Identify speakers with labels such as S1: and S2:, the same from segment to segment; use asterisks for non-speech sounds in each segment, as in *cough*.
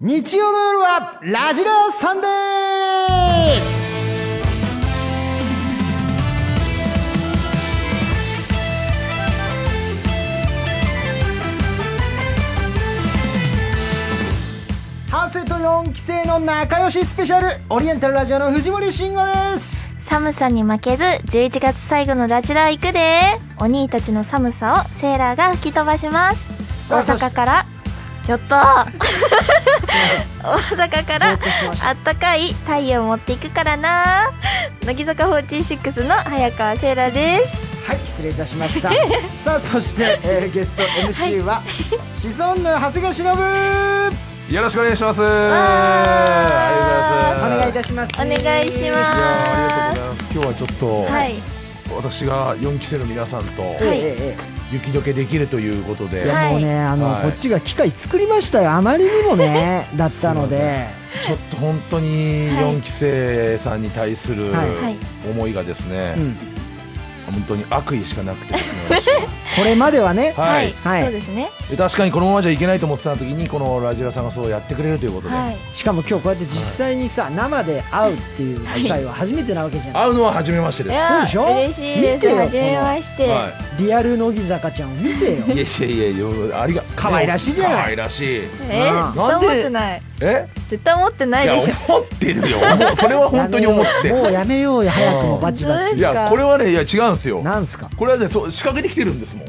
S1: 日曜の夜はラジラサンデーハセと4期生の仲良しスペシャルオリエンタルラジオの藤森慎吾です
S2: 寒さに負けず11月最後のラジラ行くでお兄たちの寒さをセーラーが吹き飛ばします
S1: さあ
S2: 大
S1: そして
S2: 阪からちょっと大阪から
S1: ぼーっとしてました
S2: あったかい太陽を持っていくからな乃木坂46の早川セーラーです
S1: はい失礼いたしましたさあそして、えーゲ *laughs* スト MC は、シソンヌ長谷川忍お
S3: よろしくお願いします。
S2: わ
S3: ありが
S1: 願い
S3: とうございます。
S1: いた
S3: し
S1: します
S2: お願いし
S3: ま
S2: ま
S3: ありがとうございます。今日はちょっと、
S2: すはい
S3: 私が四期生の皆さんと
S1: ええ
S2: はい
S1: ええ
S3: 雪解けできるということで、
S1: いや、
S2: はい
S1: もうねあの、
S3: はい
S1: こっちが機械作りましたよあまりにも
S3: *laughs*
S1: ねだったので、
S3: ちょっと本当に
S2: はい
S3: 四期生さんに対する
S1: はい
S2: はい
S3: 思いがですね、
S1: うん、
S3: 本当に悪意しかなくてですね。
S1: *laughs* これまではね
S3: 私は
S2: はい
S3: い。、
S1: はい
S2: そうですね
S3: で確かにこのままじゃいけないと思ってた時にこのラジラさんがそうやってくれるということで、
S2: はい
S1: しかも今日こうやって実際にさ、生で会うっていう機会は初めてなわけじゃない、
S3: 会うのは初めまして
S2: い
S3: です。は
S1: そう
S2: や
S1: でしょ
S2: 嬉しいで
S1: 見て
S2: す
S1: よ
S2: はじめまして、
S1: リアル乃木坂ちゃんを見てよ
S3: い。いやいやいやよありが
S1: 可愛らしいじゃない
S3: 可愛らしい。
S2: え
S1: うん
S2: ー、絶対
S3: なんで
S2: 思ってない
S3: え？
S2: 絶対思ってない
S3: いや
S2: でしょ
S3: 思ってるよ。もうそれは本当に思っ
S1: やめようもうやめよう
S3: て。
S1: よ早くもバチバ
S2: う
S1: チ
S2: ん
S3: いやこれはねいや違うんですよ。
S1: なんすか
S3: これはねそう仕掛けてきてるんですもん。い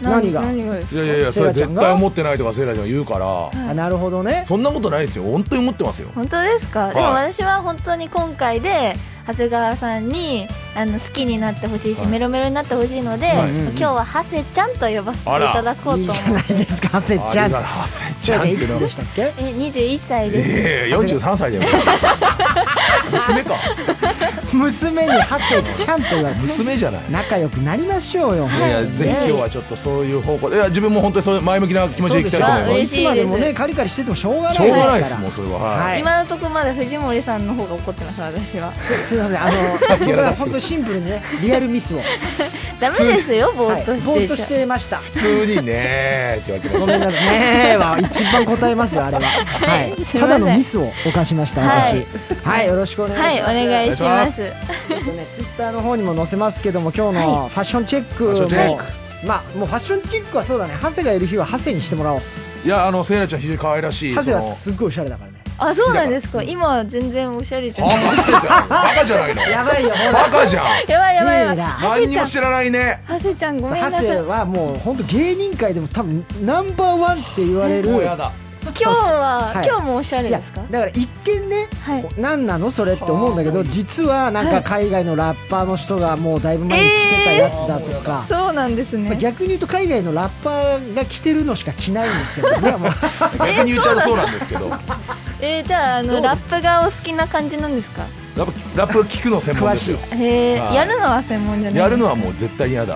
S1: 何が
S2: 何がです
S3: やいやいや
S1: セイ
S3: そ
S1: ラ
S3: れ
S1: ちゃん
S3: 絶
S1: が
S3: 対思ってないとかセイラちゃんが言うから。
S1: あなるほどね
S3: そんなことないですよ。本当に思ってますよ。
S2: 本当ですか、
S3: い
S2: でも私は本当に今回で長谷川さんにあの好きになってほしいし、
S3: はい
S2: メロメロになってほしいので、
S3: はい
S2: 今日は長谷ちゃんと呼ばせていただこう
S1: いい
S2: と
S1: じ
S2: 思
S1: ゃ
S2: う
S1: ないですかせっち
S3: あ
S1: ゃ
S3: り
S1: ん
S3: がとうハセち
S1: せっ
S3: ゃん
S1: ちゃ
S3: っ
S1: んい
S3: て
S1: くつ
S3: の
S1: でしたっけ
S2: え21歳です、
S3: ええ四十三歳だよ。娘か
S1: 娘にハセちゃんと言われて
S3: 娘じゃない。
S1: 仲良くなりましょうよ、
S3: いやぜひ今日はちょっとそういう方向でいや自分も本当にそういう前向きな気持ちでいきたいと思い
S2: そう
S3: ま
S2: ですす。
S1: いつまでもねカリカリしててもしょうがない
S3: しょうがない
S1: で
S3: ですす
S1: か
S3: も
S1: ら
S3: んそれは、
S1: は
S3: はいい、
S2: 今のところまだ藤森さんの方が怒ってます私 *laughs* は
S1: すすいませんあの
S3: きや
S1: 僕
S3: ら
S1: は
S3: かし
S1: 本当シンプルにねリアルミスを
S2: ダメですよぼーっと
S1: はい
S2: し
S1: ぼ
S2: て
S1: ー
S2: い
S1: っと
S2: ちゃ
S1: してました
S3: 普通にねーって言われてま
S1: ご
S3: し
S1: めんなさいねえは一番答えますよあれは、はい、
S2: すい
S1: た
S2: ま
S1: だ
S2: せん
S1: のミスを犯しました私
S2: は
S1: はい
S2: い、
S1: よろしくお願いします
S2: はいお願いします
S1: ちょっとねツイッターの方にも載せますけども今日のファッションチェックも、
S3: ファッションチェッ
S1: まあもうファッションチェックはそうだねハセがいる日はハセにしてもらおう
S3: たいやあのセイラちゃん非常に可愛らしい
S1: ハセは
S3: その
S1: すっごいおしゃれだからね
S2: あそうなんですか今は全然おしゃれじゃ
S3: あ
S2: ない
S3: バカじゃないの
S1: やばいよほら
S3: バカじゃん
S2: *laughs* やばいや
S1: せ
S2: ばいや
S1: いら
S2: ばいハ
S3: 何
S2: セ
S3: に
S2: ちゃ
S3: も
S2: ん
S3: 知らないね
S2: ハセちゃんごめん
S1: ハ
S2: なさい
S1: セはもう本当芸人界でも多分ナンバーワンって言われる
S3: もうやだ
S2: 今日は、
S1: はい
S2: 今日もおしゃれ
S1: いや
S2: ですか
S1: だから一見ね
S2: はい
S1: 何なのそれって思うんだけど
S3: はい
S1: 実はなんか海外のラッパーの人がもうだいぶ前に着てたやつだとか、
S2: そうなんです
S1: まあ
S2: ね
S1: 逆に言うと海外のラッパーが着てるのしか着ないんですけ
S2: *laughs*
S1: どねもう
S3: 逆に言っちゃうとそうなんですけどラッ
S2: えー、じゃああ
S1: どう
S2: の
S1: です
S2: ラップがお好きな感じなんですか
S3: プラップ聞くの専門ですよ
S2: へえ
S3: はい
S2: やるのは専門じゃない
S3: やるのはもう絶対嫌だ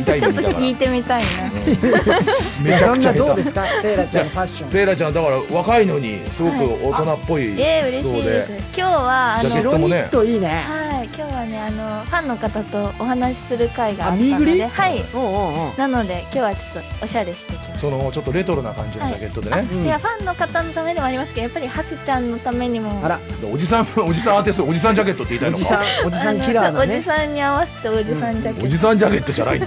S3: 痛い
S2: ちょっと
S3: 目だから
S2: 聞いてみたいな
S1: いや
S3: めち
S1: そ
S3: ゃ
S1: ん
S3: くち
S1: な
S3: ゃ
S1: ど
S3: 下
S1: うです
S3: 手
S1: かセイラちゃんのファッション
S3: セイラちゃんだから若いのにすごく大人っぽい
S2: えー、
S3: 服
S2: 嬉し
S3: 装
S2: いです
S3: で
S2: 今日はあ
S3: ジャケッ
S2: の
S3: ト
S1: 白ニットいいね
S2: はい今日はねあのファンの方とお話しする会があ
S1: あ
S2: った
S1: ミー
S2: の
S1: グリ
S2: ではい
S1: うんうんうん
S2: なので今日はちょっとおしゃれしてきます
S3: そのちょっとレトロな感じのジャケットでね
S1: うん
S2: じゃあファンの方のためでもありますけどやっぱりハセちゃんのためにも
S1: あら
S3: おじさんおじさん当てそうおじさんジャケットって言いたい
S1: お
S3: の
S1: じさ
S3: か
S1: んおじさ
S2: あ
S1: ん
S2: の
S1: キラーだ
S2: ちょっとおじ
S1: ね
S2: さんに合わせておじさんジャケ
S3: おじ
S2: ッ
S3: さんジャケットじゃないんだ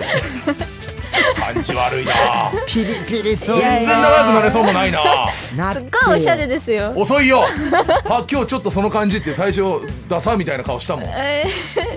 S3: 感じ悪いな
S1: ピリピリする
S2: いや
S3: 全然長くなれそうもないな
S1: な
S2: ト
S1: って
S2: す
S1: よ
S2: っごいおしゃれですよ
S3: 遅いよあ今日ちょっとその感じって最初ダサみたいな顔したもん
S2: え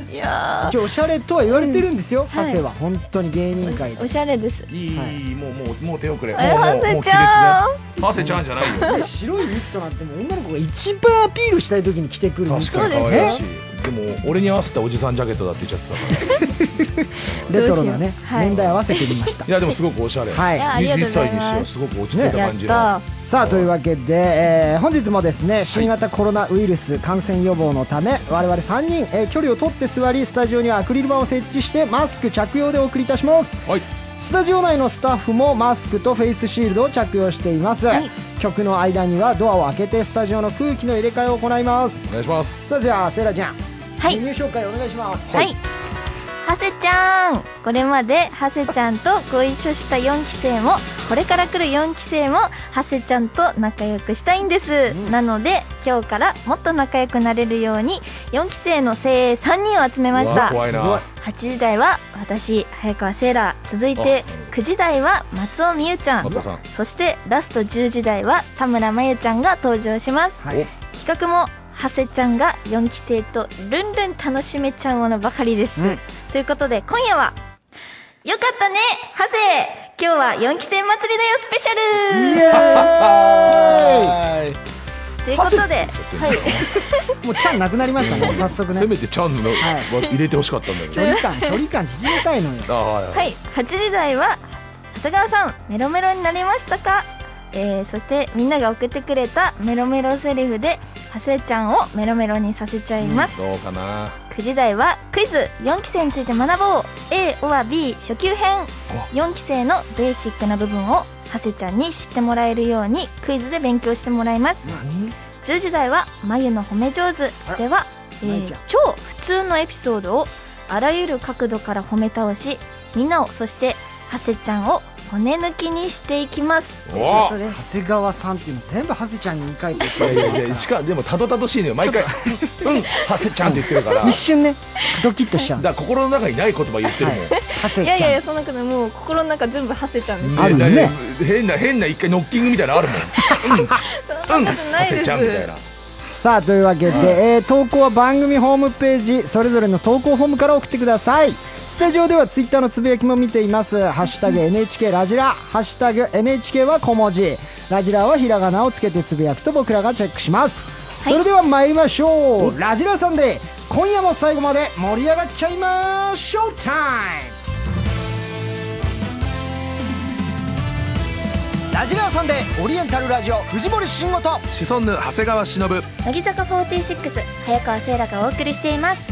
S2: ー、いや
S1: 一応おしゃれとは言われてるんですよ、
S2: はい
S1: ハセは本当に芸人界
S2: ー
S1: で
S2: おしゃれです
S3: いい、もうもうもう手遅れもう
S2: え
S3: もう
S2: ハ
S3: もう
S2: セ
S3: 亀裂
S2: ちゃん
S3: ハセちゃんじゃないよ
S1: ね白いニットなんてもう女の子が一番アピールしたい時に着てくるニッ
S3: 確
S1: ト
S3: か
S2: そうで
S3: に
S2: すね
S3: 可愛らしいでも俺に合わせたおじさんジャケットだって言っちゃってたから
S1: レトロなね、
S2: どうしようはい
S1: 年代合わせてみま
S2: *laughs*
S1: した
S3: いやでもすごくおしゃれ、
S1: はい
S2: いやありがとう
S3: 21
S2: ござ
S3: 歳
S2: い
S3: にして
S2: ま
S3: は
S2: す
S3: すごく落ち着いた感じの
S2: やった
S1: さあというわけで、えー本日もですね新型コロナウイルス感染予防のため、我々3人、えー距離を取って座りスタジオにはアクリル板を設置してマスク着用でお送りいたします
S3: はい
S1: スタジオ内のスタッフもマスクとフェイスシールドを着用しています、
S2: はい
S1: 曲の間にはドアを開けてスタジオの空気の入れ替えを行います
S3: お願いします
S1: さあじゃあセイラちゃん、
S2: はい
S1: メニュー紹介お願いします
S2: はい。ハセちゃんこれまでハセちゃんとご一緒した4期生もこれから来る4期生もハセちゃんと仲良くしたいんです、
S1: うん
S2: なので今日からもっと仲良くなれるように4期生の精鋭3人を集めまし
S4: うわ
S2: た
S4: 怖い
S1: すごい
S4: な
S2: 8時台は私早川セイラ続いて9時台は松尾美優ちゃん
S4: 松尾さん
S2: そしてラスト10時台は田村真由ちゃんが登場します
S1: はい、
S2: 企画もハセちゃんが4期生とルンルン楽しめちゃうものばかりです、
S1: うん
S2: ということで今夜はよかったねハセ今日は4期生祭りだよスペシ
S1: イ
S2: ャル
S4: は
S1: エ
S4: ーい
S2: ということで、はい、
S1: ーイもうちゃんなくなりましたね早速ね
S4: せめてチャンの
S1: は
S4: 入れてほしかったんだけ
S1: 距
S4: ど
S1: 離感距離感縮めたいのよ
S4: あはいはい
S2: はい、8時台は長谷川さんメロメロになりましたか、えー、そしてみんなが送ってくれたメロメロセリフでハセちゃんをメロメロにさせちゃいます
S4: どうかな
S2: 9時台はクイズ4期生について学ぼう A おわ B 初級編4期生のベーシックな部分をハセちゃんに知ってもらえるようにクイズで勉強してもらいます
S1: 何
S2: 10時台は「眉の褒め上手
S1: あ」ら
S2: では、え
S1: まゆち
S2: ー
S1: ゃん、
S2: 超普通のエピソードをあらゆる角度から褒め倒しみんなをそしてハセちゃんを骨抜きにしていきますという
S4: お
S2: ことで
S1: 長
S2: す
S1: 谷川さんっていうの全部ハセちゃんに言い換えて
S4: いやいや
S1: 言って
S4: いや
S1: ます
S4: し
S1: か
S4: かでもたどたどしいのよ毎回「 *laughs* うんハセちゃん」って言ってるから
S1: ら一瞬ねドキッとしちゃう、
S4: だから心の中にない言葉言ってるもん、
S1: ハセ
S2: い
S1: ちゃ
S2: や
S1: ん
S2: いやいやそんなことないもう心の中全部ハセちゃんです
S1: あるね
S4: だから変な変な一回ノッキングみたいなのある
S1: *laughs*
S4: もん
S2: そん
S4: うん
S2: なことない
S4: ハ
S2: で
S4: セ
S2: す
S4: ちゃんみたいな
S1: さあというわけで、えー投稿は番組ホームページそれぞれの投稿フォームから送ってくださいスタジオではツイッターのつぶやきも見ています「ハッシュタグ #NHK ラジラ」「ハッシュタグ #NHK は小文字」「ラジラ」はひらがなをつけてつぶやくと僕らがチェックします、それでは参りましょうラジラさんで今夜も最後まで盛り上がっちゃいましょうタイムラジラさんでオリエンタルラジオ藤森慎吾と
S4: シソンヌ長谷川忍
S2: 乃木坂46早川せいらがお送りしています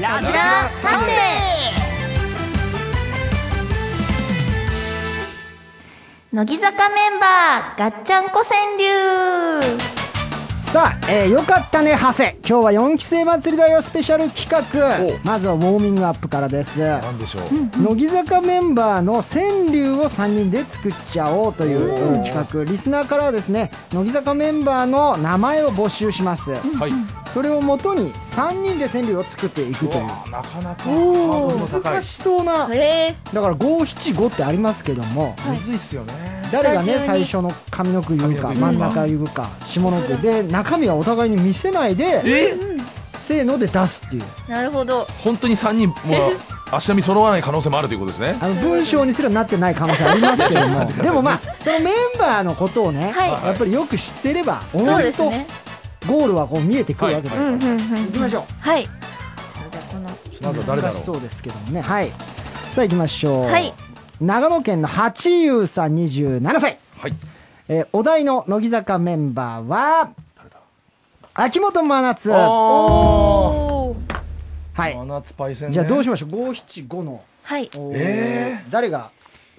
S1: ラ
S2: ジラサンデ乃木坂メンバーガッチャンコ川柳
S1: さあ、えーよかったねハセ今日は4期生祭りだよスペシャル企
S4: お
S1: 画
S4: う
S1: まずはウォーミングアップからです
S4: なんでしょう、
S1: 乃木坂メンバーの川柳を3人で作っちゃおうといううん企画リスナーからはですね乃木坂メンバーの名前を募集します
S4: はい
S1: それをもとに3人で川柳を作っていくという
S4: なかなか
S2: おー
S1: 難しそうな
S2: え
S1: だから五七五ってありますけども
S2: はい
S4: ずいっすよね
S1: 誰がね
S2: スタジオ
S1: 最
S2: に
S1: 初の上の句言うか
S4: 上の句言
S1: 真
S4: うん
S1: 中言うか下の句で中身はお互いに見せないで
S4: え
S1: せーので出すっていう
S2: ー、なるほど
S4: 本当に三人もう足並み揃わない可能性もあるということですね
S1: *laughs* あの文章にすらなってない可能性ありますけど
S2: *laughs*
S1: もでもまあそのメンバーのことをね、
S2: はい
S1: やっぱりよく知ってればおの
S2: そう
S1: ず
S2: です
S1: と
S2: ね
S1: ゴールはこう見えてくるわけです、
S4: は
S1: か
S4: い
S1: ら
S2: うんうんうん
S1: 行きましょ
S2: はいそれではこの
S1: う
S4: まずは誰だろう
S1: 難しそうですけどもねはいさあ行きましょう、
S2: はい
S1: 長野県の八優さん27歳、
S4: はい
S1: えーお題の乃木坂メンバーは秋元真夏は
S4: あ
S2: おー
S4: あ
S1: い
S4: 真夏パイセンね
S1: じゃあどうしましょう五七五の
S2: はい
S1: おー
S4: え
S1: 誰が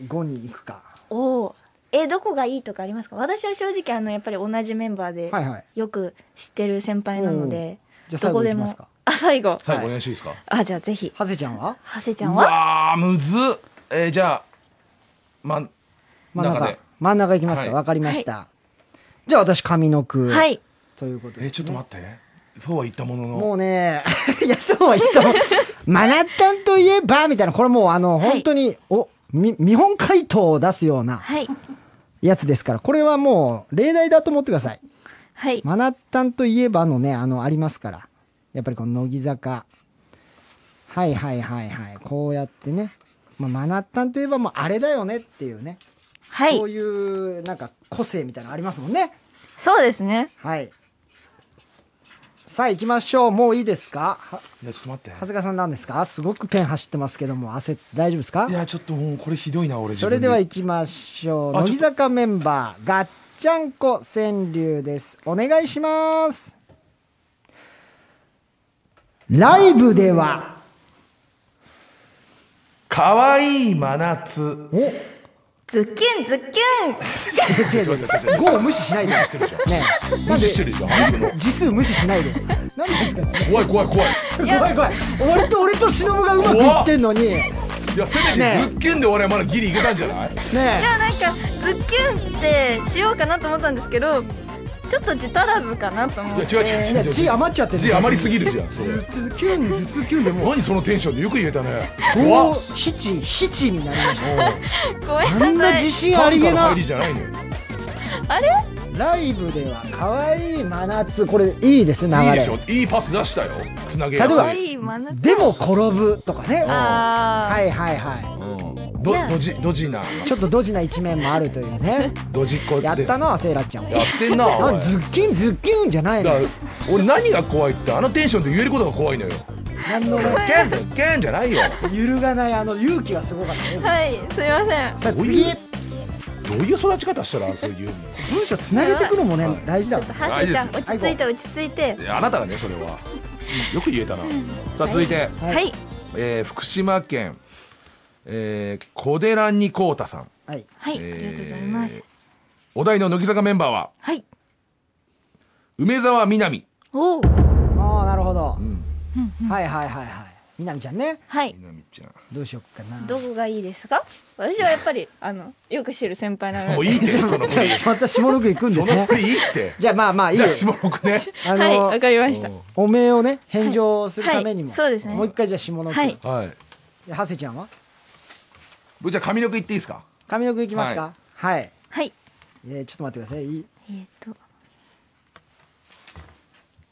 S1: 五に行くか
S2: おーえどこがいいとかありますか私は正直あのやっぱり同じメンバーで
S1: はいはい
S2: よく知ってる先輩なので
S1: じゃあ最
S2: どこ
S1: 後
S2: で
S1: いきま
S2: も
S1: すか
S2: あ最後
S4: 最後お願いしていいですか
S2: あじゃあぜひ
S1: ハセちゃんは
S2: ハセちゃん
S4: う
S2: は
S4: わーむずっえーじゃあま
S1: 真ん中
S4: 中で
S1: 真ん中いきますか、
S4: はい
S1: わかりました、じゃあ私上の句、
S2: はい
S1: ということで、
S4: えーちょっと待ってそうは言ったものの
S1: もうね *laughs* いやそうは言っても *laughs* マナッタンといえばみたいなこれもうあの、
S2: はい
S1: 本当におみ見本回答を出すような
S2: はい
S1: やつですからこれはもう例題だと思ってください
S2: はい
S1: マナッタンといえばのねあのありますからやっぱりこの乃木坂はいはいはいはいこうやってね、まあ、マナッタンといえばもうあれだよねっていうね、
S2: は
S1: そう
S2: い
S1: いうなんか個性みたいなのありますもんね
S2: そうですね
S1: はい。さあ行きましょう。もういいですか。はい
S4: やちょっと待って
S1: 長谷川さんなんですか。すごくペン走ってますけども、焦って大丈夫ですか
S4: い。やちょっともうこれひどいな俺
S1: それでは
S4: 自分
S1: 行きましょう。
S4: あちょっ
S1: 乃
S4: と
S1: 木坂メンバーガッチャンコ川柳です。お願いします。ライブでは。
S4: *laughs* かわいい真夏
S1: お、違う違
S2: ズッキュンズッキュン
S1: う違う。語を無視しないで。ね
S4: 無視してるじゃん本当に
S1: え、字数無視しないで。何ですか。
S4: 怖い怖い怖
S1: *laughs*
S4: い
S1: 怖い怖い。俺と俺と忍がうまくいってんのに。ね
S4: いやせめてズ
S1: ねえ
S4: ッキュンで俺はまだギリいけたんじゃない
S1: え。
S2: いやなんかズッキュンってしようかなと思ったんですけどちょっと字足らずかなと思って
S3: いや違う違う違う
S1: いや字余っちゃってる
S3: 字余りすぎるじ
S1: *laughs*
S3: ゃんそれ
S1: 頭痛キュン頭痛キュンでもう
S3: 何そのテンションでよく言えたね怖
S1: 五
S3: っ
S1: 七七になりまし
S2: ごめ
S1: たあん
S2: んな
S1: な
S2: さ
S1: 自
S2: い
S1: 信あ
S3: 単
S1: り
S3: 価
S1: げ
S3: の
S1: な
S3: 入りじゃないのよ
S2: あれ
S1: ライブでは可愛い真夏これいいですね
S3: いい
S1: 流
S3: で
S1: れ
S3: しょいいパス出したよつなげ
S1: 例えば
S2: 可
S3: やすい
S2: 愛い真夏
S1: でも転ぶとかねは
S2: あー、
S1: いはいは
S3: うんどドジドジない
S1: ちょっとドジな一面もあるという
S3: *laughs*
S1: ね
S3: ドジっ子です
S1: やったなセイラちゃん
S3: やってんなおい
S1: あズッキンズッキンじゃない
S3: だか
S1: の
S3: ら俺何が怖いってあのテンションで言えることが怖いのよ
S1: 何のね
S3: キャンだよキャンじゃないよ
S1: 揺るがないあの勇気がすごかったね
S2: はいすいません
S1: さあ
S3: どう
S1: 次
S3: いうどういう育ち方したらそういう
S1: 文章つなげてくのもね
S3: はい
S1: 大事
S2: ちょ
S1: だ
S2: っ
S1: もん
S2: とハセちゃん
S3: 大
S2: 落
S1: 丈夫です
S2: ち着いて落ち着いて
S3: のあなたがねそれはよく言えたなさあ続いて、
S1: はい
S2: はい
S3: えー福島県、えー、小寺にこうたさん
S1: はい
S2: はい、あり
S3: えー
S2: がとうございます
S3: お題の乃木坂メンバーは
S2: はい
S3: 梅澤みなみ
S2: おお
S1: ああなるほど
S3: ん
S1: はいはいはいはいみなみちゃんね
S2: はい
S3: みなみちゃ
S1: どうしよっかな
S2: どこがいいですか私はやっぱりあのよく知る先輩なの
S3: ん
S2: で
S3: もういいってその
S1: じゃあまた下の句行くんで
S3: そ
S1: す
S3: の
S1: ね
S3: 振りいいって
S1: じゃあまあまあいい
S3: じゃ
S1: よ
S3: あ下の句ね
S1: あ
S2: はいわ
S1: の
S2: かりました
S1: お名をね返上するためにも
S2: はいはいそうですね
S1: もう一回じゃあ下の句
S2: はい
S3: はい
S1: でハセちゃんは
S3: じゃあ上の句言っていいですか
S1: 上の句いきますかはい
S2: はい
S1: えーちょっと待ってくださいいい
S2: えー、と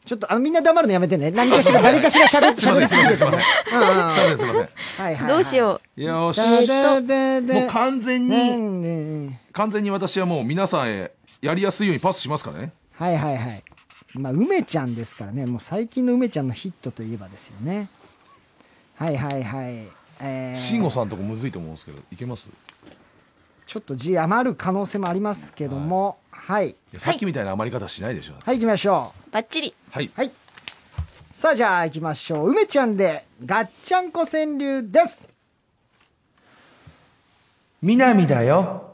S1: ちょっとあのみんな黙るのやめてね何かしら誰かしら喋って
S3: すいま
S1: 喋
S3: せ
S1: り
S3: ん
S1: す
S3: すい
S1: ぎ
S3: ませ
S1: で
S3: ん
S1: す
S3: すい
S1: よ
S3: ませ
S1: ねうんうんうん
S3: んすいませんすいません
S1: はいはい
S2: どうしよう、
S3: よーし
S1: はいだだだ
S3: もう完全
S1: ね
S3: に
S1: んね
S3: 完全に私はもう皆さんへやりやすいようにパスしますからね
S1: はいはいはいまあ梅ちゃんですからねもう最近の梅ちゃんのヒットといえばですよねはいはいはいえー
S3: 慎吾さんとこむずいと思うんですけどいけますい
S1: ちょっと字余る可能性もありますけどもはい
S3: やさっきみたいな余り方しないでしょ
S1: はい行きましょ
S2: バッチリ
S3: はい、
S1: うはいさあじゃあ行きましょう梅ちゃんでガッチャンコ川柳です
S3: 南だよ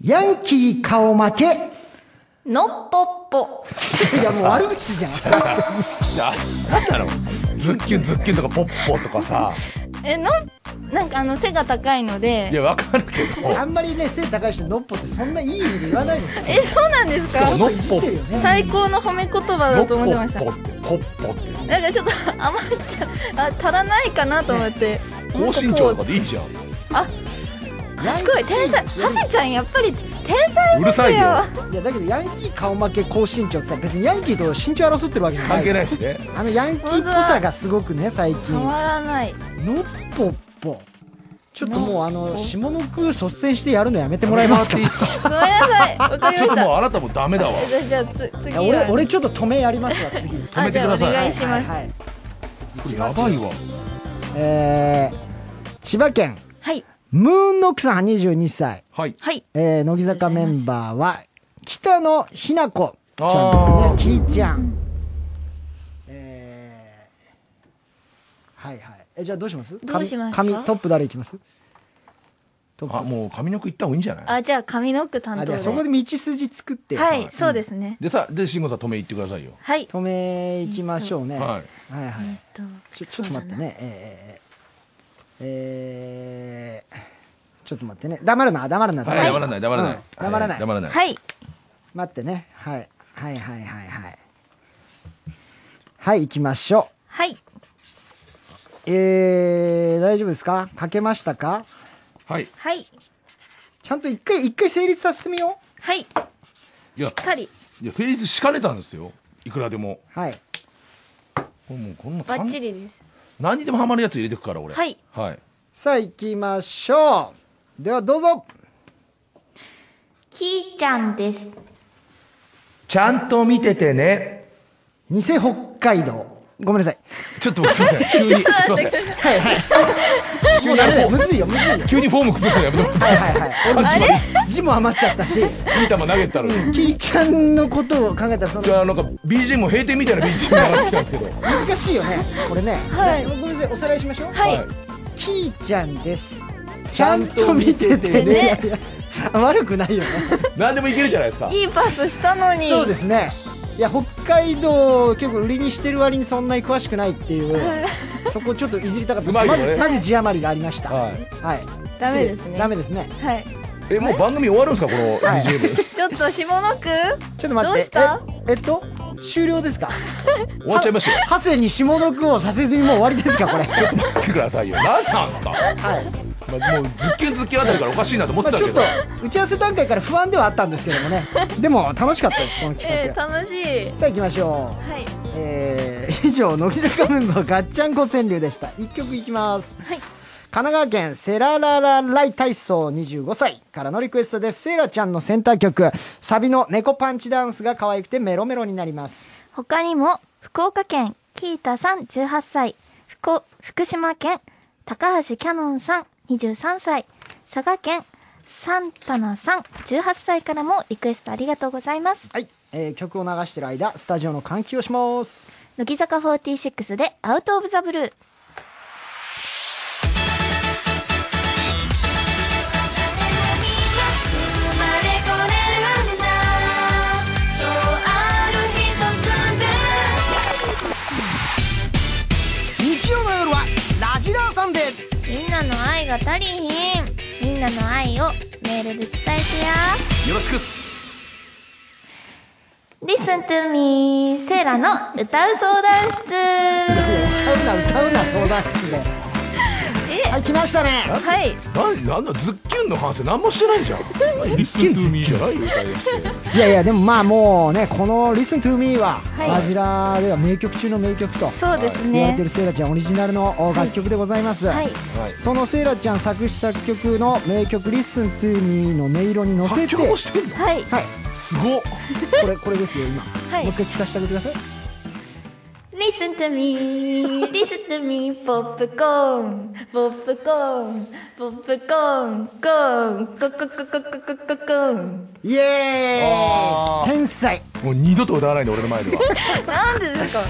S1: ヤンキー顔負
S3: *laughs*
S1: けい
S2: のっぽっぽ
S1: やもう悪口
S3: *laughs*
S1: じゃん
S3: あなんだろうズッキュンズッキュンとかポッポとかさ
S2: えのなんかあの背が高いの
S3: い
S2: で
S3: やわかるけど
S1: あんまりね背高い人のっぽってそんないい意味で言わないですよ
S2: えそうなんですか
S3: のっぽ
S1: 知ってるよね
S2: 最高の褒め言葉だと思ってました
S3: ポッポってポッポって
S2: なんかちょっと余っちゃあ足らないかなと思って
S3: 高身長とかでいいじゃん
S2: 賢い天才ハセちゃんやっぱり天才
S3: うるさいよ
S2: だ
S1: いやだけどヤンキー顔負け高身長ってさ別にヤンキーと身長争ってるわけじゃな
S3: 関係
S1: い
S3: ないしね
S1: あのヤンキーっぽさがすごくね最近
S2: た
S1: のっ
S2: まらない
S1: ぽっぽちょっともうあの下の句率先してやるのやめてもらえますか
S3: やめてもらっていい
S2: ごめんなさいわかり
S3: ですかちょっ
S2: まし
S3: ともう
S2: た
S3: あなたもダメだわ
S2: じゃあじゃあつ
S1: い
S2: 次
S1: や
S2: は
S1: 俺俺ちょっと止めやりますわ次 *laughs*
S3: 止めてください
S2: あじゃあお願いします
S1: はいはい
S3: これやばいわ
S1: えー千葉県
S2: はい
S1: ムーンノックさん22歳、
S3: はい
S2: はい
S1: えー乃木坂メンバーは北野日向子ちゃんですねきーちゃんえーはいはいえじゃあどうします
S2: どうしますか
S1: 紙紙トップ誰いきますト
S3: あ
S1: ップ
S3: もう髪の毛いった方がいいんじゃない
S2: あじゃあ髪の毛担
S1: あ
S2: 当
S1: じ
S2: で
S1: ゃあそこで道筋作って、
S2: はいそうですね
S3: でさで慎吾さん止め行ってくださいよ
S2: はい
S1: 止めいきましょうね、
S3: は
S1: はいはい
S2: えっと
S1: ちょちょっと待ってねえーえーえーちょっと待ってね黙るな黙るな
S3: はい黙らない黙らない
S1: うん黙らない、
S3: はい黙らない
S2: はい
S1: 待ってね、はい、はいはいはいはいはい行きましょ
S2: はい、
S1: うえー、大丈夫ですか書けましたか
S3: はい
S2: はい、
S1: ちゃんと一回一回成立させてみよ
S2: はい、し
S3: いや
S2: っかり、
S3: いや成立しかねたんですよいくらでも
S1: うはい
S3: これもうこんな
S2: バ
S3: 簡
S2: ッチリです。
S3: 何にでもハマるやつ入れてくから俺
S2: はい
S3: はい
S1: さあ行きましょうではどうぞ
S2: きーちゃんです。
S3: ちゃんと見ててね
S1: 偽北海道ごめんなさい
S3: ちょっとすいませ
S1: *laughs*
S3: ん急にすいません
S1: はいはい *laughs* もうダメだよむずいよむずいよはい
S3: 急にフォーム崩すのやめてもらっていい
S1: は
S3: で
S1: い
S3: すか
S1: はい俺字も余っちゃったし
S3: いい球投げてたのに
S1: キイちゃんのことを考えたらその
S3: じゃあなんか BGM も閉店みたいな BGM 流れてきたんですけど
S1: 難しいよねこれね、
S2: はい
S1: ごめんなさいおさらいしましょう
S2: はい、
S1: キーちゃんですちゃんと見ててね *laughs*
S2: ね
S1: 悪くないよね
S3: 何でもいけるじゃないですか
S2: いいパスしたのに。
S1: そうですねいや北海道を結構売りにしてる割にそんなに詳しくないっていうそこちょっといじりたかったです
S3: うまいよ
S1: ま
S3: ね
S1: ずまず字余りがありました
S3: は
S1: はいい
S2: ダメですね
S1: ダメですね
S2: はい、
S3: えもう番組終わるんですかこの
S1: はい
S3: BGM
S2: ちょっと下の句
S1: ちょっと待って
S2: どうした
S1: ええっと終了ですか
S3: 終わっちゃいましたよ
S1: ハセに下の句をさせずにもう終わりですかこ
S3: *laughs*
S1: れ
S3: ちょっと待ってくださいよ何なんですか、
S1: はい、
S3: まもうズッキュンズッキュンあたりからおかしいなと思っ
S1: ま
S3: て
S1: あ、
S3: た
S1: ち
S3: け
S1: ょっ
S3: ど、
S1: と打ち合わせ段階から不安ではあったんですけどもねでも楽しかったですこの企
S2: えー、
S1: 画、
S2: 楽しい
S1: さあ行きましょう
S2: はい
S1: えー *laughs* 以上乃木坂メンバーガッチャンコ川柳でした1曲いきます、
S2: はい
S1: 神奈川県セラララライ体操25歳からのリクエストですセイラちゃんのセンター曲サビの猫パンチダンスが可愛くてメロメロになります
S2: 他にも福岡県キータさん18歳福福島県高橋キャノンさん23歳佐賀県サンタナさん18歳からもリクエストありがとうございます
S1: はい、えー曲を流してる間スタジオの換気をします
S2: 乃木坂46でアウトオブザブルー
S5: 生まれこれるんだそうある日突然
S1: 日曜の夜はラジラーサンデー
S2: みんなの愛が足りひんみんなの愛をメールで伝えてや
S3: よろしくっす
S2: Listen to me セーラの歌う相談室
S1: 歌うな歌うな相談室で
S2: *laughs* え
S1: はい来ましたね
S2: はい
S3: 何なんだズッキュンの反省何もしてないじゃんリスキンズミーじゃないよ歌い出して
S1: いやいやでもまあもうねこの「Listen to Me は」
S2: はい
S1: ラジラでは名曲中の名曲と
S2: そうです
S1: 言われて
S2: ね
S1: るセイラちゃんオリジナルのお楽曲でございます、
S2: はい
S3: はい
S1: そのセイラちゃん作詞作曲の名曲「Listen to Me」の音色に乗せ
S3: 作
S1: て
S3: 曲もしてんの
S2: はい
S1: はい
S3: すごっ
S1: これこれですよ今、
S2: はい
S1: もう一回聞かせてあげてください
S2: Listen to me, listen to me, popcorn, popcorn, popcorn, corn, co co co co co co co corn.
S1: イエー
S3: あ
S1: イ
S3: ー
S1: 天才
S3: もう二度と歌わないで俺の前では
S2: なんでですか。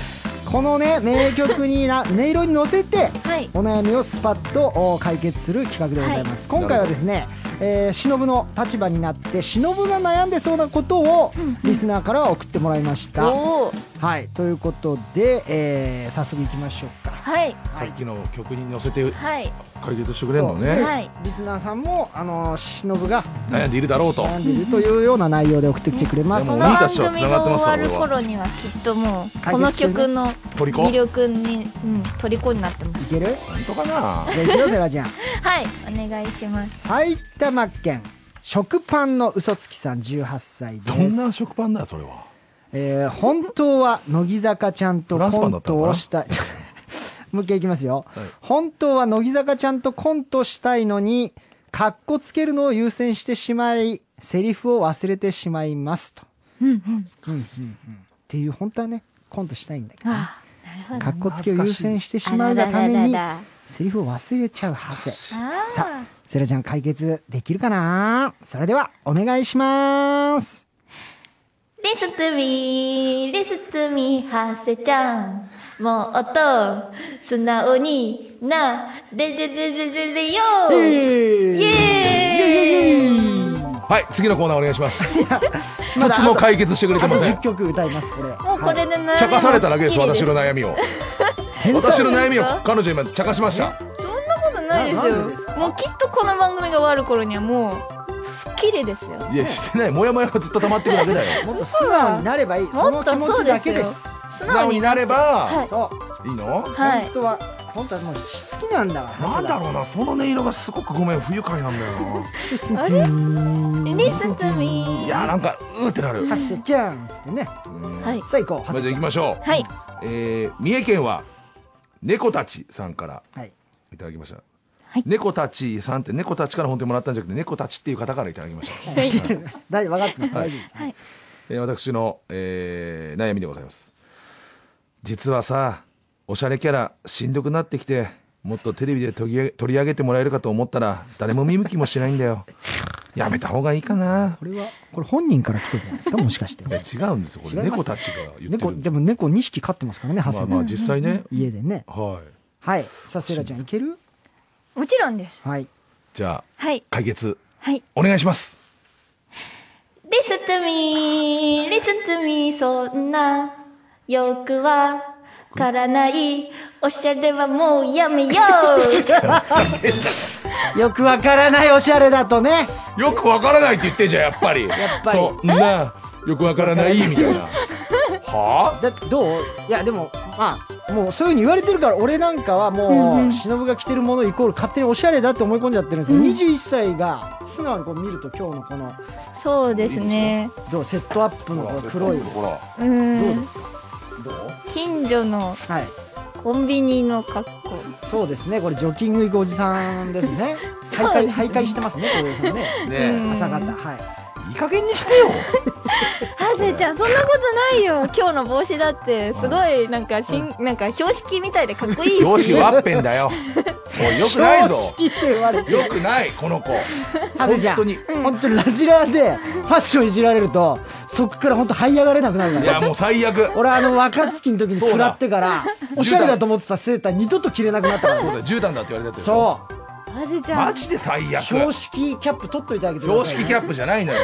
S1: このね名曲に
S2: *laughs*
S1: な音色に乗せて
S2: はい。
S1: お悩みをスパッとお解決する企画でございます、今回はですね、えー、忍の立場になって忍が悩んでそうなことをリスナーから送ってもらいました、
S2: おお。
S1: はいということで、えー早速いきましょうか
S2: はい。
S3: さっきの曲に乗せて
S2: はい。
S3: 解決してくれんの
S1: そう
S3: ね
S2: はい
S1: リスナーさんもあの忍が
S3: 悩んでいるだろうと
S1: 悩んでいるというような内容で送ってきてくれま
S3: う
S1: す
S2: この
S3: ん
S1: が、
S3: 鬼
S2: 番
S3: たちとは
S2: 組
S3: 繋が
S2: が
S3: ってま
S2: 終
S3: すか
S2: わ
S3: ら
S2: る頃にはきっともう
S1: 解決
S2: この曲の
S3: 虜
S2: 魅力に、うん、虜になってます。
S1: いける
S3: 本当かな
S1: じゃあいくよセ
S3: *laughs*
S1: ラちゃん
S2: はい。お願いします。
S1: 埼玉県食パンの嘘つきさん18歳
S3: ど
S1: で
S3: んな
S1: す、
S3: 食パンだよそれは
S1: えー本当は乃木坂ちゃんと
S3: フランス
S1: コ
S3: パンだ
S1: ン
S3: ったの
S1: ト
S3: かな
S1: をしたい *laughs* もう一回いきますよ、
S3: はい
S1: 本当は乃木坂ちゃんとコントしたいのにかっこつけるのを優先してしまいセリフを忘れてしまいますと、うんうんうんっていう本当はねコントしたいんだけどね、
S2: ああ、なるほど。
S1: かっこつけを優先してしまうがためにセリフを忘れちゃうハセ
S2: ああ。
S1: さあセラちゃん解決できるかなそれではお願いします
S2: リストミー、リストミー、ハセちゃん。もうと、素直にな、れれれれれれよ
S1: イ
S2: イエーイ
S3: はい次のコーナーお願いします *laughs*
S1: ま
S3: 一
S1: だ
S3: つも解決してくれ
S1: あと
S3: てません
S1: 10曲歌いますこれ
S2: もうこれで悩みも
S3: 茶化されただけで
S2: っ
S3: す
S2: きり
S3: 私の悩 *laughs* みを
S1: 天才
S3: 私の悩みを彼女今茶化しました
S2: そんなことないです
S1: ななん
S2: よ
S1: でですか
S2: もうきっとこの番組が終わる頃にはもう、スッキリですよ。
S3: いやしてないモヤモヤがずっと溜まってるだけだよ
S1: もっと素直になればいいその気持ちだけです
S2: 素
S3: *laughs* 素直になれば
S2: はい。
S1: そう
S3: いいの
S2: はい
S1: 本当は本当はもう好きなんだわ
S3: なんだろうなその音色がすごくごめん不愉快なんだよな
S1: あれ
S2: リストミー。
S3: *laughs* いやなんかうーってなる
S1: ハッセちゃんっつってね
S2: はい。
S1: さあ行こうハ
S3: ま
S1: ッ
S3: あ
S1: セ
S3: じゃあ行きましょう
S2: はい。
S3: えー三重県は猫たちさんから
S1: はい
S3: いただきました、
S2: はい
S3: 猫たちさんって猫たちから本当にもらったんじゃなくて猫たちっていう方からいただきました、
S1: *laughs* 大丈夫分かってます大丈夫です
S2: はい。
S3: えー私の、えー悩みでございます実はさおしゃれキャラしんどくなってきてもっとテレビで取り上げ取り上げてもらえるかと思ったら誰も見向きもしないんだよやめた方がいいかな
S1: これはこれ本人から来てるんじゃないですかもしか *laughs* して
S3: いや違うんですこれ
S1: 違います
S3: 猫たちが言って
S1: 猫
S3: るんで
S1: でも猫2匹飼ってますからねハッ
S3: ま
S1: セ
S3: あまあ実際ね、
S1: 家でね
S3: はい
S1: はいさあセイラちゃんいける
S2: もちろんです。
S1: はい
S3: じゃあ
S2: はい。
S3: 解決
S2: はい。
S3: お願いします
S2: リストミー、リストミー、そんな洋服は *laughs* からない、おしゃれはもうやめよう。
S1: よくわからないおしゃれだとね
S3: よくわからないって言ってんじゃんやっ
S1: *laughs*
S3: ぱり
S1: っぱり
S3: そんなよくわからないみたいなはあ
S1: だどういやでもまあもうそういうふうに言われてるから俺なんかは
S2: うんう
S1: も
S2: ん
S1: う忍が着てるものイコール勝手におしゃれだって思い込んじゃってるんですけど、
S2: うん
S1: 21歳が素直にこう見ると今日のこの
S2: そうですね。
S1: どうセットアップのこの黒い
S3: ほら
S2: う
S1: どうで
S2: ん
S1: す。かどう
S2: 近所の
S1: はい
S2: コンビニの格好。
S1: そうですねこれジョギング行くおじさんですね徘
S2: そう
S1: 徊
S2: ですね
S1: 徘徊してますね小林さんね
S3: ね
S2: うん
S1: 朝方はい
S3: いい加減にしてよ
S2: ハセちゃんそんなことないよ。今日の帽子だってすごいなんかしんなんか標識みたいでかっこいいし。
S3: 様式ワッペンだよおいよくないぞ
S1: 正直って言われて
S3: よくないこの子
S1: ハセちゃん
S3: 本当に
S1: 本当にラジラーでファッションいじられるとそこから本当這い上がれなくなるから
S3: いやもう最悪
S1: 俺あの若月の時に
S3: そうだ
S1: 食らってからおしゃれだと思ってたセーター二度と着れなくなったか
S3: そう
S1: ら
S3: だ絨毯だって言われたやつでしょ
S1: そ
S2: ハセちゃん。
S3: マジで最
S1: う
S3: 悪
S1: 標識キャップ取っといてあげてく
S3: 標
S1: ださい、
S3: 識
S1: ね、
S3: キャ
S1: ッ
S3: ップじゃないのよ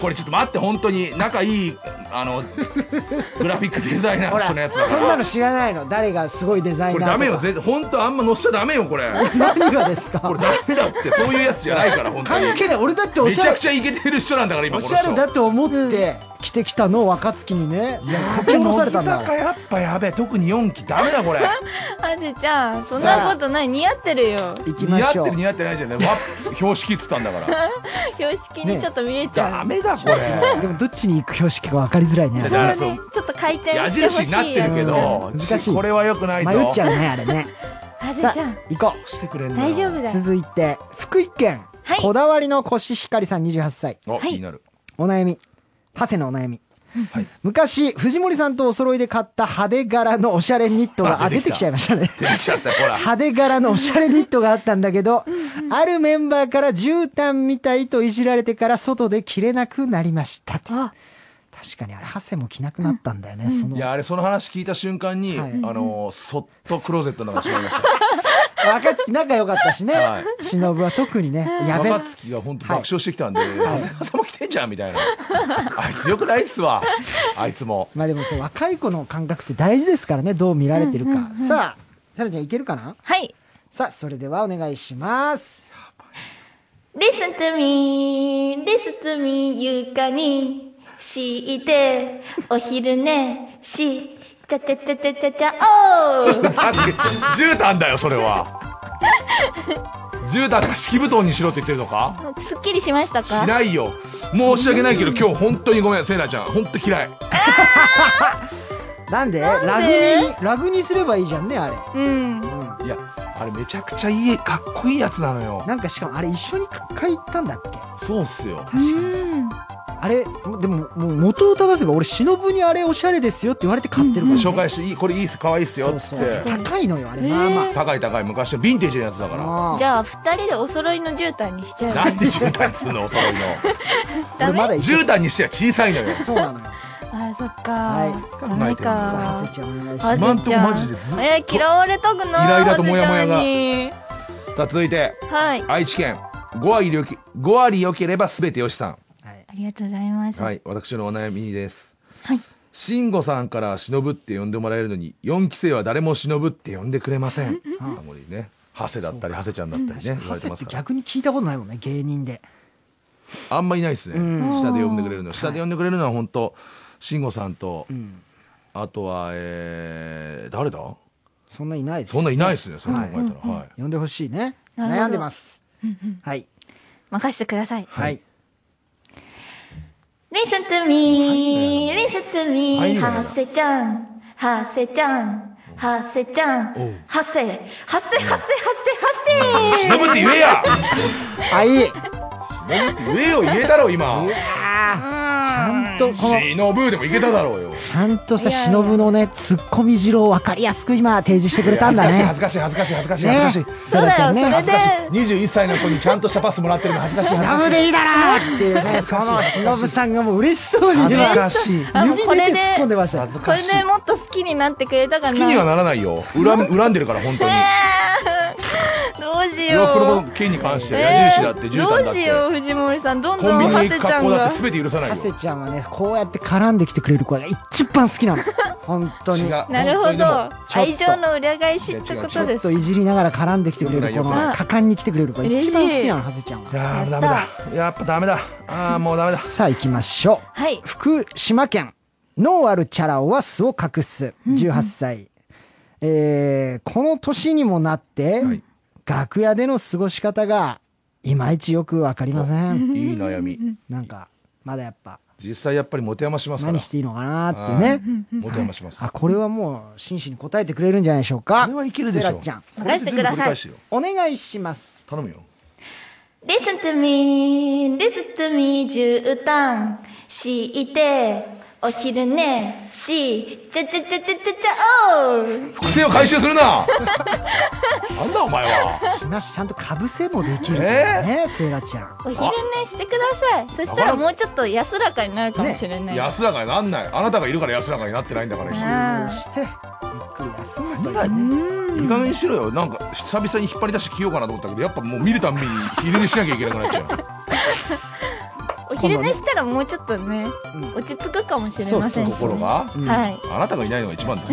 S3: これちょっと待って本当に仲いいあのグラフィックデザイナー
S1: ほ
S3: の
S1: ら
S3: 人のやつだ
S1: そ
S3: か
S1: んな
S3: ら
S1: の知らないの誰がすごいデザイ
S3: これ
S1: ナー
S3: ダ
S1: とか
S3: メよぜ本当あんま乗せちゃダメよこれ
S1: 何がです
S3: こ
S1: か
S3: れダメだってそういうやつじゃないから本当に
S1: 関係ない俺だってお
S3: め
S1: し
S3: ち
S1: ゃ
S3: ゃ
S1: れ
S3: くちゃイケてる人なんだから今
S1: お
S3: こ
S1: し
S3: の
S1: ゃ
S3: 人
S1: れだって思って着てきたのを若月にね呼び戻されたんだ
S3: 乃木
S1: か
S3: 坂
S1: ら
S3: やっぱやべえ特に4期ダメだこれ
S2: ハセちゃんそんなことない似合ってるよ。
S1: 行きま
S3: 似合っ
S1: してょう
S3: る似合ってないじゃないわ標識っつったんだから
S2: 標識にちょっと見えちゃ
S3: ダ
S2: う。
S3: メだこれ
S1: でもどっちに行く標識か分かりづらいね
S3: だ
S2: そう
S3: から
S2: ね。
S3: そ
S2: ち
S3: う
S2: ょっと回転
S3: 矢
S2: してほしい
S3: 印になってるけど
S1: うん難しい
S3: これは良くないぞ
S1: 迷っちゃうねあれね
S2: ハセ
S1: さ
S2: ちゃん
S1: あ行こう
S3: してくれんだ
S2: 大
S3: よ
S2: 丈夫だよ。
S1: 続いて福井県、
S2: はい
S1: こだわりのコシヒカリさん28歳
S3: お
S2: はい
S3: 気になる
S1: お悩み長谷のお悩み、
S3: はい
S1: 昔藤森さんとお揃いで買った派手柄のおしゃれニットが
S3: あ
S1: あ
S3: 出
S1: 出
S3: て
S1: て
S3: き
S1: き
S3: た
S1: ちゃいましたね
S3: 出てきちゃったよほら
S1: 派手柄のおしゃれニットがあったんだけどあるメンバーから絨毯みたいといじられてから外で着れなくなりましたと
S2: あ
S1: 確かにあれ長谷も着なくなったんだよね、その
S3: いやあれその話聞いた瞬間に、
S1: はい
S3: あのーそっとクローゼットの中にしまいまし
S1: 若月仲良かったしね、
S3: はい
S1: 忍は特にね
S3: た
S1: やべ
S3: 若月が本当爆笑してきたんで「
S1: はい
S3: 長谷川さんも来てんじゃん」みたいな「あいつよくないっすわあいつも *laughs*
S1: まあでもそう若い子の感覚って大事ですからねどう見られてるか、さあさらちゃんいけるかな
S2: はい。
S1: さあそれではお願いします。
S2: Listen to me, listen to me, 床に敷いて、お昼寝し、ちゃちゃちゃちゃちゃちゃ、おー
S3: 絨毯だよそれは絨毯か敷布団にしろって言ってるのか
S2: もう *laughs* すっきりしました
S3: し
S2: か
S3: ないよ申し訳ないけど今日本当にごめんセイラちゃん本当嫌い
S1: なんでラグにラグにすればいいじゃんねあれ。
S2: うん。
S1: う
S3: いやあれめちゃくちゃいいかっこいいやつなのよ
S1: ん、なんかしかもあれ一緒に買い行ったんだっけ
S3: そうっすよ
S2: うん。
S1: あれでももう元を正せば俺忍にあれおしゃれですよって言われて買ってるから、ね
S3: 紹介していいこれいいっす可愛いっすよっつ
S1: そ
S3: っ
S1: うそう
S3: て
S1: 高いのよあれ
S2: へー
S1: まあま
S3: 高い高い昔のヴィンテージのやつだから
S1: あ。
S2: じ
S1: ゃ
S2: ゃあ、二人でお揃いの絨毯にしちゃう。
S3: なんで絨毯にすんのお揃いの
S1: あ俺まだいけ
S3: 絨毯にしては小さいのよ
S1: そうなのよ。
S2: あ、そっか。
S1: は
S2: ダメ
S1: さあハ
S2: か
S1: セ。ちゃんお願いします。
S2: ハセちゃ
S3: 今んとこマジでずっと
S2: えー、嫌われたくない。
S3: イライラとモヤモヤが
S2: ハセち
S3: さあ続いて
S2: ゃんにはい。
S3: 愛知県5割よき5割良ければ全てよしさ
S1: はい
S2: ありがとうございます。
S3: んはい私のお悩みです
S2: はい
S3: 慎吾さんから忍って呼んでもらえるのに4期生は誰も忍って呼んでくれませんあまりねハセだったりハセちゃんだったりね言わ
S1: ハ
S3: れて
S1: セ
S3: ま
S1: っ
S3: す
S1: て
S3: から
S1: 逆に聞いたことないもんね芸人で。
S3: あんまいないですね
S1: うん
S3: 下で呼んでくれるの下で呼んでくれるのは本当慎吾さんと
S1: うん
S3: あとはえー誰だ
S1: そんないないです。
S3: そんないないですねそんな考えたらはい
S1: 呼んでほしいね。
S2: なるほど
S1: 悩んでます。はい
S2: 任せてください。
S1: はい。
S2: Listen to me, listen to
S3: は
S2: me,
S3: いいね
S2: ハセちゃん、ハセちゃん、ハセちゃん
S3: おう、
S2: ハセ、ハセ、ハセ、ハセ、
S3: 忍って言えや
S1: あいい。
S3: 上を言えたろ今
S1: ち
S2: ハセ。
S1: ゃんとこの
S3: 忍ぶでもいけただろうよ
S1: ちゃんとさ
S2: いやいや
S1: 忍のねツッコミ次郎を分かりやすく今提示してくれたんだ
S3: 恥ずかしい
S1: ね
S3: 恥ずかしい恥ずかしい恥ずかしい
S1: ね
S3: 恥ずかしい
S1: さらちゃん
S2: そうだよ
S1: ね
S2: それで
S3: 21歳の子にちゃんとしたパスもらってるの恥ずかしい
S1: ラ
S3: 恥
S1: ブでいいだろうっていうねそ
S3: かしい
S1: の忍さんがもう嬉しそうに
S3: ず
S1: ね
S3: かしい恥ずかしい
S2: あもう
S1: 指
S2: こ
S1: 出
S2: れ
S1: て
S2: で
S1: 突っ込んでました
S3: 恥ず
S2: こ
S3: か
S2: れ
S3: しい
S2: でもっと好きになってくれたかな。
S3: 好きにはならないよ恨み恨んでるから本当に
S2: どうしし
S3: 洋服
S2: よ
S3: の
S2: う。
S3: 件に関して
S2: え
S3: 矢
S2: ー
S3: 印だって絨毯だ
S2: ど
S3: っ
S2: うしよ
S3: て
S2: う藤森さんどんど
S3: コンビ
S2: ん
S3: ニ
S2: ハ
S3: に
S2: セ
S3: 行く
S2: ちゃ
S3: 格
S2: ん
S3: 好だ
S2: が
S3: って全て許さないよ
S1: ハセちゃんはねこうやって絡んできてくれる子が一番好きなの本当に
S4: 違う
S2: なる
S4: 本
S2: ほ
S4: 当にでも
S1: ち
S2: ど
S1: ょっと
S2: 愛情の裏返しってこ
S1: ちょ
S2: と
S1: っ
S2: です
S1: といじりながら絡んできてくれる
S4: よ
S1: 子
S4: く
S1: の
S4: ない
S2: よくない
S1: 果敢に来てくれる子が一番好
S2: 嬉しい
S1: きなのハセちゃん
S4: い
S1: は
S4: や
S2: や
S4: ー
S2: った
S4: ダメだやっぱダメだあーもうダメだ
S1: さあ行きましょう
S2: はい
S1: 福島県ノーあるチャラ男は素を隠す18歳、えーこの年にもなって、
S4: はい
S1: 楽屋での過ごし方がいまいちよくわかりません
S4: いい悩み
S1: なんかまだやっぱ
S4: 実際やっぱり持て余しますから
S1: 何していいのかなーってね
S4: 持て余します
S1: あこれはもう真摯に答えてくれるんじゃないでしょうか
S4: これはいけるでしょ
S1: セラちゃん
S2: 任せて
S4: これ全
S2: ください
S4: 部取り返してよ
S1: お願いします
S4: 頼むよ
S2: Listen to me, listen to me, 絨毯敷いて、お昼寝し、ちゃちゃちゃちゃちゃちゃおう
S4: 伏線を回収する
S2: *laughs*
S4: な
S3: なんだお前は
S1: しますちゃんとかぶせもできるからね、セラちゃん
S2: お昼寝してください。そしたらもうちょっと安らかになるかもしれない。
S3: 安らかになんないあなたがいるから安らかになってないんだから
S2: ああ
S1: してゆっくり休むという
S3: いい加減にしろよなんか久々に引っ張り出して着ようかなと思ったけどやっぱもう見るたんびに昼寝しなきゃいけなくなっちゃう
S2: *laughs* お昼寝したらもうちょっとね、落ち着くかもしれませんし、ね。
S3: 心が
S2: はい。
S3: あなたがいないのが一番です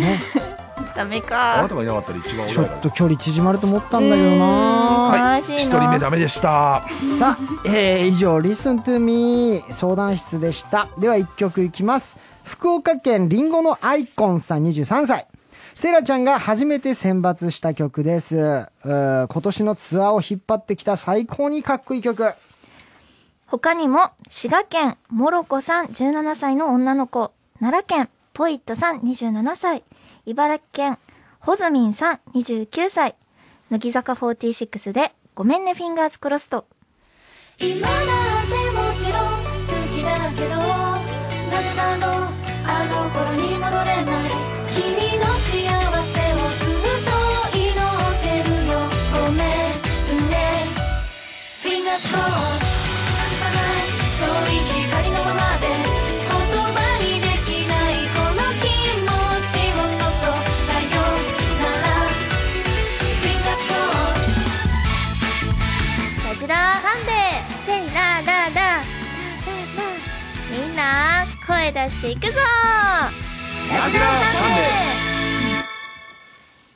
S2: ダメ
S3: あな
S2: か。
S3: たがいなかったら一番俺
S1: ちょ
S3: ら
S1: っ
S3: が
S1: と距離縮まると思ったんだけどな
S3: はい
S2: 悲しいな
S3: 一人目ダメでした
S1: さあ、えー以上「Listen to Me」相談室でしたでは1曲いきます福岡県りんごのアイコンさん23歳セイラちゃんが初めて選抜した曲ですうー今年のツアーを引っ張ってきた最高にかっこいい曲
S2: 他にも、滋賀県、もろこさん17歳の女の子、奈良県、ポイットさん27歳、茨城県、ホズミンさん29歳、乃木坂46で、ごめんねフィンガーズクロスト。
S6: 今だってもちろん好きだけどなぜだろうあの頃に戻れない君の幸せをずっと祈ってるよごめんねフィンガースロー半端ない遠い光のままで言葉にできないこの気持ちをそっとさよならフィンガースロー
S2: ラジラーサンデーセイラーラーラーラーラーみんな声出していくぞラジラーサン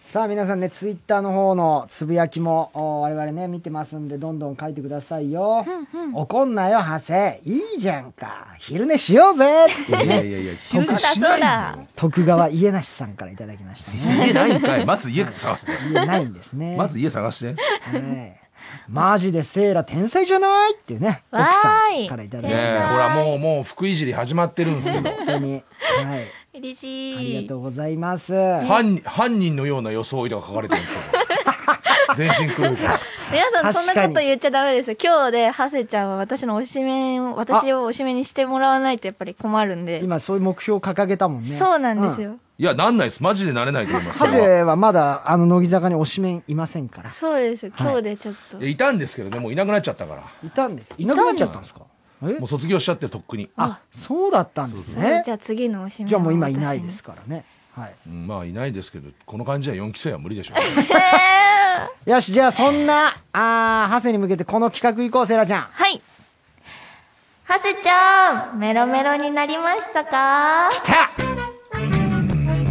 S1: さあ皆さんねツイッターの方のつぶやきもお我々ね見てますんでどんどん書いてくださいよ、怒んなよハセいいじゃんか昼寝しようぜって
S3: いや
S1: ね
S3: いやいや
S2: そ
S3: 昼
S2: うだ
S3: 寝
S2: そ
S3: し
S2: う
S3: ない
S2: だ
S3: よ
S1: 徳川家なしさんからいただきました *laughs* ね
S3: 家ないんかいまず家探
S2: *laughs*
S3: して
S1: 言えないんですね
S3: まず家探して
S1: ねえマジでセイラ天才じゃないっていうね
S2: わーい
S1: 奥さんからいただい
S3: ね
S1: て
S3: えほらもうもう福いじり始まってるんですけど
S1: 本当にはい
S2: 嬉
S1: あ
S2: しい
S1: りがとうございます
S3: 犯人犯人のような装いとか書かれてるんですよ *laughs* 全身黒いから
S2: 皆さんそんな
S1: 確か
S2: こ
S1: に
S2: と言っちゃダメですよ今日でハセちゃんは私のおしめを私をおしめにしてもらわないとやっぱり困るんで、
S1: 今そういう目標を掲げたもんね
S2: そうなんです
S1: う
S2: よ、
S3: いやなんないですマジでなれないと思います
S1: ハゼはまだあの乃木坂に推しメンいませんから
S2: そうですよ今日でちょっと、
S3: いやいたんですけどねもういなくなっちゃったから
S1: いたんですいなくなっちゃったんですかえ
S3: もう卒業しちゃってとっくに、
S1: あそうだったんですね
S2: じゃあ次のおしめを
S1: じゃあもう今いないで
S2: 私に
S1: すからねはい
S3: うんまあいないですけどこの感じは4期生は無理でしょう
S1: よしじゃあそんなあーハセに向けてこの企画いこうセイラちゃん
S2: はいハセちゃんメロメロになりましたか
S1: きた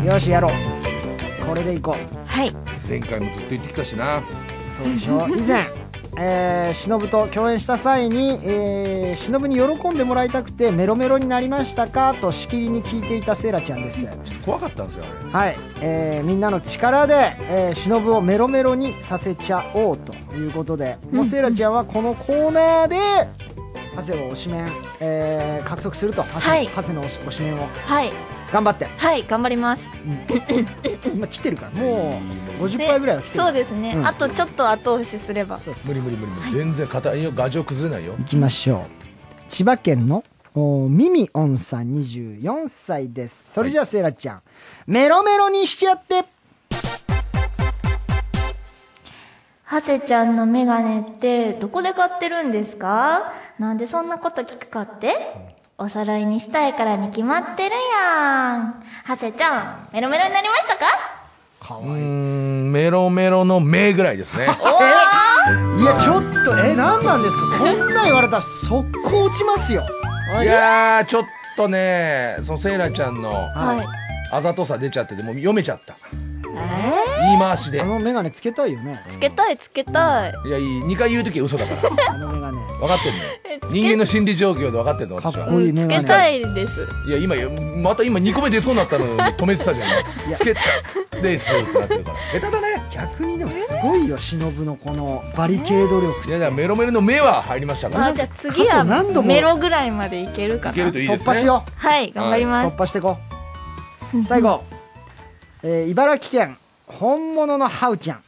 S1: よしやろうこれでいこう
S2: はい
S3: 前回もずっと言ってきたしな
S1: そうでしょ以前、えー、忍と共演した際に、えー、忍に喜んでもらいたくてメロメロになりましたかとしきりに聞いていたセイラちゃんです
S3: ちょっと怖かったんですよあれ
S1: はい、えーみんなの力で、えー、忍をメロメロにさせちゃおうということで、もうセイラちゃんはこのコーナーでハセを推しメン、えー、獲得するとハセ,、
S2: はい
S1: ハセの推し推しメンを
S2: はい
S1: 頑張って
S2: はい頑張ります
S1: 今来てるからもう50杯ぐらいは来てる
S2: そうですね、
S1: うん
S2: あとちょっと後押しすれば
S1: そうそう
S3: 無理無理無理無理全然硬いよガジを崩れないよ
S1: いきましょう千葉県のおミミオンさん24歳ですそれじゃあセイラちゃん、メロメロにしちゃって
S2: ハセちゃんのメガネってどこで買ってるんですかなんでそんなこと聞くかってお揃いにしたいからに決まってるやん。ハセちゃん、メロメロになりましたか
S1: か
S3: うーんメロメロの「メ」ぐらいですね
S2: おー
S1: いやちょっとえ何なんですかこんなん言われたら速攻落ちますよ
S3: いやーちょっとねそのセイラちゃんの
S2: はい。
S3: あざとさ出ちゃっててもう読めちゃった
S2: え
S3: 言い回しで
S1: あの眼鏡つけたいよね
S2: ー、つけたいつけたい。
S3: いやいい2回言う時は嘘だから分
S1: あの眼鏡
S3: かってんのよ
S2: *laughs* えつけ
S3: 人間の心理状況で分かってんの私
S1: かっ
S3: は
S1: こいい
S2: つ
S1: 眼
S2: け
S1: 鏡
S2: たいです。
S3: いや今よまた今2個目出そうになったの止めてたじゃ
S1: い
S3: ん
S1: や
S3: つけでそうってなってるから下手だね
S1: 逆にでもすごいよ忍のこのバリケード力
S3: いやいやメロメロの目は入りましたから
S2: あ
S3: い
S2: じゃあ次
S1: 過
S2: は
S1: 去何度も
S2: メロぐらいまでいけるか
S3: ける
S2: な
S3: と。いいで
S1: 突
S3: すね
S1: 破しよ
S2: はい、頑張り
S1: う
S2: ま
S1: 突
S2: す。
S1: 破してこう最後、えー茨城県本物のハウちゃん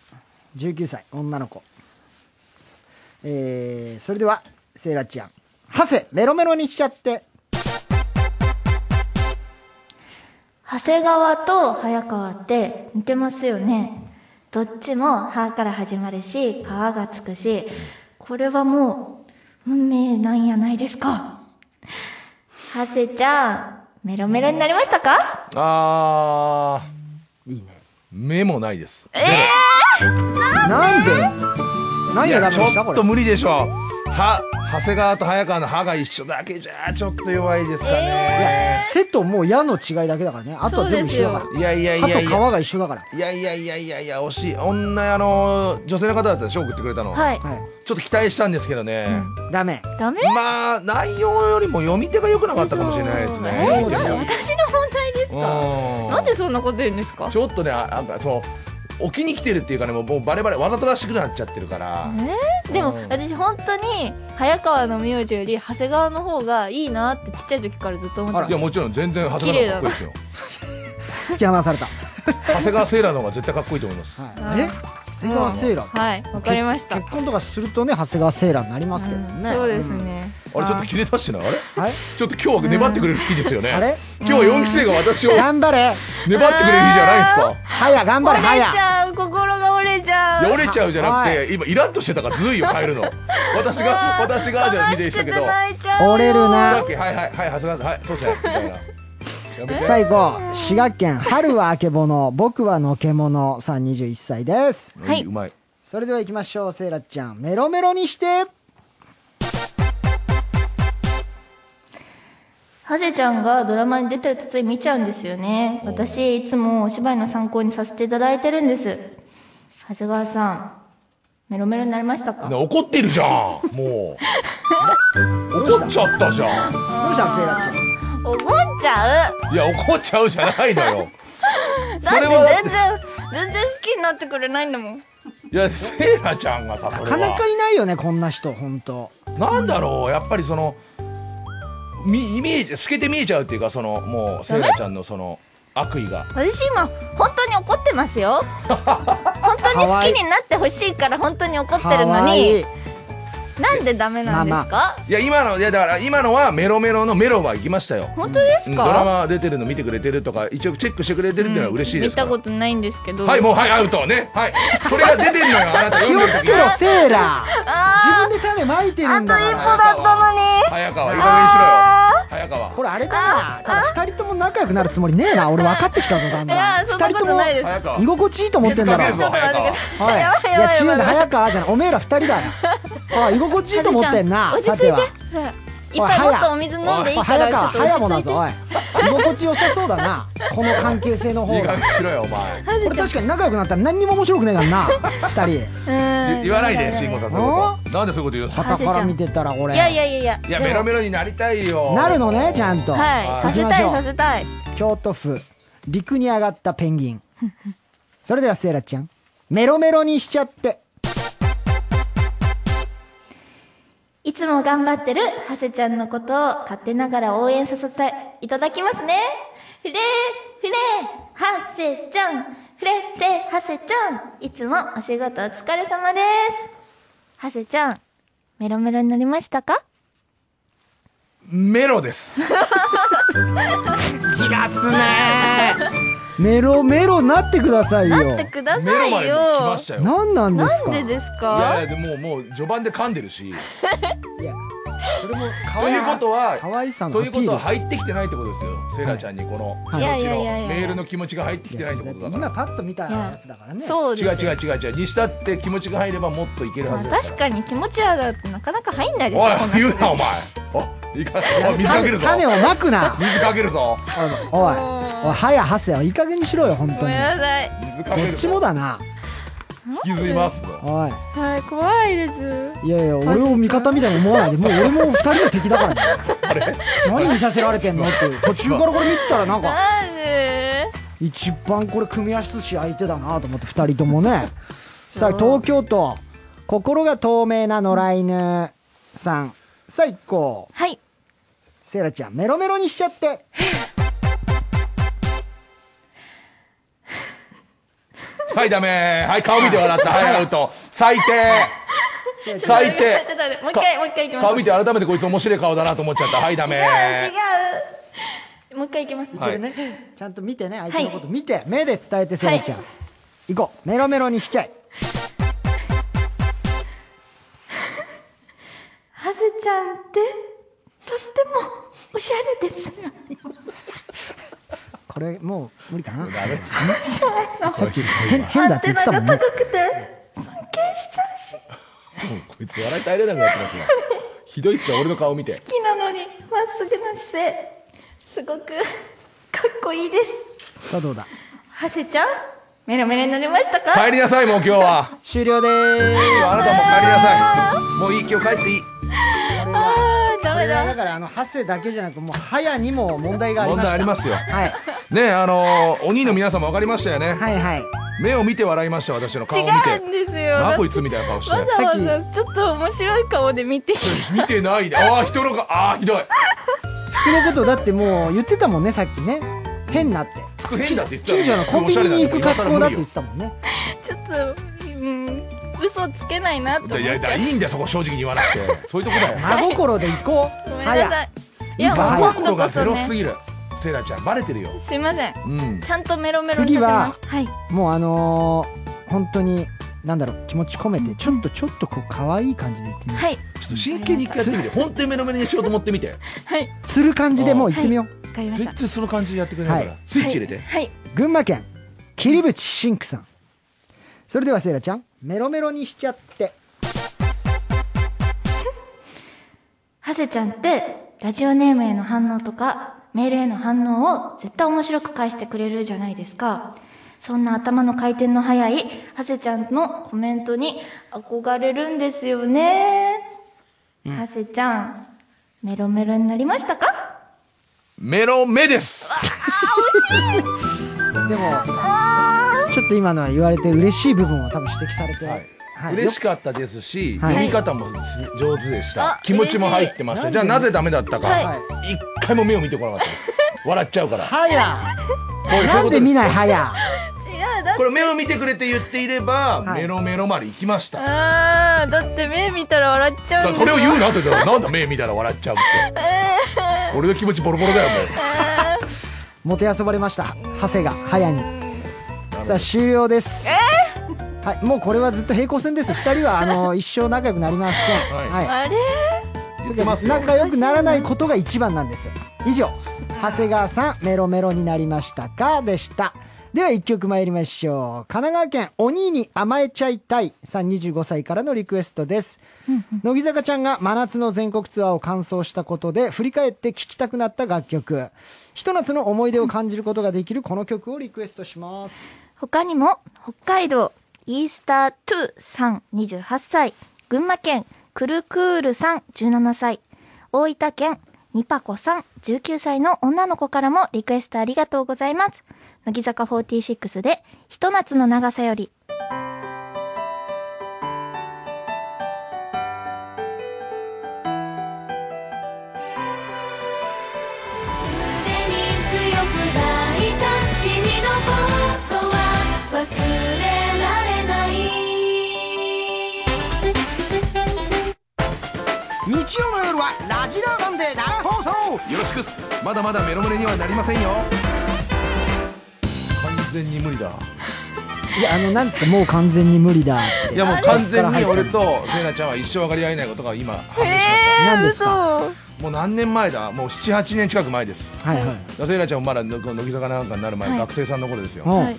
S1: 19歳女の子えーそれではセイラちゃんハセメロメロにしちゃって
S2: 長谷川と早川って似てますよね。どっちも歯から始まるし、皮がつくし、これはもう運命なんやないですか。長谷ちゃん、メロメロになりましたか
S3: あー
S1: いいね
S3: 目もないです
S1: なんで何
S3: い
S1: がダ
S3: や
S1: メ
S3: ち
S1: でした
S3: ょ
S1: こ
S3: っ
S1: れ
S3: と無理でしょは長谷川と早川の歯が一緒だけじゃちょっと弱いですかね、
S1: 背ともう矢の違いだけだからねあとは全部一緒だか
S3: いやいや
S1: ら
S3: い
S1: 歯
S3: や
S1: と
S3: い
S1: 皮
S3: や
S1: が一緒だから
S3: いやいやいやいやいや惜しい女あの女性の方だったでしょ送ってくれたの、
S2: はい。
S1: はい
S3: ちょっと期待したんですけどね、
S1: ダメ
S2: ダメ
S3: まあ内容よりも読み手が良くなかったかもしれないです
S2: え
S3: ね
S2: ーな私の問題ですか
S3: うん
S2: なんでそんなこと言うんですか
S3: ちょっとねあなんかその置きに来てるっていうかねもうもうバレバレわざとらしくなっちゃってるから、
S2: えーでも
S3: うん
S2: 私本当に早川の名字より長谷川の方がいいなってちっちゃい時からずっと思って
S3: いやもちろん全然長谷川の方がかっこいいですよ
S1: 突き放された、
S3: 長谷川セイラーの方が絶対かっこいいと思います
S1: はい、え長谷川セイラ
S2: たはいわかりました
S1: 結婚とかするとね長谷川セイラになりますけどね、
S2: そうですね
S3: あれちょっと切れたしなあれ
S1: うんはい
S3: ちょっと今日は粘ってくれる日ですよね
S1: あれ
S3: 今日は4期生が私を粘って
S1: 頑張れ
S3: くれる日じゃないですか
S1: はや頑張
S2: 折
S1: れ
S2: れち
S1: はや
S2: ゃう心が折れちゃ
S3: いうや折れちゃうじゃなく
S1: は
S3: て今イラッとしてたからずるいよ変えるの私が私がじゃ
S2: 悲
S3: 見て
S2: し
S3: した
S2: く
S3: け
S2: て
S3: どさ
S2: 泣いちゃうよ
S1: 折れるな
S3: っきはいはいはい長谷川さんはいそうですねみた
S2: *laughs*
S3: いなやめて
S1: 最後滋賀県春はあけぼの僕はのけものさん21歳です
S2: はいう
S3: まい
S1: それでは行きましょうセイラちゃんメロメロにして
S2: ハゼちゃんがドラマに出てるとつい見ちゃうんですよね。私、いつもお芝居の参考にさせていただいてるんです。長谷川さん、メロメロになりましたか
S3: な怒ってるじゃんもう怒っちゃったじゃん
S1: どうしたセイラちゃん
S2: 怒っちゃう
S3: いや怒っちゃうじゃないのよ
S2: だっ
S3: そ
S2: て
S3: れ
S2: 全
S3: は
S2: 然、全然好きになってくれないんだもん。
S3: いやセイラちゃんがさそ
S1: な
S3: れ
S1: かな
S3: は
S1: かいないよねこんな人本当
S3: なんだろうやっぱりそのみイメージ透けて見えちゃうっていうかそのもうセイラちゃんのその悪意が
S2: 私今、本当に怒ってますよ。本当に好きになってほしいから本当に怒ってるの
S1: い
S2: に
S1: い、
S2: なんでダメなんですか
S3: いや今のいやだから今のはメロメロのメロは行きましたよ、
S2: 本当です
S3: うんドラ
S2: か
S3: マ出てるの見てくれてるとか一応チェックしてくれてるっていうのは嬉しいですか
S2: 見
S3: ら、
S2: たことないんですけど。
S3: はいもうはいアウトねはいそれが出てるのよあなた
S1: *laughs* 気を
S3: 読んでる
S1: つ
S3: 時
S1: けろセイラ自
S2: あ
S1: 分で種まいてるんだ
S2: ー
S1: か
S2: 一歩
S1: ら
S2: だったのに。
S3: 早川いい加減にしろよ早川
S1: これあれだなただ二人とも仲良くなるつもりねえな俺分かってきたぞだん
S2: いや
S1: だん
S2: ーそんな
S1: 二人
S2: こと
S1: も
S2: ないです
S3: 早川
S1: 居心地いいと思ってんだろ
S3: いつかけるぞ早川
S1: おい、い
S2: やばいやばい
S1: や違うんだ
S2: やばい
S1: 早川じゃないおめえら二人だ
S2: *laughs*
S1: よおい居心地いいと思ってんな
S2: 落ち着
S1: さ
S2: いて
S1: ては
S2: さあいっぱいもっとお水飲んでいい
S1: おい
S2: から
S1: 早
S2: ちょ
S1: 川
S2: っと落
S1: 早も
S2: ち着
S1: だ
S2: いて
S1: ぞおい居心地良さそうだなこの関係性の
S3: い
S1: 方
S3: い加
S1: が
S3: 減にしろよお前
S1: これ確かに仲良くなったら何にも面白くねえからな二人
S2: うん
S3: 言言わないで慎吾さんそういうことなんでそういうこと言うんですか
S1: 傍から見てたら俺
S2: いやいやいやいや
S3: いやメロメロになりたいよ
S1: なるのねちゃんと、
S2: はいさせ
S1: 行きま
S2: た
S1: し
S2: い
S1: ょう
S2: させたい
S1: 京都府陸に上がったペンギンそれではセイラちゃんメロメロにしちゃって
S2: いつも頑張ってるハセちゃんのことを勝手ながら応援させていただきますねふれふれハセちゃんふれふれハセちゃんいつもお仕事お疲れ様ですハセちゃんメロメロになりましたか
S3: メロです
S1: 散らすねメロメロなってくださいよ
S2: なってくだ
S3: メロま
S2: さい
S3: で
S2: よ
S3: 来ましたよ
S1: 何なんです
S2: な
S1: か
S2: んでです
S3: い
S2: か
S3: やいやでももう序盤で噛んでるし
S1: いやそれも可
S3: と
S1: 愛
S3: いう
S1: さ
S3: ことは
S1: 可愛さの
S3: と
S1: ア
S3: い
S1: ピ
S3: うこと
S1: ー
S3: は
S1: ル
S3: 入ってきてないってことですよ、セイラちゃんにこの
S1: はい
S2: やい
S3: 気持ち
S2: や
S3: の
S2: いやいや
S3: メールの気持ちが入ってきてないってことだか
S1: 今
S3: ら。
S1: パッと見たやつだからね
S2: そう
S3: 違
S2: で
S3: う
S2: す
S3: 違う違う違う、にしたって気持ちが入ればもっといける
S2: ま
S3: は
S2: あ
S3: ずだ
S2: 確かに気持ちはだってなかなか入んないです
S3: おい
S2: よこん、
S3: 言う
S2: な
S3: なお前。お、いか、お水かけるぞ。
S1: 種をまくな
S3: *laughs* 水かけるぞ。
S1: おい
S2: もう
S1: おい早はせよいい加減にしろよ本
S2: ご
S1: 当
S2: め
S1: に
S2: んなさい
S3: 水かけ
S1: ど
S3: るぞ。
S1: っちもだな
S3: 引きずりますぞ。
S1: おい
S2: はい怖いです
S1: いやいや俺を味方みたいに思わないで
S2: *laughs*
S1: もう俺も二人の敵だからね何見させられてんのって
S3: *laughs*
S1: いう途中からこれ見てたらなんか
S2: なんで
S1: 一番これ組み合わせ寿司相手だなと思って二人ともねさあ東京都心が透明な野良犬さんさあ一行
S2: はい
S1: セイラちゃんメロメロにしちゃって
S3: はいダメ。はい顔見て笑った。はいアウト。最低。最低
S2: *laughs* ちょっと待ってもう一回
S3: か
S2: もう一回いきます
S3: 顔見て改めてこいつ面白い顔だなと思っちゃった。はいダメ。
S2: 違うもう一回いきます
S3: はい
S1: ねちゃんと見てね相手のこと見て目で伝えてセイラちゃん
S2: は
S1: 行こうメロメロにしちゃい
S2: ハゼちゃんってとってもおしゃれですよ
S1: これもう無理かな
S3: ダメです
S1: さっき変変だって言ってたもんね
S2: 高くて尊敬しちゃうし
S3: もうこいつ笑い耐えれなくなってますよ。ひどいっすよ俺の顔見て。
S2: 好きなのにまっすぐな姿勢すごくかっこいいです
S1: さあどうだ
S2: ハセちゃんメロメロになりましたか、
S3: 帰りなさいもう今日は。
S1: 終了でーす
S3: あなたもう帰りなさい。もういい今日帰っていい。
S2: あーダ
S1: こ
S2: メ
S1: れは
S2: だ
S1: だからあのハセだけじゃなくもうハヤにも問題があり
S3: 問
S1: まし
S3: 題
S1: た
S3: ありますよ。
S1: はい
S3: ねえあのー、お兄の皆様分かりましたよね。
S1: はいはい
S3: 目を見て笑いました私の顔を見
S2: 違う
S3: て。
S2: んですよ
S3: な
S2: わ
S3: あこいつみたいな顔して。
S2: ざわ
S1: さ
S2: ざちょっと面白い顔で見てきて
S3: 見てないで。ああ人の顔ああひどい。
S1: 服のことだってもう言ってたもんねさっきね変なって
S3: 服変だって言ってた
S1: 近所のコンビニに行く格好だって言ってたもんね
S2: ちょっとうん嘘つけないなと思っ
S3: い
S2: ち
S3: や
S2: ゃ
S3: いや
S2: う
S3: いいんだよそこ正直に言わなくてそういうとこだよ
S1: 真心で行こう
S2: ごめん
S1: は
S2: なさ
S1: や
S2: いいや
S1: いい
S2: もう
S1: バカ
S3: 真
S2: 今度
S3: 心
S2: こ
S3: が
S2: そ
S3: ゼロす
S2: ね
S3: ぎるセイラちゃんバレてるよ
S2: すいません
S3: うん
S2: ちゃんとメロメロに
S1: 次は
S2: 立てますはい
S1: もうあのー、本当になんだろう気持ち込めてちょっとちょっとこう可愛い感じで言ってみよ
S2: はい
S3: ちょっと真剣に一回やってみて本当に目の目にしようと思ってみて
S2: はいわ
S1: うつる感じでもう言ってみよう、
S2: かりました
S3: 絶対その感じでやってくれないか
S1: は
S3: らスイッチ入れて
S2: はい
S1: 群馬県桐淵シンクさんそれではセイラちゃんメロメロにしちゃって
S2: ハセちゃんって、ラジオネームへの反応とか、メールへの反応を絶対面白く返してくれるじゃないですか。そんな頭の回転の速いハセちゃんのコメントに憧れるんですよね。ハセちゃん、メロメロになりましたか
S3: メロ目です
S1: でもちょっと今のは言われて嬉しい部分は多分指摘されて、はい
S3: 嬉しかったですし
S1: はい
S3: 読み方も上手でし
S2: あ
S3: た気持ちも入ってましたじゃあなぜダメだった
S2: は
S3: か一回も目を見てこなかった
S1: *laughs*
S3: です笑っちゃうから
S1: はや
S3: こういうそういう
S1: なん
S3: こと
S1: で見ない
S3: す
S1: はや
S2: 違う、だっ
S3: これ目を見てくれて言っていれば
S1: はい
S3: メロメロまで行きました
S2: あーだって目見たら笑っちゃ
S3: だからそれを言うなって言ったらなんだ目見たら笑っちゃうって俺の気持ちボロボロだよもう
S1: もてあそばれました長谷がはやにさあ終了ですはい、もうこれはずっと平行線です2人はあ
S3: *laughs*
S1: の一生仲良くなりません、
S3: はい
S1: はい
S2: あれ
S3: 言ってますよ
S1: 仲良くならないことが一番なんです以上長谷川さんメロメロになりましたかでしたでは1曲参りましょう神奈川県お兄に甘えちゃいたいさん25歳からのリクエストです乃木坂ちゃんが真夏の全国ツアーを完走したことで振り返って聴きたくなった楽曲ひと夏の思い出を感じることができるこの曲をリクエストします
S2: 他にも北海道イースタートゥさん28歳群馬県クルクールさん17歳大分県ニパコさん19歳の女の子からもリクエストありがとうございます乃木坂46で「ひと夏の長さより
S6: 腕に強く抱いた君のことは忘れられない
S1: 日曜の夜は「ラジラーサンデー」生放送
S3: よろしくっすまだまだメロメロにはなりませんよ完全に無理だ
S1: いやあの何ですかもう完全に無理だって
S3: いやもう完全に俺とせいなちゃんは一生分かり合えないことが今判明しまし
S1: 何です
S2: 嘘
S1: か
S3: もう何年前だもう78年近く前です
S1: はいはい
S3: セイラちゃんもまだのこの乃木坂なんかになる前、
S2: はい
S3: 学生さんの頃ですよ
S1: お
S2: はい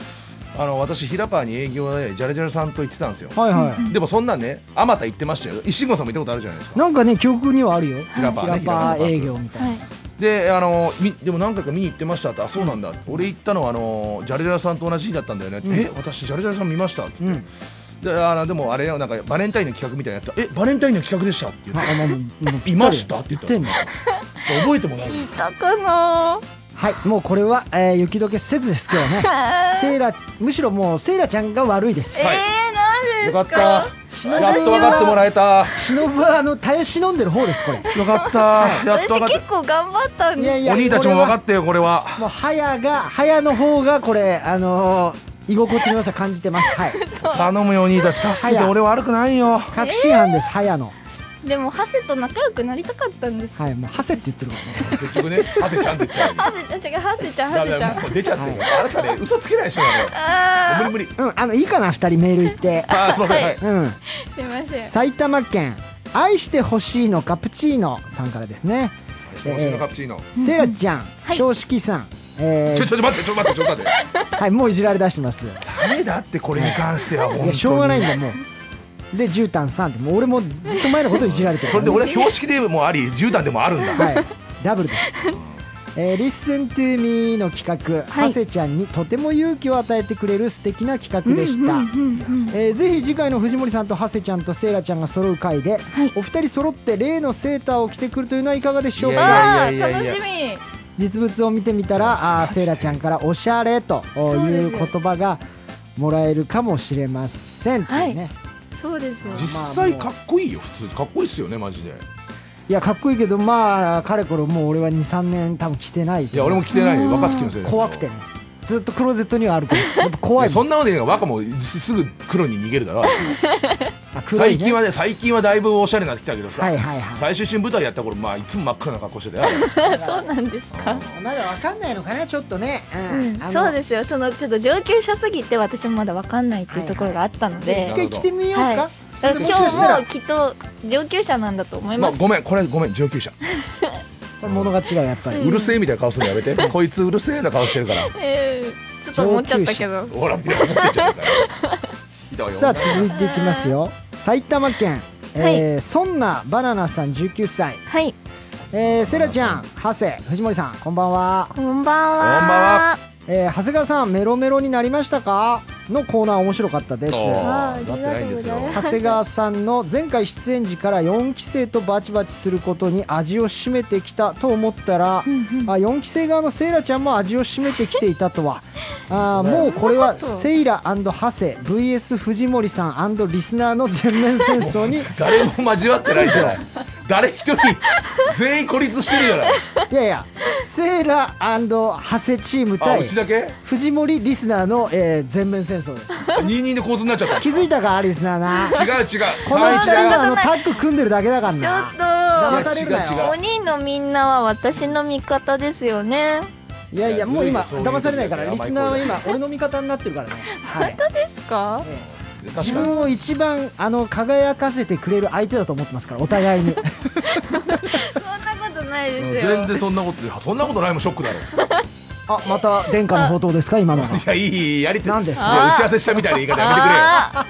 S3: あの私平川に営業でジャルジャルさんと行ってたんですよ
S1: はいは
S3: でもそんなんねあまた行ってましたよ石郷さんも行ったことあるじゃないです
S1: い
S3: か
S1: なんかね記憶にはあるよ
S3: 平場ね
S1: 平場営業みたいな
S2: はい
S3: であのみでも何回か見に行ってましたってあそうなんだ、俺行ったのはあのジャルジャルさんと同じ日だったんだよね、って
S1: うん
S3: え私ジャルジャルさん見ましたっ
S1: う
S3: て言って、
S1: ん
S3: であのでもあれよなんかバレンタインの企画みたいなのやったえバレンタインの企画でしたって言って
S1: あもうもう
S3: いましたって言った
S1: ぴ
S3: ん
S1: り
S3: ですよ覚えてもない
S2: いいたかな
S1: はいもうこれは、えー雪解けせずですけどねセイラむしろもうセイラちゃんが悪いです
S3: はい
S2: えー、
S3: よ
S2: な
S3: か
S2: ん
S3: っ
S2: ですか
S1: 忍
S3: たやっと分かってもらえた
S1: 忍はあの耐え忍んでる方ですこれ
S3: よかった *laughs* やっと分か
S2: 私
S3: っ
S2: 結構頑張ったん
S1: いや
S2: で
S1: い
S3: た
S1: や
S3: お兄たちも分か
S1: こ
S3: ってよこれは
S1: れはもう早が早の方がこれあのー居心地の良さ感じてますはい
S3: 頼むよお兄たち助けて
S1: 早い
S3: 俺悪くないよ
S1: 確信犯です早の
S2: すでもハセと仲良くなりたかったんです
S1: はいもうハセって言ってるからね
S3: 結局ねハセちゃんって言った
S2: ハセ違うハセちゃんハ
S3: ら
S2: セちゃん
S3: もう出ちゃってるよあなたね嘘つけないでしょ
S2: あ
S3: 無理無理
S1: うんあのいいかな二人メール言って
S3: あーすいませんはい
S1: うん
S2: ーすいませ
S1: *laughs*
S2: ん
S1: 埼玉県愛してほしいのカプチーノさんからですね
S3: お尻のカプチーノ
S1: セイラちゃん、
S2: い
S1: 正式さん、え
S3: ちょ
S1: ー
S3: ちょちょ待ってちょ待ってちょ待って
S1: はい、もういじられ出してます。い
S3: ダメだってこれに関しては本当に
S1: や、しょうがないんだ、もう。で、絨毯さんって、もう俺もずっと前のこといじられてる。
S3: それで俺は標識でもあり絨毯でもあるんだ
S1: はい、ダブルです。えー、Listen to me の企画、
S2: はい
S1: ハセちゃんにとても勇気を与えてくれる素敵な企画でした。
S2: うんうんうん
S1: えーぜひ次回の藤森さんとハセちゃんとセイラちゃんが揃う回で、
S2: はい
S1: お二人揃って例のセーターを着てくるというのはいかがでしょう
S3: いやいや
S1: か
S2: あ
S3: い
S2: ー
S3: やいや
S2: 楽
S3: いや
S2: しみ
S1: 実物を見てみたらあーセイラちゃんから「おしゃれ」と
S2: そう
S1: い
S2: で
S1: う
S2: す
S1: 言葉がもらえるかもしれませんっていうね、い、
S2: そうですよ
S3: 実際かっこいいよ普通にかっこいいっすよねマジで
S1: やかっこいいけどまあかれこれもう俺は23年多分着てない
S3: いや俺も着てないよ若槻のせいだけど
S1: 怖くてねずっとクローゼットにはあるけどやっぱ
S3: い
S1: 怖
S3: や
S1: いも
S3: そ
S1: ん
S3: んなこと言うの若もすぐ黒に逃げるだろ
S1: あ黒い
S3: 最
S1: ね
S3: 近はね最近はだいぶおしゃれになってきたけどさ、
S1: はいはいは
S3: 最終新舞台やった頃まあいつも真っ暗な格好してたよ
S2: そうなんです *laughs* か
S1: いまだわかんないのかなちょっとね、
S2: う
S1: うんあの
S2: そうですよそのちょっと上級者すぎて私もまだわかんないっていうところがあったの
S1: じゃあ
S2: で、
S1: 一回着てみようか、
S2: はい
S1: そ
S2: だ
S1: れ
S2: か
S1: で
S2: ら
S1: もしかした
S2: 今日
S1: ら
S2: もきっと上級者なんだと思い
S3: ま
S2: ま
S3: あ
S2: す、
S3: ごめんこれごめん上級者
S1: これ物が違うやっぱり、
S3: うるせえみたいな顔するのやめてこいつうるせえな顔して
S1: *laughs*
S3: るから
S2: えーちょっと思っちゃったけど
S3: ほらみたいな思ってんじゃねえかよ
S1: さあ続いていきますよ埼玉県、えーそんなバナナさん19歳、
S2: はい
S1: えー、セラちゃん、ハセ、藤森さん、こんばんは、
S2: こんばん
S3: こんばん
S2: は
S1: えー、長谷川さん、メロメロになりましたかのコーナー面白かったです
S3: お
S1: 長
S3: あー
S2: あー
S3: なってないんですよ
S2: ありがとうございます
S1: 谷川さんの前回出演時から4期生とバチバチすることに味を占めてきたと思ったら、あ4期生側のセイラちゃんも味を占めてきていたとはあーもうこれはセイラハセ VS 藤森さんリスナーの全面戦争
S2: *laughs*
S1: に
S3: 誰も交わってないじゃない誰一人全員孤立してるじゃない
S1: いやいや、セーラハセチーム
S3: あ
S1: 対
S3: うちだけ
S1: 藤森リスナーの、えー全面戦争です。
S3: 二人で構図になっちゃった
S1: 気づいたか、リスナーな。
S3: 違う違う
S1: この二人
S3: 三一
S1: が
S3: だ
S1: あのタッグ組んでるだけだから
S2: ち
S1: な。
S2: ょ
S1: 騙
S2: っ
S1: されるな
S3: 違う違う
S2: と
S1: よ。
S2: お兄のみんなは私の味方ですよね
S1: いやいや、もう今、
S3: ずるいよ
S1: 騙されないから、
S3: そういう
S1: リス
S3: 時だ
S1: ナー
S3: よ
S1: は今、俺の味方になってる
S3: *laughs*
S1: からね。はい。
S2: ですか
S1: 自
S3: 確かに
S1: 分を一番あの輝かせてくれる相手だと思ってますから、お互い
S3: *laughs*
S1: に。
S2: そんなことないですよ
S3: 全然そんなことそんなことないもんショックだろ
S1: あ、また殿下の宝刀ですか、
S3: *laughs*
S1: 今のは。
S3: いやいいいいやりて
S1: なんで
S3: いや打ち合わせしたみたいな言い方やめて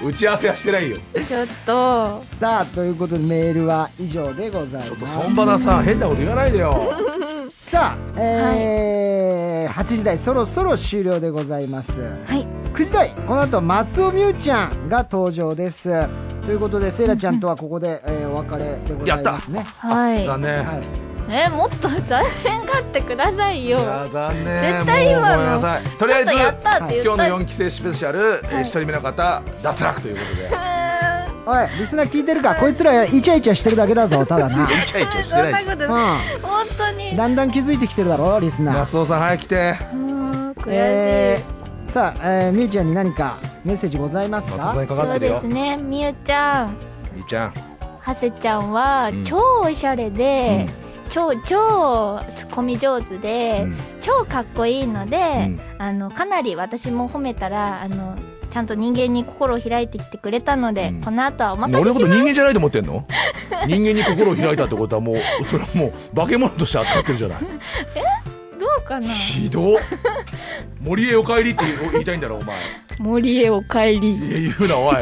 S3: くれよ打ち合わせはしてないよ
S2: ちょっと
S1: さあ、ということで、メールは以上でござい
S3: ちょっと
S1: ます。
S3: そんばなさん変なこと言わないでよ
S1: さあ、えー8時台そろそろ終了でございます
S2: はい
S1: 9時台この後松尾美羽ちゃんが登場ですということでセイラちゃんとはここで、えーお別れでございますね
S3: 残
S2: は
S3: 念
S1: はい、
S2: いえもっと残念がってください
S3: い
S2: よ
S3: や残念
S2: 絶対今の
S3: もうごめんなさいとりあえず
S2: ちょっとやったって言った
S3: 今日の4期生スペシャルえー一人目の方脱落ということで
S1: おいリスナー聞いてるかこいつらイチャイチャしてるだけだ *laughs* ぞただな、
S3: イチャイチャ
S2: そん
S3: してな
S2: ないことない
S1: うん、
S2: 本当に
S1: だんだん気づいてきてるだろリスナー、
S3: 松尾さん早く来て
S2: うん悔しい、
S1: えーさあ、えー、美羽ちゃんに何かメッセージございます
S3: 松尾さん
S1: か
S3: にかか
S2: そ
S3: っ
S2: う
S3: てる
S2: で
S3: よ
S2: すねみゆちゃん
S3: みーちゃん
S2: はせちゃんは
S3: うん
S2: 超おしゃれで、超超ツッコミ上手で、
S3: うん
S2: 超かっこいいので、
S3: ん
S2: あのかなり私も褒めたらあのちゃんと人間に心を開いてきてくれたので、
S3: うん
S2: この後はお任
S3: 俺
S2: せ
S3: の
S2: し
S3: こと
S2: ま
S3: 人間じゃないと思ってんの人間に心を開いたってことはもうそれはもう化け物として扱ってるじゃない
S2: どうかな
S3: ひどっ森へお帰りって言いたいんだろお前
S2: 森へお帰り
S3: いや言うなおい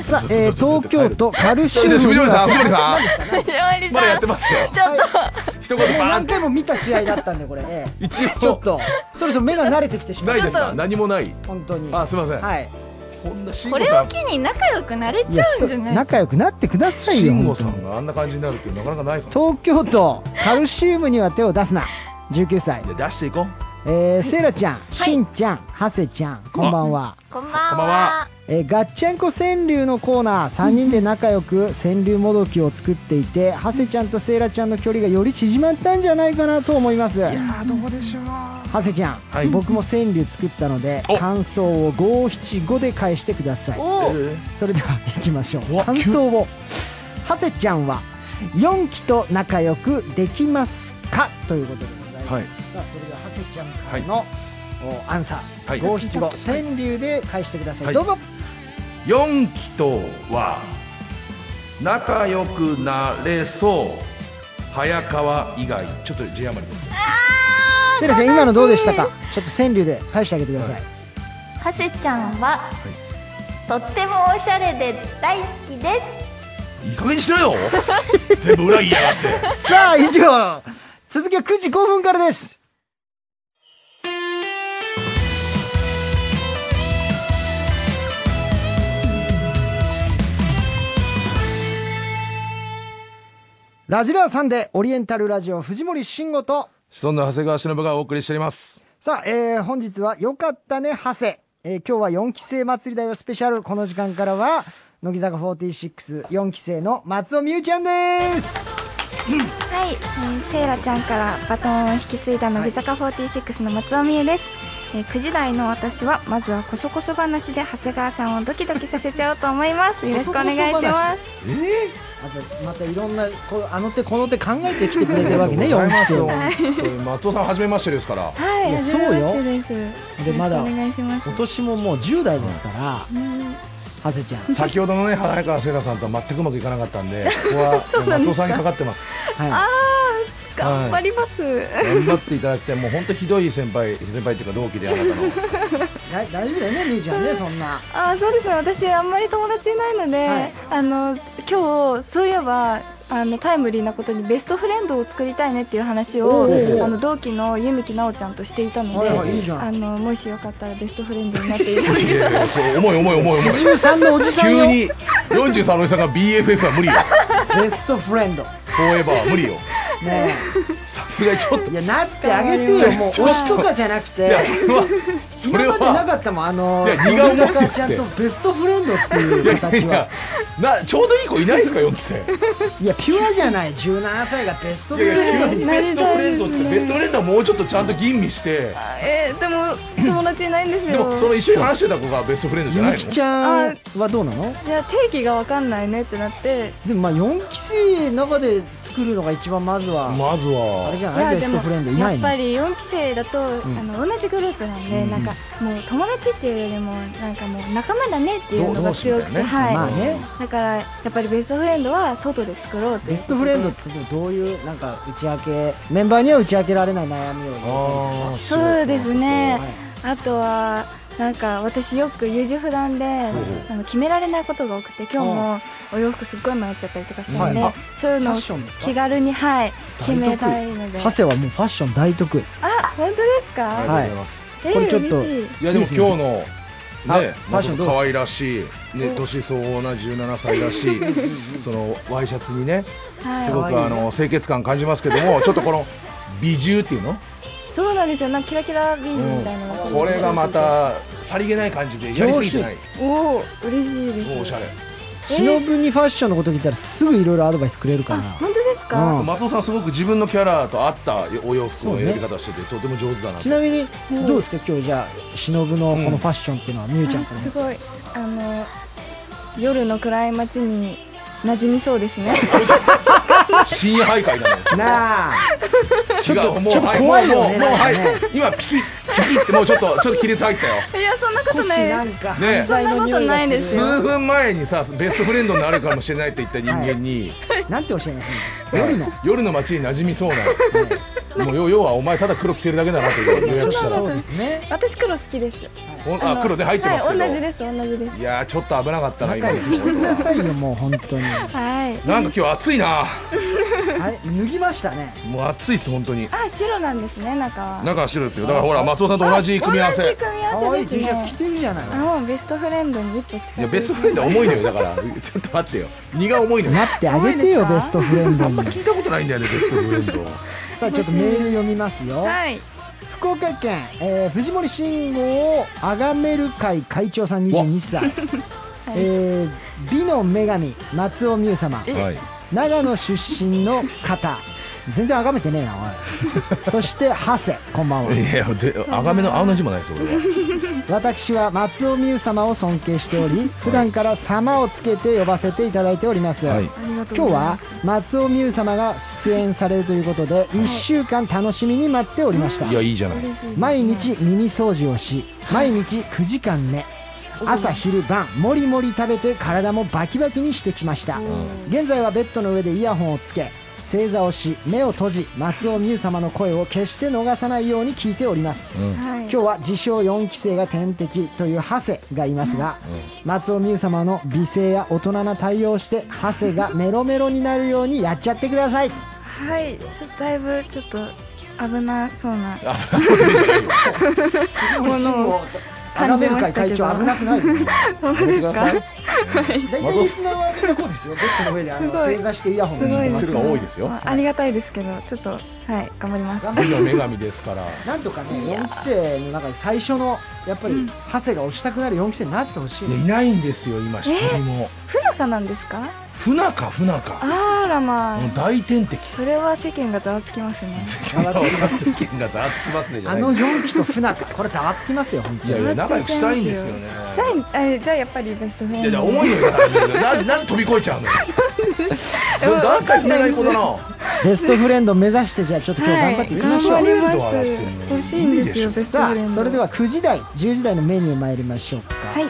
S1: さあ、えー東京都カルシウム
S3: 藤
S1: に
S3: 森さ
S1: は
S3: ん藤森さん
S2: 藤森
S3: まだや
S2: さ
S3: ってますよ
S2: んちょっと
S3: 一言バ
S1: もう
S3: ーン
S1: 何
S3: って
S1: 回も見た試合だったんでこれ、ええ
S3: 一 *laughs*
S1: ちょっ
S3: 応
S1: とそろそろ目が慣れてきてしま
S3: ないい
S1: ま
S3: で
S1: し
S3: す
S1: た
S3: か何もない
S1: 本当に
S3: あすいません
S1: はい
S3: こんな慎
S2: こ
S3: 吾
S2: れ
S3: さ
S2: を
S3: ん
S2: 機に仲良くなれ
S1: い
S2: ち
S1: や
S2: ゃうん
S1: そ
S2: じゃない
S1: 仲良くなってくださいよ
S3: 慎吾
S1: 本
S3: さ
S1: 当に
S3: んがあんな感じになるってなかなかないから
S1: 東京都カルシウムには手を出すな19歳
S3: いや出していこう
S1: えー、セイラちゃん、しんちゃん、ハセちゃん、こんばんは。
S2: こんば
S3: こ
S2: ん
S3: んばん
S2: は
S3: は
S1: えー、ガッチャンコ川柳のコーナー、3人で仲良く川柳もどきを作っていて、ハセちゃんとセイラちゃんの距離がより縮まったんじゃないかなと思います。
S3: あどうでしょう
S1: ハセちゃん、
S3: はい
S1: 僕も川柳作ったので
S3: お
S1: 感想を五七五で返してください
S2: おお
S1: それでは行きましょ
S3: う
S1: う
S3: わ
S1: 感想をハセちゃんは4期と仲良くできますかということでございます、さあそれではハセちゃんからの、おアンサ
S3: は
S1: ー
S3: い
S1: 五七五川柳で返してください、
S3: はい
S1: どうぞ
S3: 四期とは仲良くなれそう早川以外ちょっと字余りですけど
S1: セイラちゃん今のどうでしたかちょっと川柳で返してあげてください、
S2: はせちゃんは、とってもおしゃれで大好きです
S3: いい加減にしろよ全部裏切りやがって
S1: さあ以上続きは9時5分からですラジラーさんでオリエンタルラジオ藤森慎吾と
S3: そんな長谷川忍がお送りしております
S1: さあ、えー本日は良かったね長谷、えー今日は4期生祭りだよスペシャルこの時間からは乃木坂464期生の松尾美優ちゃんです
S7: はい、えー、セイラちゃんからバトンを引き継いだ乃木坂46の松尾美優です、えー、9時台の私はまずはこそこそ話で長谷川さんをドキドキさせちゃおうと思いますよろしくお願いし
S1: こそこそ
S7: ま
S1: 話
S7: す
S1: あとまたいろんなこうあの手この手考えてきてくれてるわけ *laughs* ね4期生は
S3: 松尾さん初めましてですから
S7: はい
S1: いや
S7: はじめましてですよ
S1: で
S7: ろしくお
S1: まだ
S7: 願いします
S1: 今年ももう10代ですから、ハセちゃん、
S3: 先ほどのね早川聖奈さんとは全くうまくいかなかったんでここは松尾さんにかかってます
S1: は
S7: 頑張ります、
S3: 頑張っていただきたいもう本当ひどい先輩先輩っていうか同期であなたの
S1: い、だ大丈夫だよねみゆちゃんねそんな
S7: ああそうですね私あんまり友達いないので、
S1: はい
S7: あの今日そういえばあのタイムリーなことにベストフレンドを作りたいねっていう話
S1: お
S7: を
S1: ー
S7: あの同期の弓木奈緒ちゃんとしていたので、
S1: はいはいいいじゃん
S7: あのもしよかったらベストフレンドになっていただ
S1: *laughs*
S7: け
S3: いやいやそう重い重い重い重い
S1: 13のおじさん
S3: 急
S1: よ
S3: に43のおじさんが BFF は無理よ
S1: ベストフレンド
S3: フォーエバーは無理よ
S1: ね
S3: さすがにちょっと
S1: え
S3: い
S1: いやなってあげてよもう推しとかじゃなくて
S3: やそれはそ
S1: 今
S3: れ
S1: までな
S3: は
S1: かったもんあの
S3: いや荷が
S1: 乃
S3: 重い
S1: 木坂ちゃんとベストフレンドっていう形
S3: いや
S1: は
S3: なちょうどいい子いないですか4期生
S1: いやピュアじゃない17歳がベスト
S3: い
S1: フ
S3: や
S1: レン
S3: い
S1: ド
S3: や急にベストフレンドってベストフレンドはもうちょっとちゃんと吟味して
S7: *laughs* えー、でも友達いないんです
S3: で
S7: よ
S3: もその一緒に話してた子がベストフレンドじゃない
S1: ゆ
S3: の
S1: きちゃんはどうなの
S7: いや定義が分かんないねってなって
S1: でもまあ4期生の中で作るのが一番まずは、
S3: まず
S1: あれじ
S3: は
S1: ゃ
S7: い
S1: ない
S7: や
S1: ベ
S7: で
S1: ス
S7: も
S1: トフレンドいない
S7: やっぱ
S1: の
S7: り4期生だと、
S1: ん
S7: あの同じグループなんで、
S1: うん
S7: なんかもう友達っていうよりもなんかもう仲間だねっていうのが強くて、
S3: 同同士みたいなね
S7: はい、
S1: まあね
S7: だからやっぱりベストフレンドは外で作ろうということで
S1: ベストフレンドってどういうなんか打ち明けメンバーには打ち明けられない悩みを入れたり
S3: あー
S7: そうですね
S1: はい
S7: あとはなんか私よく優柔不断で、あの決められないことが多くて今日もお洋服すっごい迷っちゃったりとかしたんで、
S1: はい
S7: そういう
S1: ファ
S7: の
S1: ッ
S7: を
S1: ションですか
S7: 気軽にはい決めたいので
S1: ハセはもうファッション大得意
S7: あ本当ですか、
S3: ありがとうございます
S7: えー
S1: これちょっと
S7: 嬉しい
S3: いやでも今日の
S1: *laughs*
S3: ね
S1: あファッションどうですか
S3: 可愛らしいね年相応な17歳
S1: *laughs*
S3: らしいそのワイシャツにね
S7: はい
S3: すごくあの清潔感感じますけど
S1: *laughs*
S3: も、ちょっとこの美獣っていうの、
S7: そうなんですよなんかキラキラビーズみたいなのが、
S3: これがまたさりげない感じでやりすぎてない、
S7: おお嬉しいです
S3: もうおしゃれ。
S7: えー
S1: 忍にファッションのこと聞いたらすぐいろいろアドバイスくれるか
S7: あ
S1: ら
S7: 本当ですか、
S1: うん
S3: 松尾さんすごく自分のキャラと合ったお洋服の選び方しててとても上手だなと。
S1: ちなみにどうですか今日じゃあ忍のこのファッションっていうのはみゆちゃんから
S7: すごいあの夜の暗い街に馴染みそうですね
S3: 深夜徘徊だね。
S1: なあちょっ
S3: 違
S1: と
S3: うもう
S1: ちょっと
S3: はいも
S1: 怖
S3: う
S1: い
S3: も
S1: よ
S3: う
S1: ね
S3: もうは
S1: なんか
S3: い今ピキキキってもうちょっとちょっと亀裂入ったよ
S7: いやそんなことないです
S1: んか
S3: ねえ
S1: 罪の匂いが
S7: そんなことないですす
S3: 数
S1: る
S3: 分前にさベストフレンドになるかもしれないって言った人間に、
S1: なんておっしゃいました夜の
S3: 夜の街に馴染みそうな、もう要要はお前ただ黒着てるだけだなって予約した
S1: そう
S3: ら
S1: ですね
S7: 私黒好きです
S3: ほんあ黒で入ってますけど、
S7: はい同じです同じです
S3: いやーちょっと危なかったな今
S1: 仲良
S3: の
S1: くしてくださいよもう本当には
S7: はい
S3: なんか今日暑いない
S1: 脱ぎましたね
S3: もう暑いです本当に
S7: あ白なんですね中は
S3: 中は白ですよだからほら松尾さんと同じ組み合わ
S7: 同
S3: せ
S7: じ組み合
S1: 可
S7: わ
S1: 愛
S7: せ
S1: い T
S7: です
S1: シャツ着
S7: ね
S1: てるじゃない
S7: あもうベストフレンドに一歩近づいて
S3: いやベストフレンドは重いのよだからちょっと待ってよ荷が重いのよ
S1: なってあげてよ
S7: 可愛い
S1: ベ
S7: で
S1: ス
S7: す
S1: トフレンドに
S3: 聞いたことないんだよねベストフレンド
S1: *laughs* さあちょっとメール読みますよ
S7: はい
S1: 福岡県、えー藤森慎吾を崇める会会長さん22歳、 *laughs* えー美の女神松尾美優様
S3: はい
S1: 長野出身の方全然崇めてねえなお
S3: *laughs*
S1: いそして長谷こんばんはい
S3: やでがめの青の字もないですよ俺は
S1: 私は松尾美優様を尊敬しており普段から「様」をつけて呼ばせていただいております、
S3: はい
S1: 今日は松尾美優様が出演されるということで1週間楽しみに待っておりました
S3: いやいいじゃない
S1: 毎日耳掃除をし毎日9時間寝朝昼晩もりもり食べて体もバキバキにしてきました現在はベッドの上でイヤホンをつけ正座をし目を閉じ松尾美優様の声を決して逃さないように聞いております、
S7: はい
S1: 今日は自称4期生が天敵というハセがいますが、松尾美優様の美声や大人な対応をしてハセがメロメロになるようにやっちゃってくだ
S7: *laughs*
S1: さい
S7: はいちょっとだいぶちょっと危なそう
S3: *laughs*
S7: な *laughs* も
S1: *laughs*
S7: のを
S1: ア
S7: 感じ
S1: メル
S7: ま
S1: 会
S7: したけど
S1: 会長危なくないですよ
S7: 本当ですか
S1: 大体リスナーはみんなこうですよベッドの上であの
S7: すごい
S1: 正座してイヤホンを
S7: す
S1: 聞い
S7: ご
S1: てま
S7: いですす
S3: 人が多いですよ
S7: まあありがたいですけどちょっとはい頑張ります
S1: 頑
S3: 美の女神ですから
S1: なんとかね4期生の中で最初のやっぱりハセが押したくなる4期生になってほしい
S3: いやいないんですよ今一人も
S7: 不仲なんですか
S3: 不仲不仲
S7: あらまあ
S3: もう大天敵
S7: それは世間がざわつきますね
S1: ざわつきま
S3: 世間がざわつきますねじゃ
S1: あ
S3: ない
S1: の4期と不仲これざわつきますよ本当
S3: い
S1: に
S3: やいや仲良くしたいんですけどね
S7: サインあじゃあやっぱりベストフレン
S3: い
S7: ド
S3: やいや重いのよだからなんなん飛び越えち
S1: *laughs*
S3: ゃうのよ
S7: えわ
S3: なんか踏めない子だな
S1: *laughs* ベストフレンド目指してじゃあちょっと今日頑張っていきましょう、
S7: は
S3: ベスト
S7: い、頑
S3: フレンド
S7: 張
S3: は
S7: り
S3: だっ
S7: ま
S3: て
S7: す欲しい
S3: 無理
S7: んですよ
S3: でしょ
S7: ベスト
S1: さ
S7: フレン
S1: あ
S7: ド
S1: それでは9時台10時台のメニュー参りましょうか、
S7: はい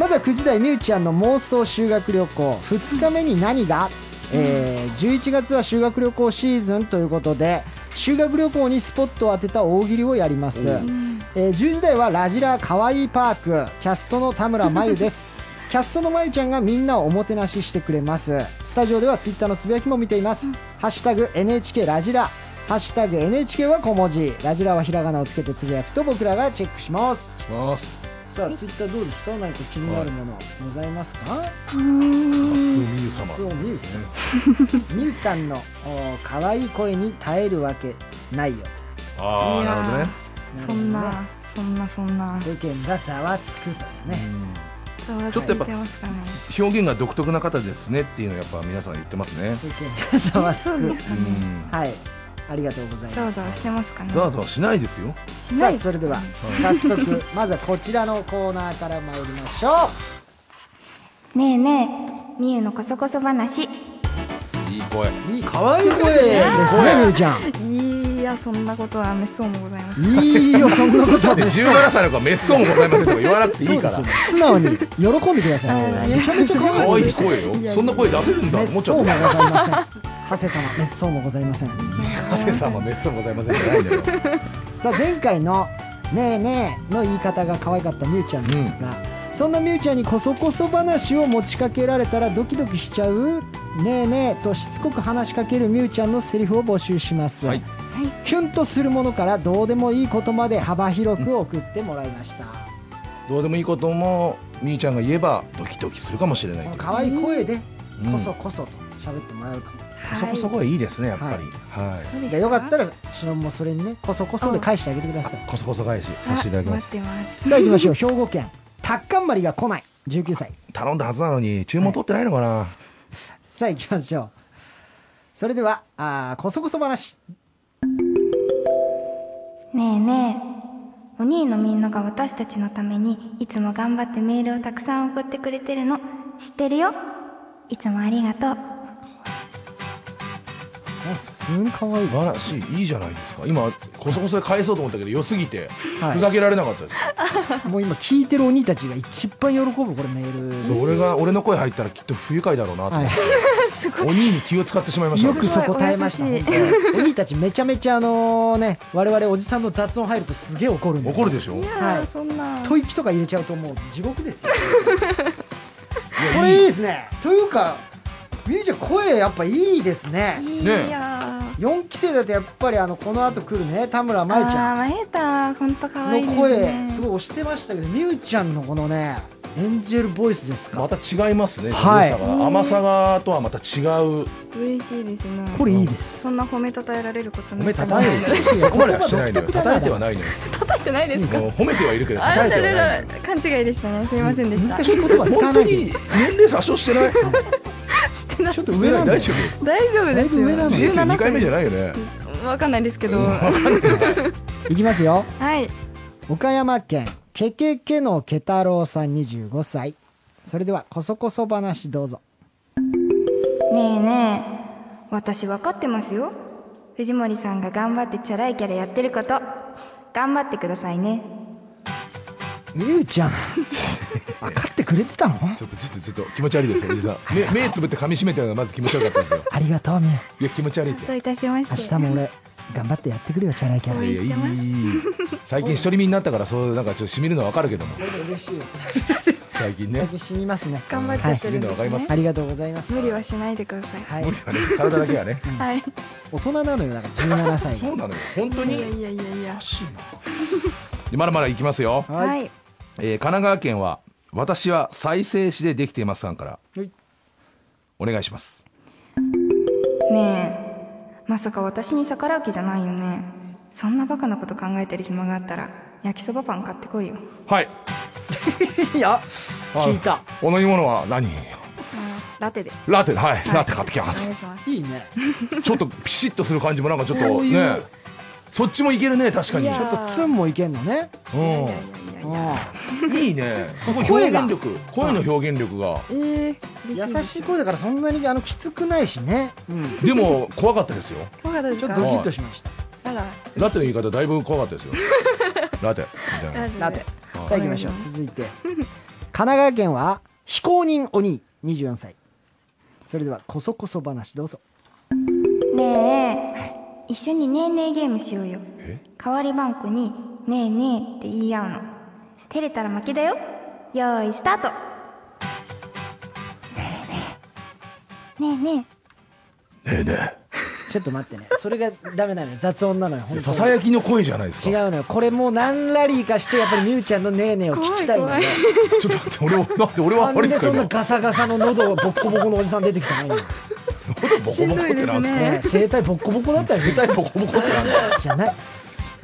S1: まずは9時台みゆちゃんの妄想修学旅行2日目に何が、えー11月は修学旅行シーズンということで修学旅行にスポットを当てた大喜利をやります、えー10時台はラジラかわいいパークキャストの田村真由ですキャストのまゆちゃんがみんなをおもてなししてくれますスタジオではツイッターのつぶやきも見ています、ハッシュタグ NHK ラジラハッシュタグ NHK は小文字ラジラはひらがなをつけてつぶやくと僕らがチェックします
S3: します
S1: さあツイッターどうですか何か気になるものございますか、
S3: 松尾美優様
S1: そうミュース *laughs* ミュータンのお可愛い声に耐えるわけないよ
S3: ああなるほどね
S7: そん
S1: るほど
S7: なそんなそんな
S1: ね世間がざわつくというね、
S7: ざわついてますかね
S3: 表現が独特な方ですねっていうのをやっぱ皆さん言ってますね
S1: 世間がざわつく
S7: そう *laughs* ですかね
S1: はいありがとうござい
S7: ざわ
S1: ま
S7: ざわし
S1: す
S7: てますかね
S3: ざわざわしないですよ
S7: し
S1: さ
S7: な
S1: あ
S7: いです
S1: それでは早速まずはこちらのコーナーから参りましょう
S7: ねえねえみゆのこそこそ話
S3: いい声
S1: 可愛い声ですねみゆちゃん
S7: いやそんなことはめっそうもございません
S1: いいよそんなことは
S3: で
S1: 別に
S3: 17歳の子はめっそうもございませんとか言わなくて *laughs* い
S1: そ
S3: いう
S1: で
S3: か
S1: す
S3: ら
S1: よ素直に喜んでくださいめちゃめちゃ可
S3: 可
S1: 愛い
S3: 愛い声よそんな声出せるんだ
S1: めっ
S3: 思っち
S1: そう
S3: ゃ
S1: も
S3: っ
S1: ご
S3: た
S1: ざいません長谷様めっそうもございません
S3: 長谷さんはめっそうもございませんじゃないんだよ
S1: さあ前回の「ねえねえ」の言い方が可愛かったみゆちゃんですが、そんなみゆちゃんにこそこそ話を持ちかけられたらドキドキしちゃうねえねえとしつこく話しかけるみゆちゃんのセリフを募集します、
S3: はい
S1: キュンとするものからどうでもいいことまで幅広く送ってもらいました、
S3: どうでもいいことも兄ちゃんが言えばドキドキするかもしれない
S1: この
S3: と
S1: 可愛い声で
S3: うん
S1: こそこそと喋ってもらうと、
S3: そこそこはいいですねやっぱりはい
S1: でよかったらしのぶもそれにねこそこそで返してあげてください
S3: こそこそ返しさせていただきます
S7: 待ってます
S1: さあ行きましょう兵庫県タッカンマリが来ない19歳
S3: 頼んだはずなのに注文取ってないのかな
S1: さあ行きましょうそれではあーこそこそ話
S7: ねえねえお兄のみんなが私たちのためにいつも頑張ってメールをたくさん送ってくれてるの知ってるよいつもありがとう
S1: ね普通に可愛いで
S3: 素
S1: す
S3: 晴らしいいいじゃないですか今こそこそで返そうと思ったけど良すぎて
S1: はい
S3: ふざけられなかったです、
S1: もう今聞いてる鬼たちが一番喜ぶこれメールです
S3: そう俺が俺の声入ったらきっと不愉快だろうなと、
S1: は
S3: 鬼に気を使ってしまいま *laughs*
S1: い、
S3: した
S1: よくそこ耐えました
S7: すごいお優
S1: 本当に鬼たちめちゃめちゃあのね我々おじさんの雑音入るとすげえ怒るんで
S3: 怒るでしょいや
S7: いやー、
S1: はい
S7: そんな
S1: 吐息とか入れちゃうともう地獄ですよこれいいですねというかみゆちゃん声やっぱいいですね
S7: い
S3: ねえ
S7: やー
S1: 4期生だとやっぱりあのこの後来るね田村真由ち
S7: あ
S1: ゃ
S7: ーまゆたは本当可愛
S1: ん
S7: いで
S1: の
S7: す
S1: 声
S7: ね
S1: すごい押してましたけどみゆちゃんのこのねエンジェルボイスですか
S3: また違いますね、
S1: はい
S3: 良さが甘さがとはまた違う
S7: 嬉しいですね
S1: これいいです
S7: そんな褒めたたえられること
S3: 褒
S7: な
S3: め
S7: いか
S3: た
S7: な
S3: たえる
S1: いや
S3: そこまではしてないのよ
S1: 言葉
S3: たた
S1: が
S3: え
S1: 独特
S3: て
S1: だ
S3: はないのよ
S7: 叩いてないですか
S3: もう褒めてはいるけどた
S7: あ
S3: た
S7: な
S3: えて
S7: た
S3: はない
S7: ら勘違いでしたねすみませんでした
S1: 難しい言葉使わ
S3: 本
S1: な
S3: 当
S1: いで
S3: に年齢詐称してない
S7: してない
S1: ちょっと
S3: 上
S1: 上な
S3: なんい
S1: だよ
S3: 大丈
S7: 大丈夫
S1: だ
S7: で
S1: い
S7: す
S1: ぶ
S7: よ
S1: 上なん
S3: 夫
S1: だ
S3: 人生2回目じゃ
S7: ない
S3: ないよね
S7: わかんないですけど
S3: うん
S1: いきますよ
S7: はい
S1: 岡山県けけけのけ太郎さん25歳それではこそこそ話どうぞ
S7: ねえねえ私分かってますよ藤森さんが頑張ってチャラいキャラやってること頑張ってくださいね
S1: みゆ
S3: *laughs*
S1: ちゃん分かってくれてたの
S3: ちょっとちょっとちょっと気持ち悪いですよおじさん *laughs* 目目つぶって噛み締めたのがまず気持ち悪かったん *laughs* ですよ
S1: ありがとうみゆ
S3: いや気持ち悪いって
S7: どういたしま
S1: 明
S7: し
S1: 日
S7: て
S1: も俺頑張ってやってくるよチャラいキャラ
S3: いやいいいい最近独り身になったからそうなんかちょっとしみるのはわかるけども
S1: 嬉しい
S3: 最近ね
S1: 先死にますね
S7: 頑張っちゃって
S3: はい
S7: るんで
S3: わか
S7: す
S3: りま
S7: ね
S3: す
S1: ありがとうございます
S7: 無理はしないでください
S1: はい
S3: 無理はね体だけはね
S7: はい
S1: 大人なのよだから17歳
S3: そうなのよ本当
S7: いや
S3: に
S7: いやいやいや
S3: でまだまだいきますよ、
S1: はい
S7: い
S3: えー神奈川県は私は再生紙でできていますさんから
S1: はい
S3: お願いします
S7: ねえまさか私に逆らう気じゃないよねそんなバカなこと考えてる暇があったら焼きそばパン買ってこいよ
S3: はい
S1: *laughs* いや
S3: あ
S1: 聞いた
S3: お飲み物は何
S7: ラテで
S3: ラテはい、ラテ買って
S1: *laughs*
S3: きます
S7: お願いします
S1: いいね
S3: ちょっとピシッとする感じもなんかちょっ
S1: ことういう
S3: ねそっちもいけるね確かに
S7: いや
S1: ちょっとツンもいけんのね
S3: う
S7: いやいやいや
S1: うん
S3: いいねすごい
S1: 声
S3: 表
S1: が
S3: 現力声の表現力が
S7: ええ
S1: ん優しい声だからそんなにあのきつくないしねうん
S3: でも怖かったですよ
S7: 今日がどうで
S1: ちょ
S7: す
S1: っ
S7: か
S1: とドキッとしました
S7: あら
S3: ラテの言い方だいぶ怖かったですよ *laughs* ラテみたいな
S1: ラ
S7: ラ
S1: テ
S7: テ
S1: さあ行きましょう続いて神奈川県は非公認鬼24歳それではこそこそ話どうぞ
S7: ねえ一緒にねえねえゲームしようよ
S3: え
S7: 代わりバンコにねえねえって言い合うの照れたら負けだよよーいスタートねえねえね
S1: ちょっと待ってねそれがダメなのよ雑音なのよ本当
S3: さ
S1: に
S3: さやきの声じゃないです
S1: 違
S3: か
S1: うのよこれもう何ラリーかしてやっぱりみゆちゃんのねえねえを聞きたいの
S7: 怖い怖い
S1: で
S3: ちょっと待って俺はなんで俺
S1: な
S3: は悪い
S1: ん
S3: んで
S1: です
S3: か
S1: そんな
S3: 今
S1: ガサガサの喉がボッコボコのおじさん出てきたの今
S3: 喉ボコボコってなんですか
S1: ねえ声帯ボッコボコだったよ
S3: 絶対ボコボコってなん
S1: *laughs*
S3: だよ
S1: じゃない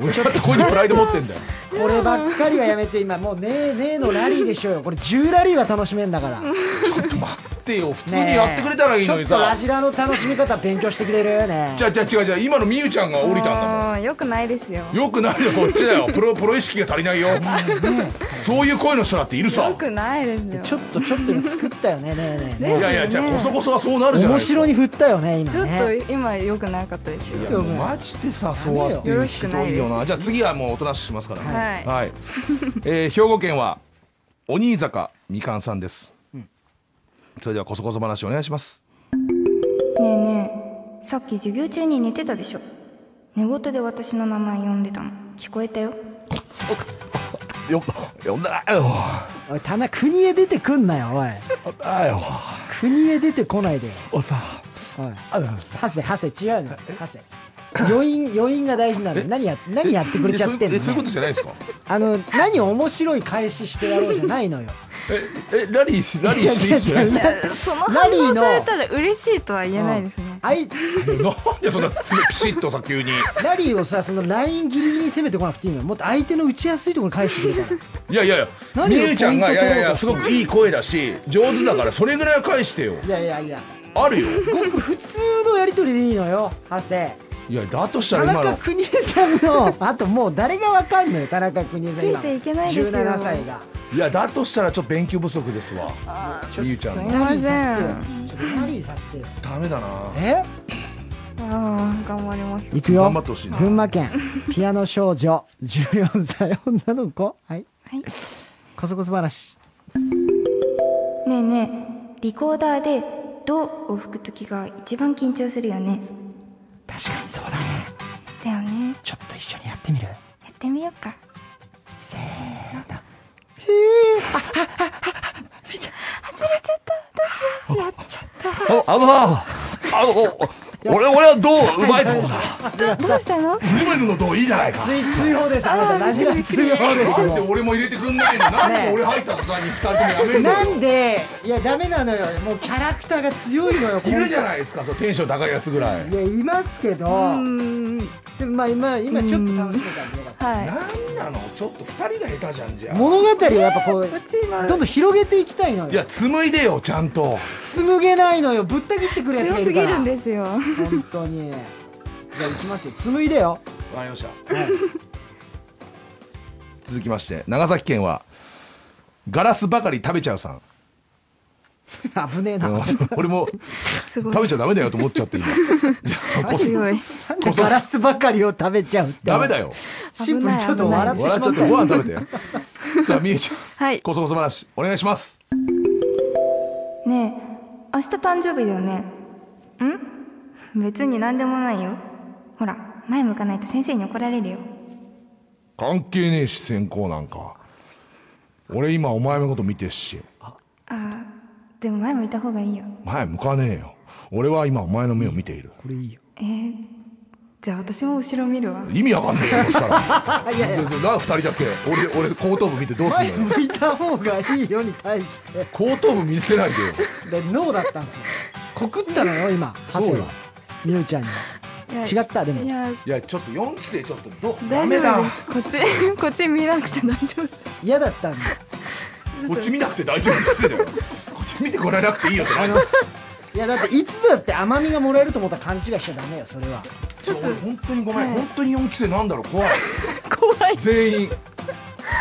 S3: 俺だってこういうプライド持ってんだよ
S1: こればっかりはやめて今もうねえねえのラリーでしょうよこれ10ラリーは楽しめんだから
S3: ちょっと待ってよ普通に
S1: ねえ
S3: やってくれたらいいのに
S1: ちょっとラ
S3: さ
S1: ジラの楽しみ方勉強してくれるね
S3: じゃあじゃあ違う違う今のみゆちゃんが降りたんだもん
S7: よくないですよ
S3: よくないよそっちだよプロプロ意識が足りないよそういう声の人だっているさ
S7: よくないですよ
S1: ちょっとちょっと今作ったよねねえねえ
S3: い
S1: ね
S3: やいやじゃあこそこそはそうなるじゃな
S1: 面
S3: いです
S1: 白
S3: か
S1: に振ったよね今
S7: ちょっと
S1: ね
S7: 今よくなかったですよ
S3: いやもうマジでさそうやって
S7: よ
S3: る
S7: ろしくないです
S3: ひどいよなじゃあ次はもうおとなしくしますから
S7: はい
S3: はいえー兵庫県は鬼坂みかんさんですそれではこそこそ話お願いします
S7: ねえねえさっき授業中に寝てたでしょ寝言で私の名前呼んでたの聞こえたよ
S3: よ呼んだよ
S1: おい棚国へ出てくんなよおい
S3: 呼んだよ
S1: 国へ出てこないでよ
S3: おさ
S1: おい
S3: あ
S1: ハセハセ違うのハセ余韻余韻が大事なのよ何や何やってくれちゃってんの
S3: えそういうえそういうこ
S1: ね
S3: とじゃないですか
S1: あの何面白い返ししてやろうじゃないのよ
S3: ええラリーラリ
S1: い
S3: ー
S1: や
S3: していい
S1: 違
S3: んじゃないう
S1: 違うな
S7: *laughs* その
S1: ラ
S7: 反
S1: リー
S7: 応
S1: の
S7: されたら嬉しいとは言えないですね
S1: あい
S3: なんでそんな爪ピシッとさ急に
S1: ラリーをさそのラインギリギリに攻めてこなくていいのよもっと相手の打ちやすいところに返してくれたら
S3: いやいやいや
S1: 何
S3: み
S1: を
S3: ゆちゃん
S1: ポ
S3: が
S1: イ
S3: い
S1: ント
S3: やい
S1: 取ろう
S3: やいや
S1: とし
S3: す
S1: て
S3: ごくいい声だし上手だからそれぐらいは返してよ
S1: いやいやいや
S3: あるよ
S1: ごく普通のやり取りでいいのよハセ
S3: いやだとした
S1: 田
S3: ら今
S1: 中
S3: の
S1: 邦衛さんのあともう誰がわかんのよ田中邦衛さん今
S7: ついていけないですよ
S1: 17歳が
S3: いやだとしたらちょっと勉強不足ですわみゆちゃん
S7: すい
S3: の
S7: ません
S1: ラリーさせてよちょっとラリーさせてよ
S3: ダメだな
S1: え
S7: ああ頑張ります
S1: いくよ
S3: 頑張ってほしいな
S1: 群馬県ピアノ少女14歳女の子はい、
S7: はい
S1: こそこそ話
S7: ねえねえリコーダーで「ド」を吹く時が一番緊張するよね
S1: 確かにそうだね
S7: だよね
S1: ちょっと一緒にやってみる
S7: やってみようか
S1: せーの
S3: ああのなあの俺俺はどううまいとこだ
S7: どうしたの
S3: うまいのどういいじゃないか
S1: 追追放でしたあなたラジオ追放で
S3: なんです俺も入れてくんないのなんで俺入った途端に二人ともやめるの
S1: なんでいやダメなのよもうキャラクターが強いのよ
S3: いるじゃないですかそうテンション高いやつぐらい
S1: いやいますけどでもまあ今今ちょっと楽しめたんでよかっ
S7: はい
S3: なんなのちょっと二人が下手じゃんじゃ
S1: た
S3: あ
S1: 物語をやっぱこう
S7: こっち今
S1: どんどん広げていきたいの
S3: いや
S1: よ
S3: 紡いでよちゃんと
S1: 紡げないのよぶった切ってくれ
S7: 強
S1: て
S7: す
S1: るか
S7: ぎ
S1: ら
S7: るんですよ
S1: 本当にじゃあ行きますよ紡いでよ
S3: わかりました、続きまして長崎県はガラスばかり食べちゃうさん
S1: 危ねえな
S3: あの
S1: なん
S3: *laughs* 俺も
S7: すご
S3: 食
S7: い
S3: べちゃダメだよと思っちゃって今じゃあこそ
S7: 強い
S1: でガラスばかりを食べちゃうって
S3: ダメだよ
S1: シンプルにちょっと笑って
S3: 笑
S1: し
S3: っち
S1: ま
S3: ゃ
S1: っ
S3: ったて
S1: よ
S3: ご飯食べてよ
S1: *laughs*
S3: さあみゆちゃん
S7: はい
S3: こそこそ話お願いします
S7: ねえ明日誕生日だよねん別に何でもないよほら前向かないと先生に怒られるよ
S3: 関係ねえし選考なんか俺今お前のこと見てるし
S7: あーでも前向いた方がいいよ
S3: 前向かねえよ俺は今お前の目を見ている
S7: えー、じゃあ私も後ろ見るわ
S3: 意味わかんないよそしたら
S1: いやいや
S3: なあ二人だけ俺俺後頭部見てどうす
S1: 前
S3: るのよ
S1: 向いた方がいいよに対して
S3: 後頭部見せないでよ
S1: でノーだったんですよ告ったのよ今ハセ
S3: そう
S1: は
S3: よ
S1: みゆちゃんに違ったでも
S7: いや
S3: いやちょっと4期生ちょっとどうダ
S7: 大丈
S3: メ
S7: 夫
S3: だ
S7: ですこっちこっち見なくて大丈夫
S1: 嫌だったんで
S3: こっち見なくて大丈夫ですよこっち見てこられなくていいよって *laughs* なんだ
S1: いやだっていつだって甘みがもらえると思ったら勘違いしちゃダメよそれは
S3: ちょ俺本当にごめん、
S7: はい
S3: 本当に4期生なんだろう怖い
S7: 怖い
S3: 全員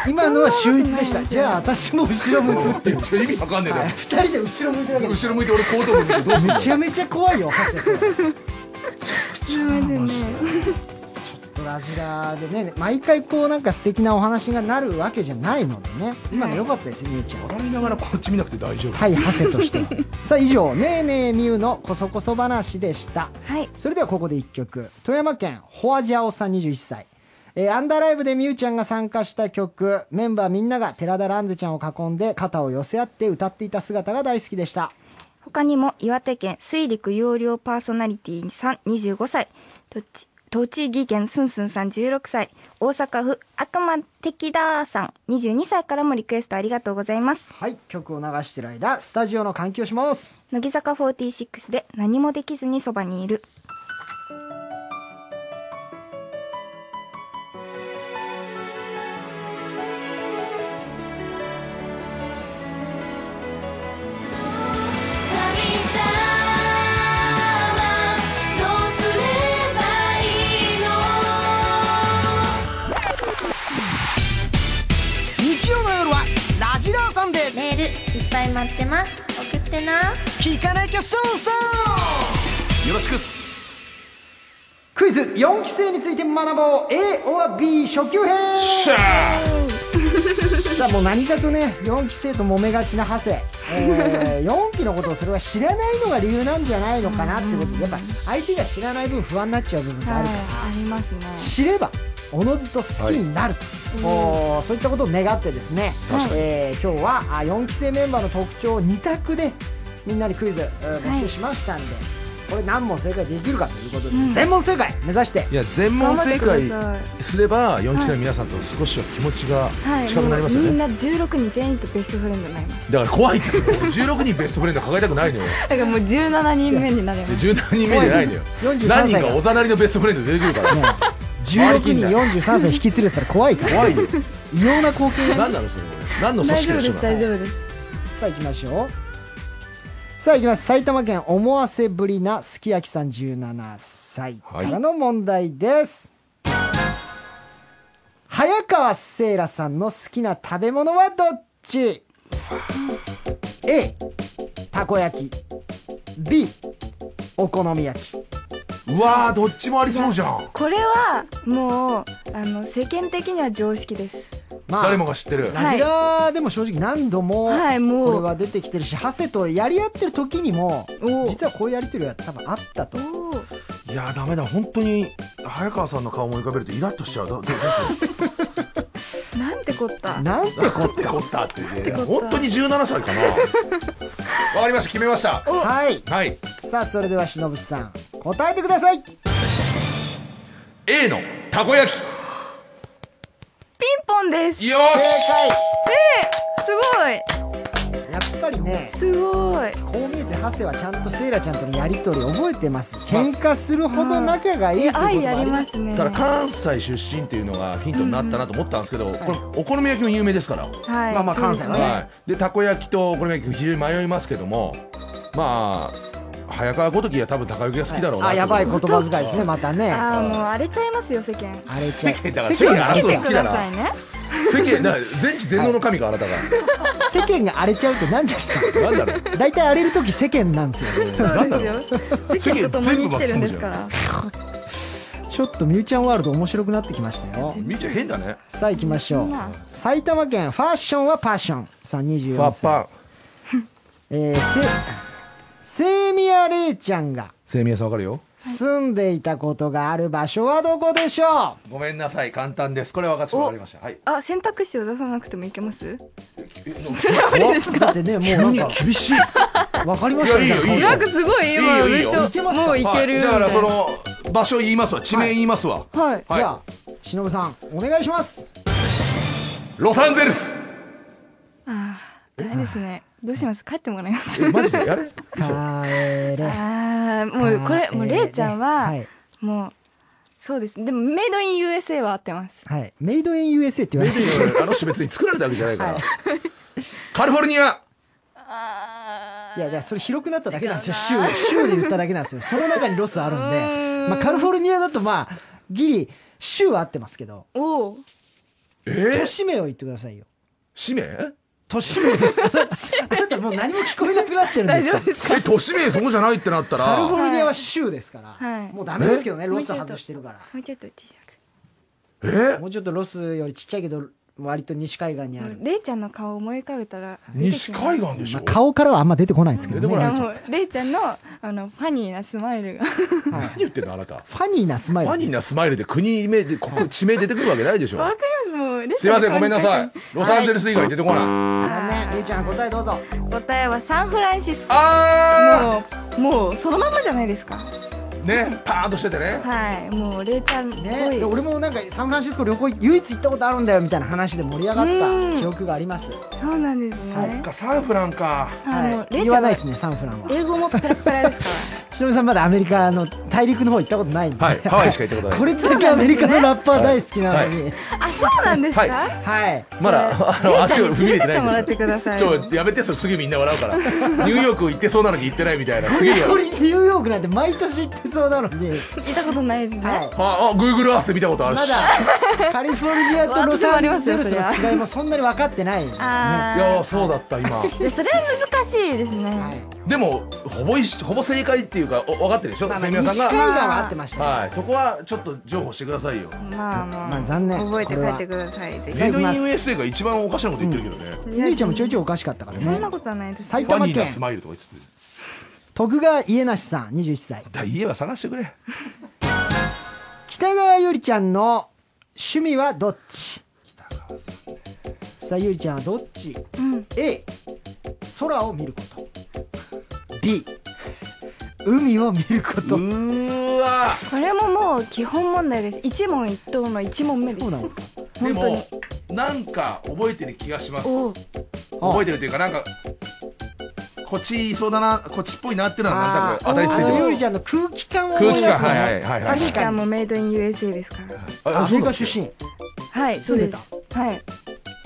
S1: 今のは秀逸でし
S7: そんなことな
S1: た
S7: い
S1: じゃあ私も後ろ向いて
S3: いやちょっと意味わかんねえだろ、
S1: 二人で後ろ向いてるわけ
S3: 後ろ向いて俺後頭部見てどうすんの
S1: めちゃめちゃ怖いよハセそれ
S7: すいませんね
S1: ラジラでね毎回こうなんか素敵なお話がなるわけじゃないのでね今の良かったですよみゆちゃん
S3: 笑いながらこっち見なくて大丈夫
S1: はいハセとしては *laughs* さあ以上「ねえねえみゆのこそこそ話」でした
S7: はい
S1: それではここで1曲富山県ホアジャオさん21歳、えーアンダーライブでみゆちゃんが参加した曲メンバーみんなが寺田蘭ゼちゃんを囲んで肩を寄せ合って歌っていた姿が大好きでした
S7: 他にも岩手県水陸容量パーソナリティさん25歳とち栃木県すんすんさん16歳大阪府悪魔的だーさん22歳からもリクエストありがとうございます
S1: はい曲を流してる間スタジオの換気をします
S7: 乃木坂46で何もできずにそばにいる
S6: 神様どうすればいいの
S1: 日曜の夜は「ラジラーサンデー
S2: メールいっぱい待ってます送ってな」
S1: 聞かなきゃ損さ
S3: よろしくっす
S1: クイズ4期生について学ぼう A or B 初級編
S3: しゃ
S1: さあもう何かとね4期生と揉めがちなハセ、 *laughs* え4期のことをそれは知らないのが理由なんじゃないのかなってことでやっぱ相手が知らない分不安になっちゃう部分があるから、
S7: ありますね
S1: 知ればおのずと好きになると、もうそういったことを願ってですね、えー今日はあ4期生メンバーの特徴を2択でみんなにクイズうん募集しましたんで、これ何問正解できるかということで、全問正解目指して
S3: いや全問正
S7: 頑張って
S3: 解
S7: ください
S3: すれば4期生の皆さんと少しは気持ちが近くなりますよね、
S7: みんな16人全員とベストフレンドになります
S3: だから怖いって16人ベストフレンド抱えたくないのよ
S7: だからもう17人目になりま
S3: です17人目じゃないのよ
S1: 43
S3: 何
S1: 歳
S3: 人か
S1: が
S3: おざなりのベストフレンド出てくるからね
S1: 16人43歳引き連れてたら怖い *laughs* から
S3: 怖いよ
S1: 異様な光景が
S3: 何なのそれ何の組
S7: 大
S3: 織の
S7: 丈夫で
S3: 人
S7: す
S3: な
S7: 大
S3: の
S7: 丈夫です
S1: さあ行きましょうさあ行きます埼玉県思わせぶりなすき焼きさん17歳か
S3: はい
S1: らの問題です、早川せいらさんの好きな食べ物はどっち A たこ焼き B お好み焼き
S3: うわーどっちもありそうじゃん
S7: これはもうあの世間的には常識です
S1: まあ
S3: 誰もが知ってる
S1: ラジラでも正直何度も
S7: はいもう
S1: これは出てきてるし、ハセとやり合ってる時にも
S7: お
S1: 実はこういうやり取りは多分あったと
S7: お
S3: いやーダメだ本当に早川さんの顔も浮かべるとイラッとしちゃうだどうどうしよ
S7: なんてこった
S1: なんてこ
S3: うってこったってね
S7: てこった
S3: 本当に17歳かなわかりました決めました
S1: とはい
S3: はい
S1: さあそれではしのぶさん答えてください
S3: A のたこ焼き
S7: ピンポンです
S3: よ
S1: 正
S3: し
S7: すごい
S1: 解やっぱりね
S7: すごい
S1: こう見えてハセはちゃんとセイラちゃんとのやり取り覚えてます喧嘩するほど仲がいいってこと
S7: 愛
S1: も
S7: あ
S1: あ
S7: り
S1: りま
S7: ますすね
S3: ただ関西出身っていうのがヒントになったなと思ったんですけど、これお好み焼きも有名ですから、
S7: はい
S1: まあまあ
S7: そうです
S1: 関西はね
S3: はい、でたこ焼きとお好み焼き非常に迷いますけどもまあ早川ごときは多分たこ焼きが好きだろうな
S1: あやばい言
S3: と
S1: 葉遣いですねまたねあ
S7: ああもう荒れちゃいますよ世間
S1: れちゃう
S3: 世間だから
S1: 世間
S3: あ
S1: が
S3: 世
S1: 世間
S3: 間が好
S7: く
S3: きだ
S7: だ
S3: な
S7: さいね
S3: 世間だから全知全能の神があなたが、
S1: 世間が荒れちゃうって何ですか
S3: なんだろう
S1: 大体荒れる時世間なんですよ
S3: なんだろう
S7: そうですよ世間と共に生きてるんですから
S1: ちょっとみゆちゃんワールド面白くなってきましたよ
S3: みーちゃん変だね
S1: さあ行きましょう
S7: な
S1: 埼玉県ファッションはパッションさん24歳
S3: パッパン
S1: えー、せセイミアレイちゃんが
S3: 清宮さんわかるよ
S1: 住んでいたことがある場所はどこでしょ
S3: ごめんなさい簡単ですこれ分かって
S7: お
S3: わかりましたはい
S7: あ選択肢を出さなくてもいけます
S1: うだってねもうなん
S3: 厳しい
S1: か分かりました
S3: いやいいよいいよ
S7: なんかすごい
S3: い
S7: 今
S3: いよいい
S7: め
S3: よ
S7: っちゃ
S3: い
S1: けますか
S7: もういける
S3: はい、
S7: み
S3: だ
S7: た
S3: か
S7: いな
S3: らその場所言いますわ地名言いますわ、
S7: はい
S1: じゃあしのぶさんお願いします
S3: ロサンゼルス
S7: ああダメですねどうします帰ってもらいます
S3: マジで *laughs* やれ
S1: かえれ
S7: ああもうこれもうれいちゃんは
S1: はい、
S7: もうそうですでもメイドイン USA は合ってます
S1: はい、メイドイン USA って言われてる
S3: あの種別に作られたわけじゃないから、カリフォルニア
S7: あ
S1: いやいやそれ広くなっただけなんですよ州州で言っただけなんですよその中にロスある *laughs* んで、まあ、カリフォルニアだとまあギリ州は合ってますけど
S7: おお
S3: え
S1: 都
S3: ー、
S1: 市名を言ってくださいよ
S3: 氏名え
S1: 都市名 *laughs* ですあなたもう何も聞こえなくなってるんで
S7: 大
S1: す
S7: 丈
S1: か
S7: 夫ですか
S3: 都市名そこじゃないってなった
S1: カリフォ
S3: ら
S1: ルニアは州ですから、
S7: はい
S1: もうダメですけどねロス外してるから
S7: もうちょっと小さ
S3: え
S1: もうちょっとロスよりちっちゃいけど割と西海岸にあ
S7: く
S1: る
S7: もう、れいちゃんの顔を思い浮かべたら
S3: 西海
S7: 岸
S3: 岸でし
S1: ま
S3: ょ
S1: あ、顔からはあんま出てこないですけど
S3: 出てこ
S1: ね、
S3: ない
S7: もうれいちゃんのあのファニーなスマイ *laughs* ルが
S1: はい
S3: 何言ってんのあなた
S1: ファニーなスマイル
S3: マニーなスマイルで国名でここ地名出てくるわけないでしょ
S7: わかりますもうれい
S3: す
S7: ち
S3: い
S7: ゃ
S3: ま
S7: の
S3: せんご
S7: 顔
S3: めん
S7: に
S3: なさいロサンゼルス以外出てこない、
S1: 残念ゆいちゃん答えどうぞ
S7: 答えはサンフランシスコ
S3: あ
S7: もうもうそのまんまじゃないですか
S3: ーねパーンとしててね
S7: はいもうれいちゃんっぽい、
S1: ねで俺もなんかサンフランシスコ旅行唯一行ったことあるんだよみたいな話で盛り上がっ
S7: う
S1: た
S7: ん
S1: 記憶があります
S7: そうなんです
S1: そ
S7: ね
S3: なんかサンフランか
S7: あの
S1: はい
S7: れい
S1: 言
S7: ちゃ
S1: わ
S7: ん
S1: ない
S7: は
S1: ですねサンフランは
S7: 英語もペラペ
S1: *laughs*
S7: ラですか
S1: しのぶさんまだアメリカの大陸の方行ったことないんで、
S3: はいハワイしか行ったことな
S1: *laughs*
S3: い
S1: これだけアメリカのラッパー大好きなのに
S7: らあそうなんですか、
S3: はい
S1: はい
S3: まだあの足を踏み入れて
S7: 連れてっても
S3: な
S7: ら
S3: い
S7: っ
S3: んで
S7: て
S3: すよ
S7: ください
S3: ちょやめてそれすげえみんな笑うからニューヨーク行ってそうなのに行ってないみたいなすげえや
S1: これニューヨークなんて毎年行ってそうなのに、
S7: 聞いたことないですね、
S1: はい、
S3: ああ Google アースで見たことあ
S1: ま
S3: るし
S1: だカリフォルニアとロサンゼルス
S7: 私も
S1: の
S7: ありますよそ
S1: 違いもそんなに分かってないですね。
S7: あ
S3: いやーそうだった今
S7: ーでそれは難しいですね、
S1: はい
S3: でもほぼ一緒ほぼ正解っていうかお分かってるでしょ
S1: まあまあ
S3: セ
S1: 西
S3: ミヤさ
S1: 海
S3: ん
S1: 岸
S3: が
S1: は合ってましたね。
S3: はいそこはちょっと譲歩してくださいよ
S7: まあまあ、
S1: まあ残念
S7: 覚えて
S1: こ
S7: 帰
S1: れは
S7: ってくださいぜひ
S1: さあ
S3: メ
S1: 行
S3: イド
S1: き
S3: イン
S1: ます
S3: USA が一番おかしなこと言ってるけどね、
S1: みーちゃんもちょいちょいおかしかったから
S7: そんな
S1: ね。
S7: ことはないです
S1: 埼
S3: ファ
S1: 玉
S3: ニーな
S1: 県
S3: スマイルとか言ってて
S1: 徳川家梨さん21歳
S3: だ家は探してくれ
S1: 北川ゆりちゃんの趣味はどっちさあゆりちゃんはどっち、A 空を見ること B 海を見るこ
S3: う
S1: と
S3: ーわ
S7: これももう基本問題です一問一答の一問目です
S1: そうなんですか
S3: で
S7: 本当に
S3: もなんか覚えてる気がします
S7: おう
S3: 覚えてるっていうかなんかこっちいそうだなこっちっぽいなっていうのはなんとなく当たりつ
S1: あ
S3: いて
S1: の
S3: ま
S1: ゆ
S3: す
S1: りちゃんの空気感を思
S3: 空
S1: い
S3: 気
S1: 出
S3: 感
S1: すね
S3: はいはいはいは
S7: ア
S3: い
S7: ジカもメイドイン USA ですから
S3: あ
S1: アメリカ
S3: そう
S1: 出身
S7: はい
S1: 住んでた
S7: そうすはい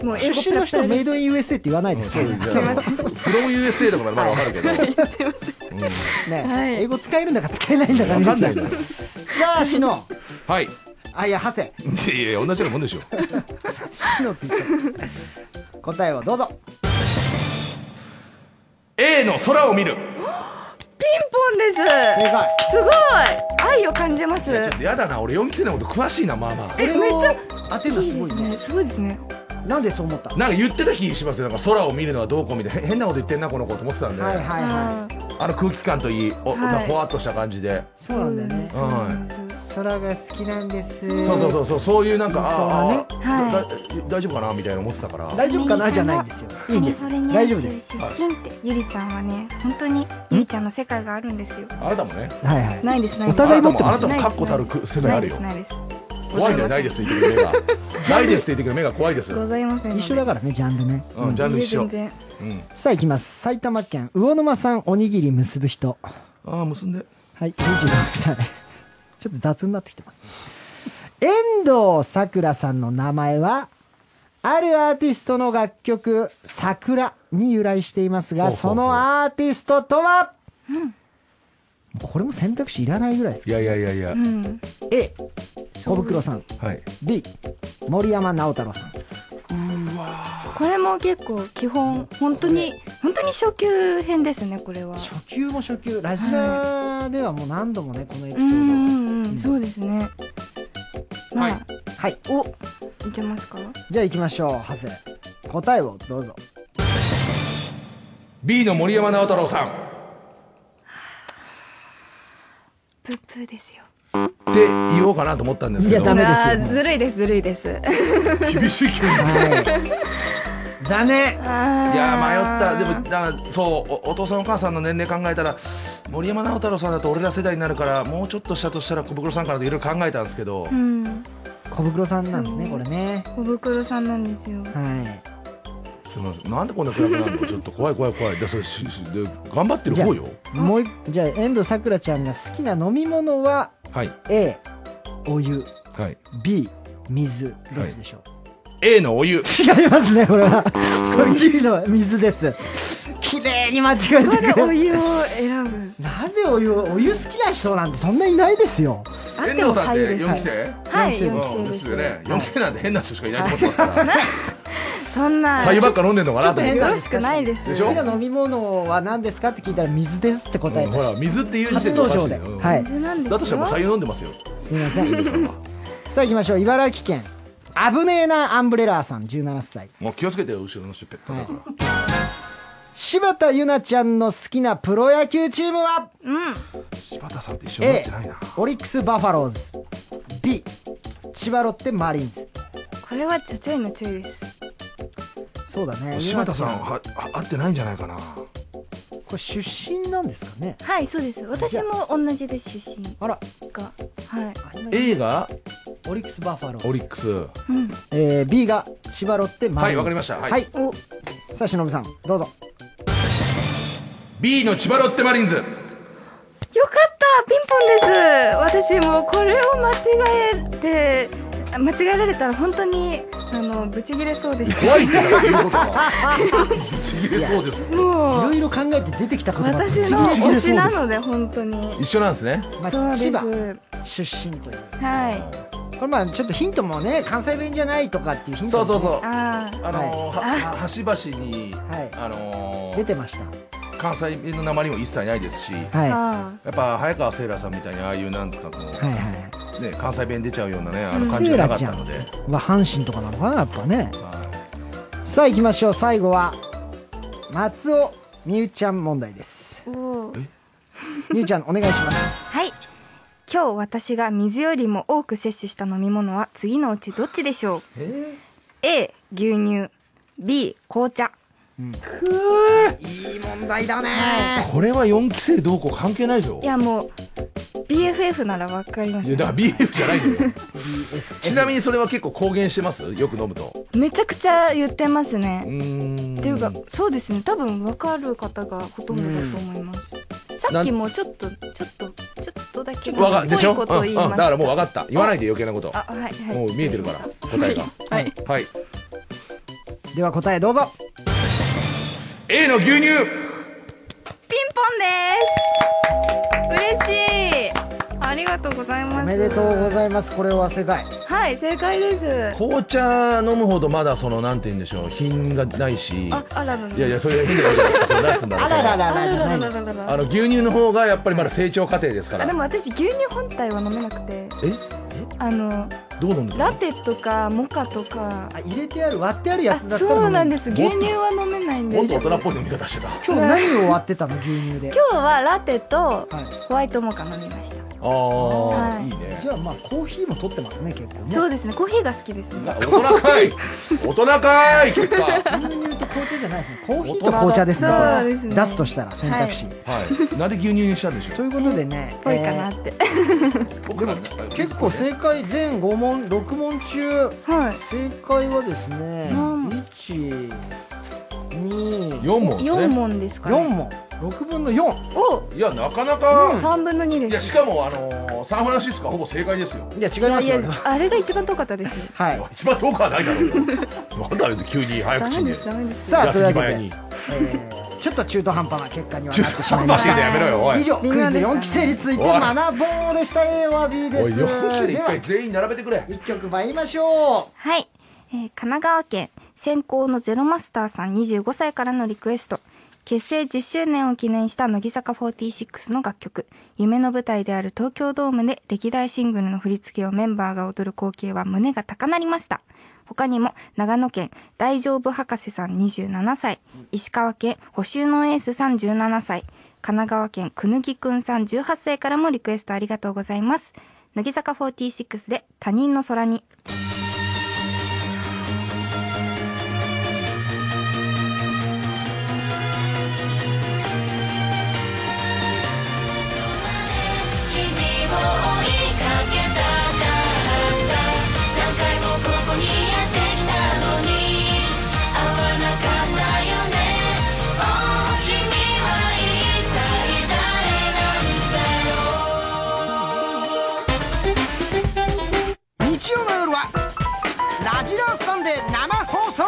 S7: もう英語
S1: 出身の人はメイドイン USA って言わないですけど
S3: なん
S1: ね
S3: だよフロー USA だからまだわかるけど
S7: はい
S1: 英語使えるんだか使えないんだか
S3: わかんない
S1: み
S3: の
S1: た
S3: よ
S1: いさあシノ
S3: はい
S1: あいやハセ
S3: いやいや同じようなもんでしょ
S1: シノって言っちゃった答えをどうぞ
S3: A の空を見る
S7: ピンポンです
S1: 正解
S7: すごい愛を感じます
S3: いやちょっとやだな俺4期生のこと詳しいなまあまあ
S1: これを当てるのはいす
S7: い
S1: ご
S7: で
S1: い
S7: す
S1: ね
S7: ねすごいですね
S1: なんでそう思ったの
S3: なんか言ってた気しますよなんか空を見るのはどうこうみたいなへ変なこと言ってんなこの子と思ってたんで、
S1: はいはいは
S7: あー
S3: あの空気感といいお、
S7: はい
S3: ほわっとした感じで
S1: いそうなんだよね
S7: そうなんです
S1: 空が好きなんです
S3: そうそうそうそうそういうなんか
S1: そうだ
S3: あ
S1: ね
S3: ーあー、
S7: はい
S3: だ大丈夫かなみたいな思ってたから
S1: 大丈夫かなじゃないんですよいいんです
S7: カリフォルニア
S1: 大丈夫です
S7: 州出身ってゆりちゃんはね本当にゆりちゃんの世界があるんですよ
S3: あなたもね
S1: はいはい
S7: ないですない
S1: お
S7: です
S1: 互い持って
S3: あ
S1: ま
S3: な
S1: す
S3: た
S1: よ
S3: も確固たるく世界
S7: な
S3: あ
S7: い
S3: る
S7: で
S3: よ
S7: すないです
S3: 怖いんだよないですって言ってくる目がないですって言ってくる目が怖いですよ、
S7: ございませんので
S1: 一緒だからねジャンルね、
S3: う
S1: うん
S3: ん、ジャンル一緒
S7: 全、然
S3: うん、
S1: さあいきます埼玉県魚沼産おにぎり結ぶ人
S3: ああ結んで
S1: はい26歳ちょっと雑になってきてます遠藤さくらさんの名前はあるアーティストの楽曲「桜」に由来していますが
S3: ほうほうほ
S1: そうのアーティストとは、これも選択肢いらないぐらいです
S3: いやいやいやいや、
S7: うん、
S1: A 小袋さん
S3: はい。
S1: B 森山直太朗さん
S7: これも結構基本本当に本当に初級編ですねこれは
S1: 初級も初級ラジラではもう何度もねこのエピ
S7: う
S1: ソ
S7: んう
S1: ー
S7: んうんそうですねま
S3: は
S7: あ、
S3: い
S1: ドはい
S7: おいけますか
S1: じゃあ行きましょうハセ答えをどうぞ
S3: B の森山直太朗さんっ
S7: プップーですよ
S3: て言おうかなと思ったんですけ
S1: いやダ
S3: ど、
S1: メですよ
S7: うわーずるいですずるいです
S3: *laughs*
S7: い
S3: 厳しい気分。い
S1: はい残念
S3: やー
S7: や
S3: 迷った。でもだそうおお父さんお母さんの年齢考えたら森山直太朗さんだと俺ら世代になるからもうちょっとしたとしたら小袋さんからいろいろ考えたんですけど
S7: う、ん
S1: 小袋さんなんですね
S7: そう
S1: これね
S7: 小袋さんなんですよ
S1: は
S3: すみませんなんでこんな暗くなるのちょっと怖い怖い怖い。でそれししで頑張ってる方よ。
S1: いもういじゃあ遠藤さくらちゃんが好きな飲み物は
S3: はい
S1: A お湯
S3: はい
S1: B 水どっちでしょう、
S3: A のお湯。
S1: 違いますねこれはこれ B の水です綺麗に間違え
S7: こ
S1: て
S3: *laughs*
S7: れ
S1: く
S7: お
S1: る
S7: 湯を選ぶ
S1: なぜお湯をお湯好きな人なんてそんないないですよ
S7: あっ
S3: 遠
S7: ても
S3: 藤さんっ
S7: 左
S3: て
S7: 右です
S3: 4期生？
S7: はい
S1: 四
S7: 4期
S3: う
S7: 生
S3: ん
S7: で
S3: です
S7: す
S3: よね。4期生なんて変な人しかいないと思ってますから。
S7: そんな
S3: 白湯ばっか飲んでんのかなと思っ
S7: 変
S3: て
S7: だ。よろしくないです
S3: でしょ
S1: 好きな飲み物は何ですかって聞いたら水ですって答
S3: う
S1: え
S3: ん
S1: た
S3: ほ
S1: し、
S3: ら水っていう時
S1: 初
S3: 点でお
S1: 登
S3: か
S1: 場
S3: しい
S1: で、
S3: よ。うん
S1: はい
S7: 水なんですよ
S3: だとしたらもう白湯飲んでますよ。
S1: すいませんさあ行きましょう茨城県危ねえなアンブレラーさん17歳
S3: *laughs* もう気をつけてよ後ろのしっぺだから
S1: 柴田ゆなちゃんの好きなプロ野球チームは
S7: うん
S3: 柴田さんと一緒になっ
S1: A
S3: てないな
S1: オリックス・バファローズ B 千葉ロッテ・マリーンズ
S7: これはちょちょいのちょいです
S1: そうだね
S3: 柴田さん
S1: ゆなち
S3: はは合ってないんじゃないかな
S1: ゃんこれ出身なんですかね
S7: はいそうです私も同じです出身
S1: あら
S7: がはい
S1: あんまり
S3: A が
S1: オリックス・バファローズ
S3: オリックス
S7: うん
S1: えー B が千葉ロッテ・マリーンズ
S3: はいわかりましたはい
S7: お
S1: さあ忍さんどうぞ
S3: B の千葉ロッテマリーンズ
S7: よかったピンポンです私もうこれを間違えてあ間違えられたら本当にあのブチギレそうでし
S3: 怖いってだから言うことはちぎれそうです
S7: た
S1: い
S7: も
S1: うろいろ考えて出てきた言葉が
S7: 私
S1: ち
S7: の
S1: ぎちぎれ
S7: 推し
S1: そう
S7: な
S1: です
S7: ので本当に
S3: 一緒なんですね
S1: まあ
S7: そうです
S1: 千葉出身という
S7: はい
S1: これまあちょっとヒントもね関西弁じゃないとかっていうヒント
S3: そ
S1: も
S3: うそうそう
S7: あー
S3: あのーは端々に
S1: はい
S3: あのー
S1: 出てました
S3: 関西弁の訛りも一切ないですし
S1: はいは
S7: あ
S3: やっぱ早川聖羅さんみたいにああいうなんですかこう
S1: いはい
S3: ね関西弁出ちゃうようなねあの感じがなかったので
S1: は阪神とかなのかなやっぱね
S3: は
S1: さあ行きましょう最後は松尾美羽ちゃん問題です
S7: *laughs* ーおー
S1: 美羽ちゃんお願いします
S7: はい今日私が水よりも多く摂取した飲み物は次のうちどっちでしょう、A 牛乳 B 紅茶
S1: いい問題だね
S3: いこれは4期生どうこう関係ないぞ
S7: いやもう BFF ならわかりま
S3: い
S7: す
S3: やだから BF じゃないんだよちなみにそれは結構公言してますよく飲むと
S7: めちゃくちゃ言ってます
S3: う
S7: ね、
S3: ーん
S7: っていうかそうですね多分わかる方がほとんどだと思います、さっきもちょっとちょっとちょっとだけ
S3: わかでしょ、
S7: ぽいこ
S3: う
S7: とを
S3: ん
S7: 言
S3: う
S7: い
S3: んだ
S7: ました
S3: からもう分かった言わないで余計なこと
S7: あはいはい
S3: もう見えてるから答えが
S7: はい
S3: はい
S1: では答えどうぞ
S3: A の牛乳
S7: ピンポンです嬉しいありがとうございます
S1: おめでとうございますこれは世界
S7: はい正解です
S3: 紅茶飲むほどまだそのなんて言うんでしょう品がないし
S7: ああららら
S3: いやいやそれは変なことじゃないですそのなんつうんだろうその
S1: ら
S7: あらららら
S1: す
S7: らら
S3: あの牛乳の方がやっぱりまだ成長過程ですから
S7: あでも私牛乳本体は飲めなくて
S3: え
S7: あの
S3: どう飲んでる
S7: ラテとかモカとか
S1: あ入れてある割ってあるや
S7: あ
S1: つだったら
S7: そうなんですす牛乳は飲めないんで
S3: もっ
S7: す
S3: と大
S7: 今
S3: 人っぽい飲み方してたあ
S1: 今日何を割ってたの牛乳で
S7: 日はラテと
S1: はい
S7: ホワイトモカ飲みました
S3: あ、ー、
S7: はいい
S3: いね
S1: じゃあまあコーヒーも取ってますね結構ね
S7: そうですねコーヒーが好きですね
S3: 大人かい大人かい結果は
S1: 牛乳と紅茶じゃないですねコーヒーと紅茶ですねこれ
S7: そうですね
S1: 出すとしたら選択肢、
S3: いなんで牛乳にしたんでしょ
S1: ということでね、
S7: ぽいかなって
S3: う僕らね
S1: 結構正解全5問6問中
S7: はい
S1: 正解はですね
S7: 何問
S1: 124
S3: 4問です
S7: 四
S3: ね
S7: 問ですかね
S1: 問6分の4
S7: お
S3: いやなかなか、
S7: 三分の二
S3: い
S7: で
S3: や
S7: す
S3: しかもあのー、サンフランシスコはほぼ正解ですよ
S1: いや違いますよ
S7: いやあれが一番遠かったですよ
S1: はい
S3: 一番遠くはないだろうよなんだよ急に早
S7: ダ
S3: 口
S7: メ
S3: に
S7: ですダメです
S1: さあというわけ
S3: 早
S1: で、
S3: に
S1: えーちょっと中途半端な結果には
S3: ちょ
S1: な
S3: っ
S1: ってし
S3: と
S1: まい
S3: 待
S1: ま
S3: っ
S1: してた
S3: てやめろよおい
S1: 以上
S7: 微
S1: クイ
S7: 妙
S1: ズ
S7: ですね
S1: 4期生について学ぼうでした A は B で
S3: おい
S1: す
S3: 4期で
S1: で
S3: 一
S1: は
S3: 回全員並べてくれ
S1: 1曲参りましょ
S7: はい、えー神奈川県先行のゼロマスターさん25歳からのリクエスト結成10周年を記念した乃木坂46の楽曲夢の舞台である東京ドームで歴代シングルの振り付けをメンバーが踊る光景は胸が高鳴りました他にも長野県大丈夫博士さん27歳石川県補修のエースさん17歳神奈川県くぬぎくんさん18歳からもリクエストありがとうございます乃木坂46で他人の空に
S6: 君を追いかけたかった何回も心を奪われてここにやってきたのに会わなかったよねおう君は一体誰なんだろう
S1: う日曜の夜は「ラジラーサンデー」生放送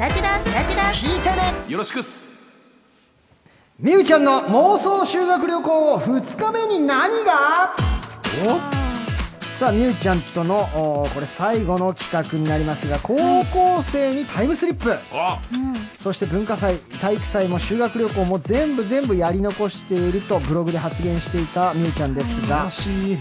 S2: ラジララジラ
S1: 聞いてね
S3: よろしくっす
S1: みゆちゃんの妄想修学旅行2日目に何がさあみゆちゃんとのおーこれ最後の企画になりますが高校生にタイムスリップ
S3: あ
S1: そして文化祭体育祭も修学旅行も全部全部やり残しているとブログで発言していたみゆちゃんですが11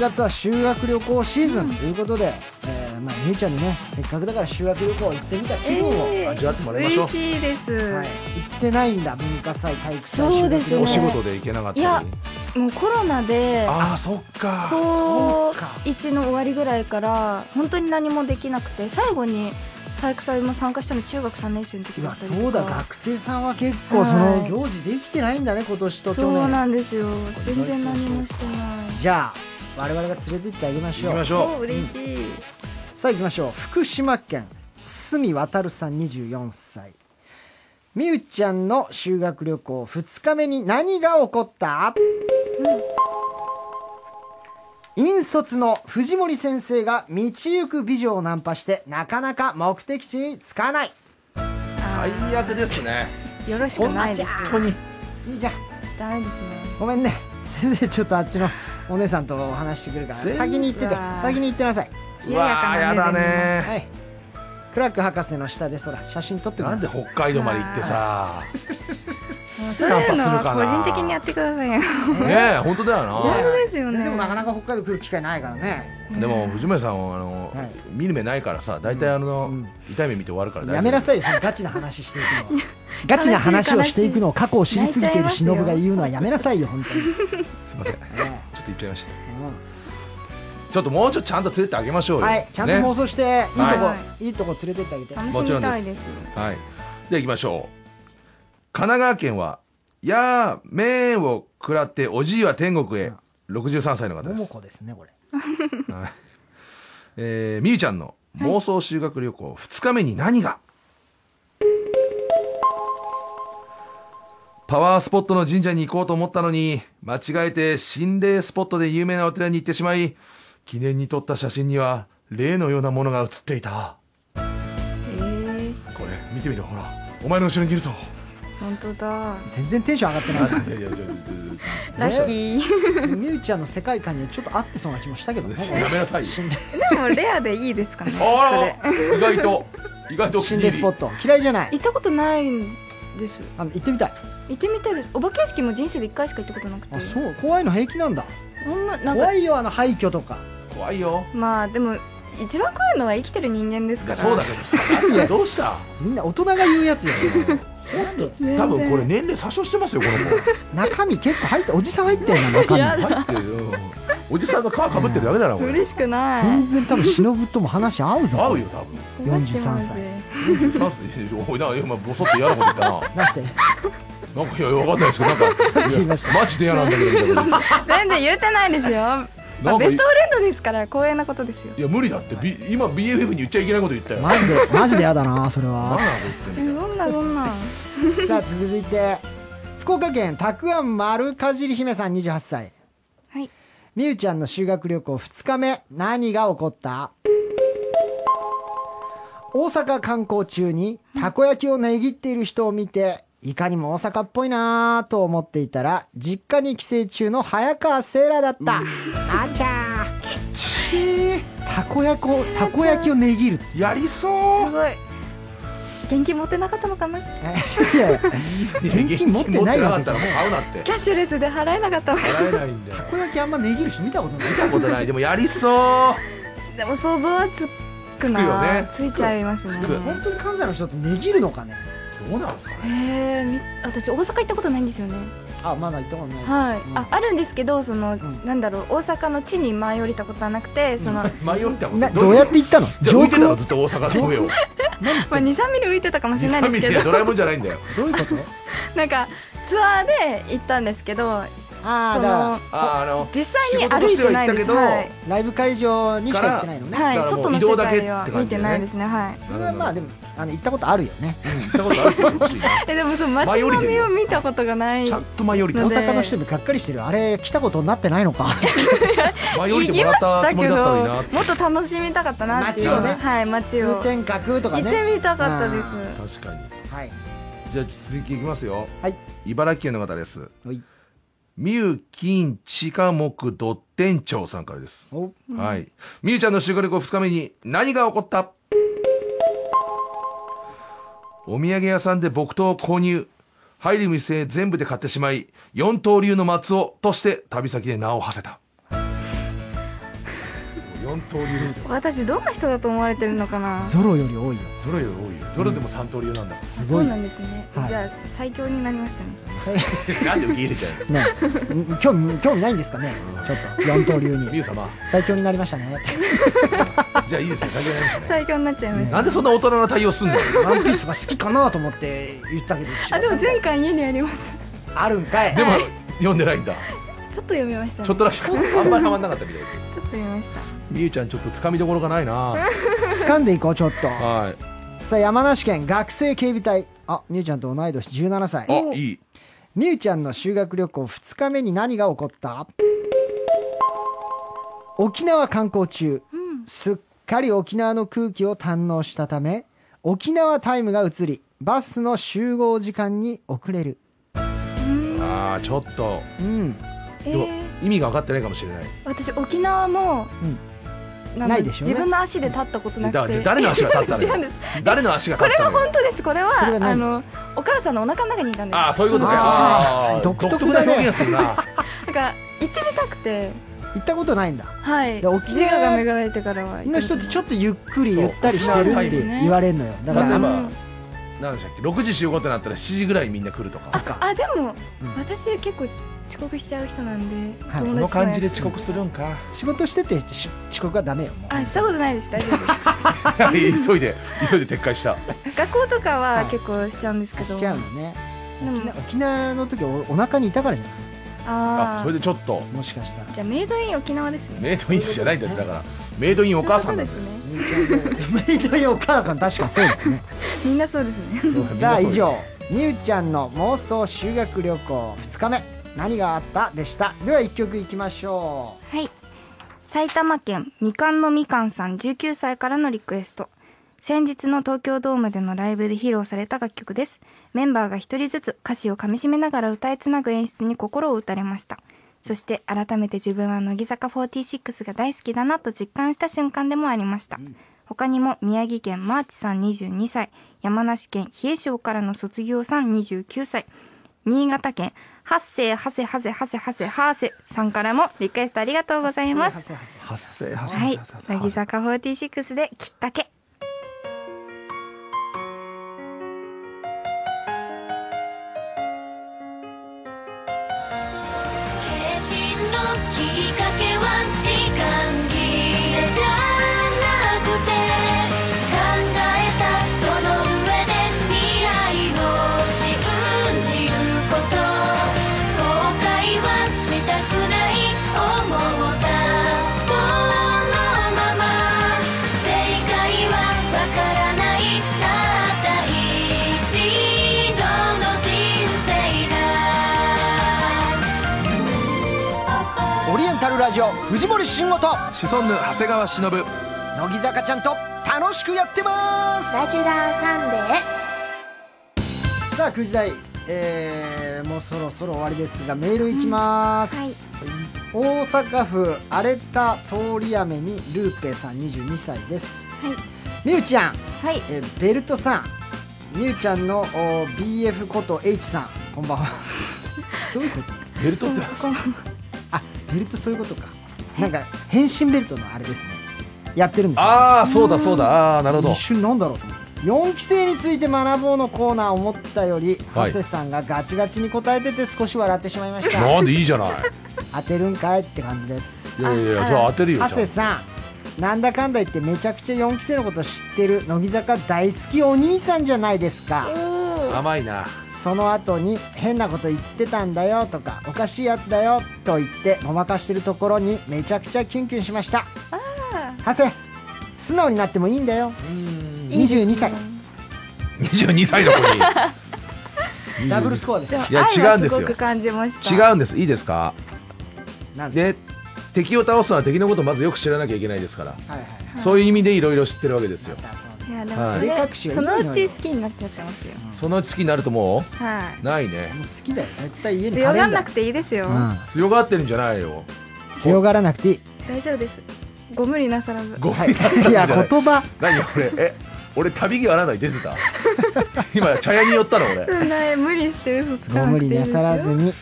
S1: 月は修学旅行シーズンということで、えーまあ、みゆちゃんにねせっかくだから修学旅行行ってみた気分を、
S3: 味わってもらいましょ
S7: 嬉
S3: う
S7: しいです、
S1: はい、行ってないんだ文化祭体育祭
S7: そうですね
S3: お
S1: 修
S3: 仕
S1: 学旅行
S3: 事で行けなかった
S7: いや
S3: のに
S7: もうコロナで
S3: ああそっか
S7: 高
S1: そうか
S7: 1の終わりぐらいから本当に何もできなくて最後に体育祭も参加したの中学3年生の時
S1: い
S7: だ
S1: や
S7: ったりとか
S1: そうだ学生さんは結構その
S7: はい
S1: 行事できてないんだね今年と去
S7: そ
S1: 年
S7: うなんですよ全然何もしてない
S1: じゃあ我々が連れて行ってあげまし
S3: 行
S1: ょ
S3: き
S1: う
S3: まし
S7: 超
S3: ょ
S7: 嬉しい、
S1: さあ行きましょう福島県堤渉さん24歳みゆちゃんの修学旅行2日目に何が起こった、引率の藤森先生が道行く美女をナンパしてなかなか目的地に着かないう
S3: 最悪ですね
S7: よろしくないです
S3: 本当に
S1: いいじゃん
S7: ダメですね
S1: ごめんね *laughs* 先生ちょっとあっちのお姉さんとお話してくるから
S3: 全然
S1: 先に行ってて
S7: うわー
S1: 先に行ってなさいう
S3: わーやだね
S1: はいクラック博士の下でそら写真撮ってく
S3: な
S1: だ
S3: ん
S1: さ
S3: で
S1: い
S3: 北海道まで行ってさ
S7: もうそうい
S3: ナンパす
S7: うの
S3: るかな
S7: は個人的にやってくださいよ
S3: ねえ本当だよ
S7: 本
S3: な
S7: 当ですよね
S1: 先生もなかなか北海道来る機会ないからね
S3: でも藤森さんはあの、
S1: はい
S3: 見る目ないからさ大体あの、
S1: うん
S3: 痛い目見て終わるから大丈夫
S1: やめなさいよそのガチな話していくのはガチな話をしていくのを過去を知りすぎている忍が言うのはやめなさいよ本当に、
S3: すいませんちょっ
S1: ね
S3: と言っちゃいました
S1: う
S3: ちょっともうちょっとちゃんと連れてあげましょうんよ
S1: はいちゃんと放
S3: ね
S1: 送して、いいとこ、、
S7: はい
S1: いとこ連れてってあげて
S7: 楽
S3: も
S7: し
S3: ちろ
S7: み
S3: んで
S7: たい
S3: す
S7: です
S3: はいでは行きましょう神奈川県は「やーめーを食らっておじいは天国へ」63歳の方で
S1: 桃
S3: す
S1: 子ですねこれ
S3: はいえーみゆちゃんの妄想修学旅行2日目に何が、パワースポットの神社に行こうと思ったのに間違えて心霊スポットで有名なお寺に行ってしまい記念に撮った写真には霊のようなものが写っていた
S7: えー
S3: これ見てみろほらお前の後ろにいるぞ
S7: 本当だ
S1: 全然テンション上がってない
S3: いやいやちょっ
S7: ラッキ
S3: *laughs*
S7: ー
S1: みゆちゃんの世界観にはちょっと合ってそうな気もしたけどね
S3: とやめなさいよ
S7: でもレアでいいですかね
S3: あら意外と意外とお気
S1: 心
S3: に入
S1: 霊
S3: り
S1: スポット嫌いじゃない
S7: 行ったことないんです
S1: あの行ってみたい
S7: 行ってみたいですお化け屋敷も人生で一回しか行ったことなくて
S1: あそう怖いの平気なんだ
S7: ほんまなんか
S1: 怖いよあの廃墟とか
S3: 怖いよ
S7: まあでも一番怖いのは生きてる人間です
S3: い
S7: か
S3: や
S7: ら
S3: そうだけどさどうした
S1: みんな大人が言うやつや
S3: *laughs*
S1: ねもっと
S7: 全然
S3: 多分これ年齢詐称してますよこ
S1: 中身結構入っておじさん入ってるな中
S7: や
S1: 身
S3: の子入ってるよおじさんの皮かぶってるだけだなこれ
S7: 嬉しくない
S1: 全然多分忍とも話合うぞ
S3: 合うよ多分
S1: 43歳
S3: サンスでおいなんか今ボソッと嫌なこと言ったな
S1: だって
S3: なんかいやわかんないですけどなんかい
S1: 言い
S3: や
S1: ました
S3: マジで嫌なんだけどみたいななんか
S7: 全然言うてないですよ、まあ、ベストフレンドですから光栄なことですよ
S3: いや無理だって、B、今 BFF に言っちゃいけないこと言ったよ
S1: マジでマジでやだなそれ
S3: なん
S1: は
S3: だこいつみた
S7: え
S3: い
S7: そ
S3: なん
S7: なそんな
S1: さあ続いて福岡県たくあん丸かじり姫さん28歳
S7: はい
S1: みゆちゃんの修学旅行2日目何が起こった大阪観光中にたこ焼きを値切っている人を見ていかにも大阪っぽいなぁと思っていたら実家に帰省中の早川セイラだったあちゃーたこ焼きをたこ焼きを値切
S7: *laughs*
S1: る
S3: やりそう
S7: すごい現金持ってなかったのかなキ
S1: いやいやた現
S3: 現
S1: 金持ってないわ
S3: わ
S1: け
S3: けだったらもう買うなって
S7: ャッシュレスで払えなかったのか
S3: 払えないんだよ
S1: こ焼きあんま値切る人見たことない
S3: 見たことないでもやりそう
S7: でも想像はつくな
S3: つくよね
S7: ついちゃいますね
S3: つく
S1: 本当に関西の人って値切るのかね
S3: どうなんですかね
S7: えーみ私大阪行ったことないんですよね
S1: あまだ行ったことない
S7: はい、
S1: うん
S7: ああるんですけどその、
S1: ん
S7: なんだろう大阪の地に舞い降りたことはなくてその、ま
S3: 迷ったこと
S1: などうやって行ったの
S3: じゃあ浮
S1: 上
S3: いてたの
S1: 空
S3: ずっと大阪の上を
S7: あ、23ミリ浮いてたかもしれな
S3: 23
S7: いです
S3: ミ
S7: け
S3: リで
S7: ど
S3: ドラえもんじゃないんだよ
S1: どういうこと
S7: *laughs* なんかツアーで行ったんですけど
S1: あ
S7: そ
S1: あだか
S7: の
S3: あーあの
S7: 実際に歩いてないです
S3: 仕事としては行ったけ
S1: らライブ会場にしか行ってないのね
S7: はい、
S3: だ
S7: はい、
S3: からもう
S7: 外の
S3: 移動
S7: 世
S3: だけっ
S7: 界
S3: て
S7: は
S3: 感じだよね
S7: 見てないですねはい
S1: それはまあで
S3: も
S1: もあの行ったことあるよね
S3: 行ったことあるけど欲しいな
S7: えでもその街
S3: 舞い降り
S7: 並
S3: てるよ
S7: みを見たことがない
S3: ちゃんと舞い降り
S1: 大
S3: た
S7: なん
S1: 阪
S7: で
S1: の人にがっかりしてるあれ来たことになってないのか
S3: 舞い降りてもらったつもりだったのにな
S7: 行きましたけどもっと楽しみたかったなっていう
S1: 街をね
S7: はい街
S1: 通
S7: を行
S1: 天閣とかね
S7: ってみたかったです
S3: 確かに
S1: はい
S3: じゃあ続きいきますよ
S1: はい
S3: 茨城県の方です
S1: おい
S3: みゆきんちかもくど店長さんからです
S1: お
S3: はい。みゆちゃんの修学旅行2日目に何が起こったお土産屋さんで木刀を購入。入る店全部で買ってしまい、四刀流の松尾として旅先で名を馳せた。四刀流ですよ。
S7: 私どんな人だと思われてるのかな
S1: ゾロより多いよ *laughs*
S3: ゾロより多いよ。ゾロでも三刀流なんだ。
S1: す
S7: そ
S1: ご
S7: う
S1: い
S7: なんですね、
S1: はい
S7: じゃあ最強になりましたね
S3: *laughs* なんで受け入れちゃうの
S1: ねん興味興味ないんですかねちょっと四刀流
S3: み
S1: に
S3: ゆ様。
S1: 最強になりましたね
S3: じゃあいいですね。先にやりましょうね
S7: 最強になっちゃいました、
S3: なんでそんな大人の対応すんの
S1: ワンピースが好きかなと思って言ったけど
S7: あでも前回家にあります
S1: あるんかい
S3: でも、
S7: *laughs*
S3: 読んでないんだ。
S7: ちょっと読みました、ね、
S3: ちょっとだけ、 *laughs* あんまりハマんなかったみたいです。
S7: ちょっと読みました
S3: みゆちゃんちょっと掴みどころがないな。
S1: 掴んでいこうちょっと
S3: はい。
S1: さあ山梨県学生警備隊あみゆちゃんと同い年17歳
S3: あ、いい。
S1: みゆちゃんの修学旅行2日目に何が起こった沖縄観光中、すっかり沖縄の空気を堪能したため沖縄タイムが移りバスの集合時間に遅れる
S3: ああ、ちょっと。
S1: うん
S7: え
S3: でも
S7: ー、
S3: 意味が分かってないかもしれない。
S7: 私沖縄も、んだ
S1: ないでしょうね
S7: 自分の足で立ったことな
S3: だから
S7: くて
S3: 誰の足が立ったの
S7: *laughs* 違うん
S3: よ
S7: です。
S3: 誰の足が
S7: こ
S3: 立った
S7: れは
S3: のよ。
S7: 本当ですこれは
S1: それは何
S7: あのお母さんのお腹の中にいたんです
S3: ああ、そういうことか。
S7: は
S3: ああ
S1: 独特だね
S3: な表現するな。
S7: いだから行ってみたくて
S1: 行ったことないんだ
S7: はい
S1: で沖縄
S7: 自我が芽生えてからは
S1: の人ってちょっとゆっくり
S3: そう
S1: ゆったりしてる
S3: そ
S1: っ
S3: うで
S1: て
S3: す
S7: ね
S1: 言われるのよだか
S3: 例え
S1: ら
S3: ば、なんでしたっけ、六時集合ってなったら、七時ぐらいにみんな来るとか。
S7: ああでも、
S1: うん
S7: 私結構遅刻しちゃう人なんで、
S1: はい
S7: 友達と
S3: こ
S7: の
S3: の感じで
S7: やつ
S3: 遅刻するん *laughs* か。
S1: 仕事しててし遅刻はダメよもう
S7: あしたことないです大丈夫で
S3: 急いで、急いで撤回し
S1: *laughs*
S3: た。
S7: す学校とか
S1: はい
S7: は結構しちゃうんですけど、
S1: しちゃうのね
S7: でも
S1: 沖縄沖縄の時おお腹にいたからじゃない
S3: あ
S7: あ、
S3: それでちょっと。
S1: もしかしたら
S7: じゃあメイドイン沖縄ですね
S3: メイドインじゃないんだよ、だから。メイドインお母さんな
S7: そうんいう
S3: だ
S7: こ
S3: よ
S7: と。ですね
S1: *laughs* みゆちゃんのメイドインお母さん確かそうですね
S7: みんなそうですね
S1: さあ以上みゆちゃんの妄想修学旅行2日目何があったでしたでは1曲いきましょ
S7: はい。埼玉県みかんのみかんさん19歳からのリクエスト。先日の東京ドームでのライブで披露された楽曲ですメンバーが一人ずつ歌詞をかみしめながら歌いつなぐ演出に心を打たれましたそして改めて自分は乃木坂46が大好きだなと実感した瞬間でもありました、他にも宮城県マーチさん22歳山梨県冷え性からの卒業さん29歳新潟県ハッセイハセハセハセハセハーセさんからもリクエストありがとうございます
S4: 発生発
S7: はい
S4: 生発生
S7: 乃木坂46できっかけ
S6: 決心のきっかけは時間切れじゃなくて考えたその上で未来を信じること後悔はしたくない思ったそのまま正解はわからないたった一度の人生だ
S1: オリエンタルラジオ藤森慎吾と
S3: シソンヌ長谷川忍
S1: 乃木坂ちゃんと楽しくやってます
S2: ラジラーサンデー
S1: さあ9時台、えーもうそろそろ終わりですがメールいきます、大阪府荒れた通り雨にルーペさん22歳です、
S7: はい
S1: みゆちゃん、
S7: はい
S1: えーベルトさんみゆちゃんのお BF こと H さんこんばん
S3: *laughs*
S1: はどういうこと
S3: ベルトって
S1: あベルトそういうことかなんか変身ベルトのあれですねやってるんですよ
S3: ああそうだそうだああなるほど
S1: 一瞬なんだろうと思って4期生について学ぼうのコーナー思ったより、
S3: はい
S1: 長谷さんがガチガチに答えてて少し笑ってしまいました
S3: なんでいいじゃない
S1: 当てるんかいって感じです
S3: いやいやいやそれ当てるよ
S1: 長
S3: ちゃんと
S1: 谷さんなんだかんだ言ってめちゃくちゃ4期生のこと知ってる乃木坂大好きお兄さんじゃないですか
S3: 甘いな
S1: その後に変なこと言ってたんだよとかおかしいやつだよと言ってごまかしてるところにめちゃくちゃキュンキュンしました長谷素直になってもいいんだよ22歳
S3: 22歳の子に
S1: *laughs* ダブルスコアです
S3: いや
S7: 愛
S3: 違
S7: は
S3: うんですよ
S7: ごく感じました
S3: 違うんですいいですか
S1: なんです
S3: で敵を倒すのは敵のことをまずよく知らなきゃいけないですから、
S1: かはいはいはい
S3: そういう意味でいろいろ知ってるわけですよ
S1: あそう
S7: いやでもそ
S1: はい
S7: れ
S1: 目隠しはい
S7: そ
S1: いのよ
S7: のうち好きになっちゃってますよ
S3: そのうち好きになるとも
S7: は
S3: うないね
S1: もう好きだよ絶対家
S7: い
S1: に
S7: 強
S1: カレ
S7: が
S1: ン
S7: ん
S1: ダ
S7: な
S1: ー
S7: くていいですよ
S1: う
S3: 強がってるんじゃないよ
S1: ん強がらなくていい
S7: 大丈夫ですご無理なさらず
S3: ご
S1: は
S3: め
S1: い
S3: んなさい
S1: いや
S3: じゃない
S1: 言葉
S3: 何俺え俺旅際なんだに出てた *laughs* 今茶屋に寄ったの俺
S7: ない無理して嘘つ
S1: ご
S7: かな
S1: 無
S7: くてい
S1: 理
S7: いで
S1: な
S7: す
S1: さ
S7: よ
S1: らずに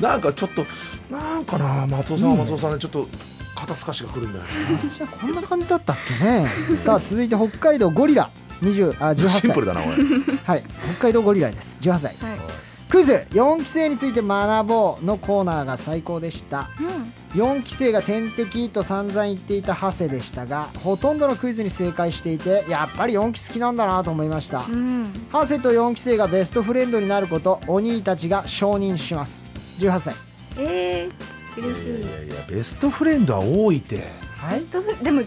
S3: なんかちょっとなんかな松尾さんは松尾さんでちょっと肩透かしがくるんだ *laughs* よね
S1: 私はこんな感じだったっけねさあ続いて北海道ゴリラ20あ18
S3: シン
S1: 歳
S3: プルだな俺
S1: はい北海道ゴリラです18歳
S7: はい
S1: クイズ4期生について学ぼうのコーナーが最高でした
S7: うん
S1: 4期生が天敵と散々言っていたハセでしたがほとんどのクイズに正解していてやっぱり4期好きなんだなと思いました
S7: うん
S1: ハセと4期生がベストフレンドになることお兄たちが承認します18歳
S7: えー嬉しい
S3: いやいやいやベストフレンドは多いって
S1: は
S7: ベストフレでも16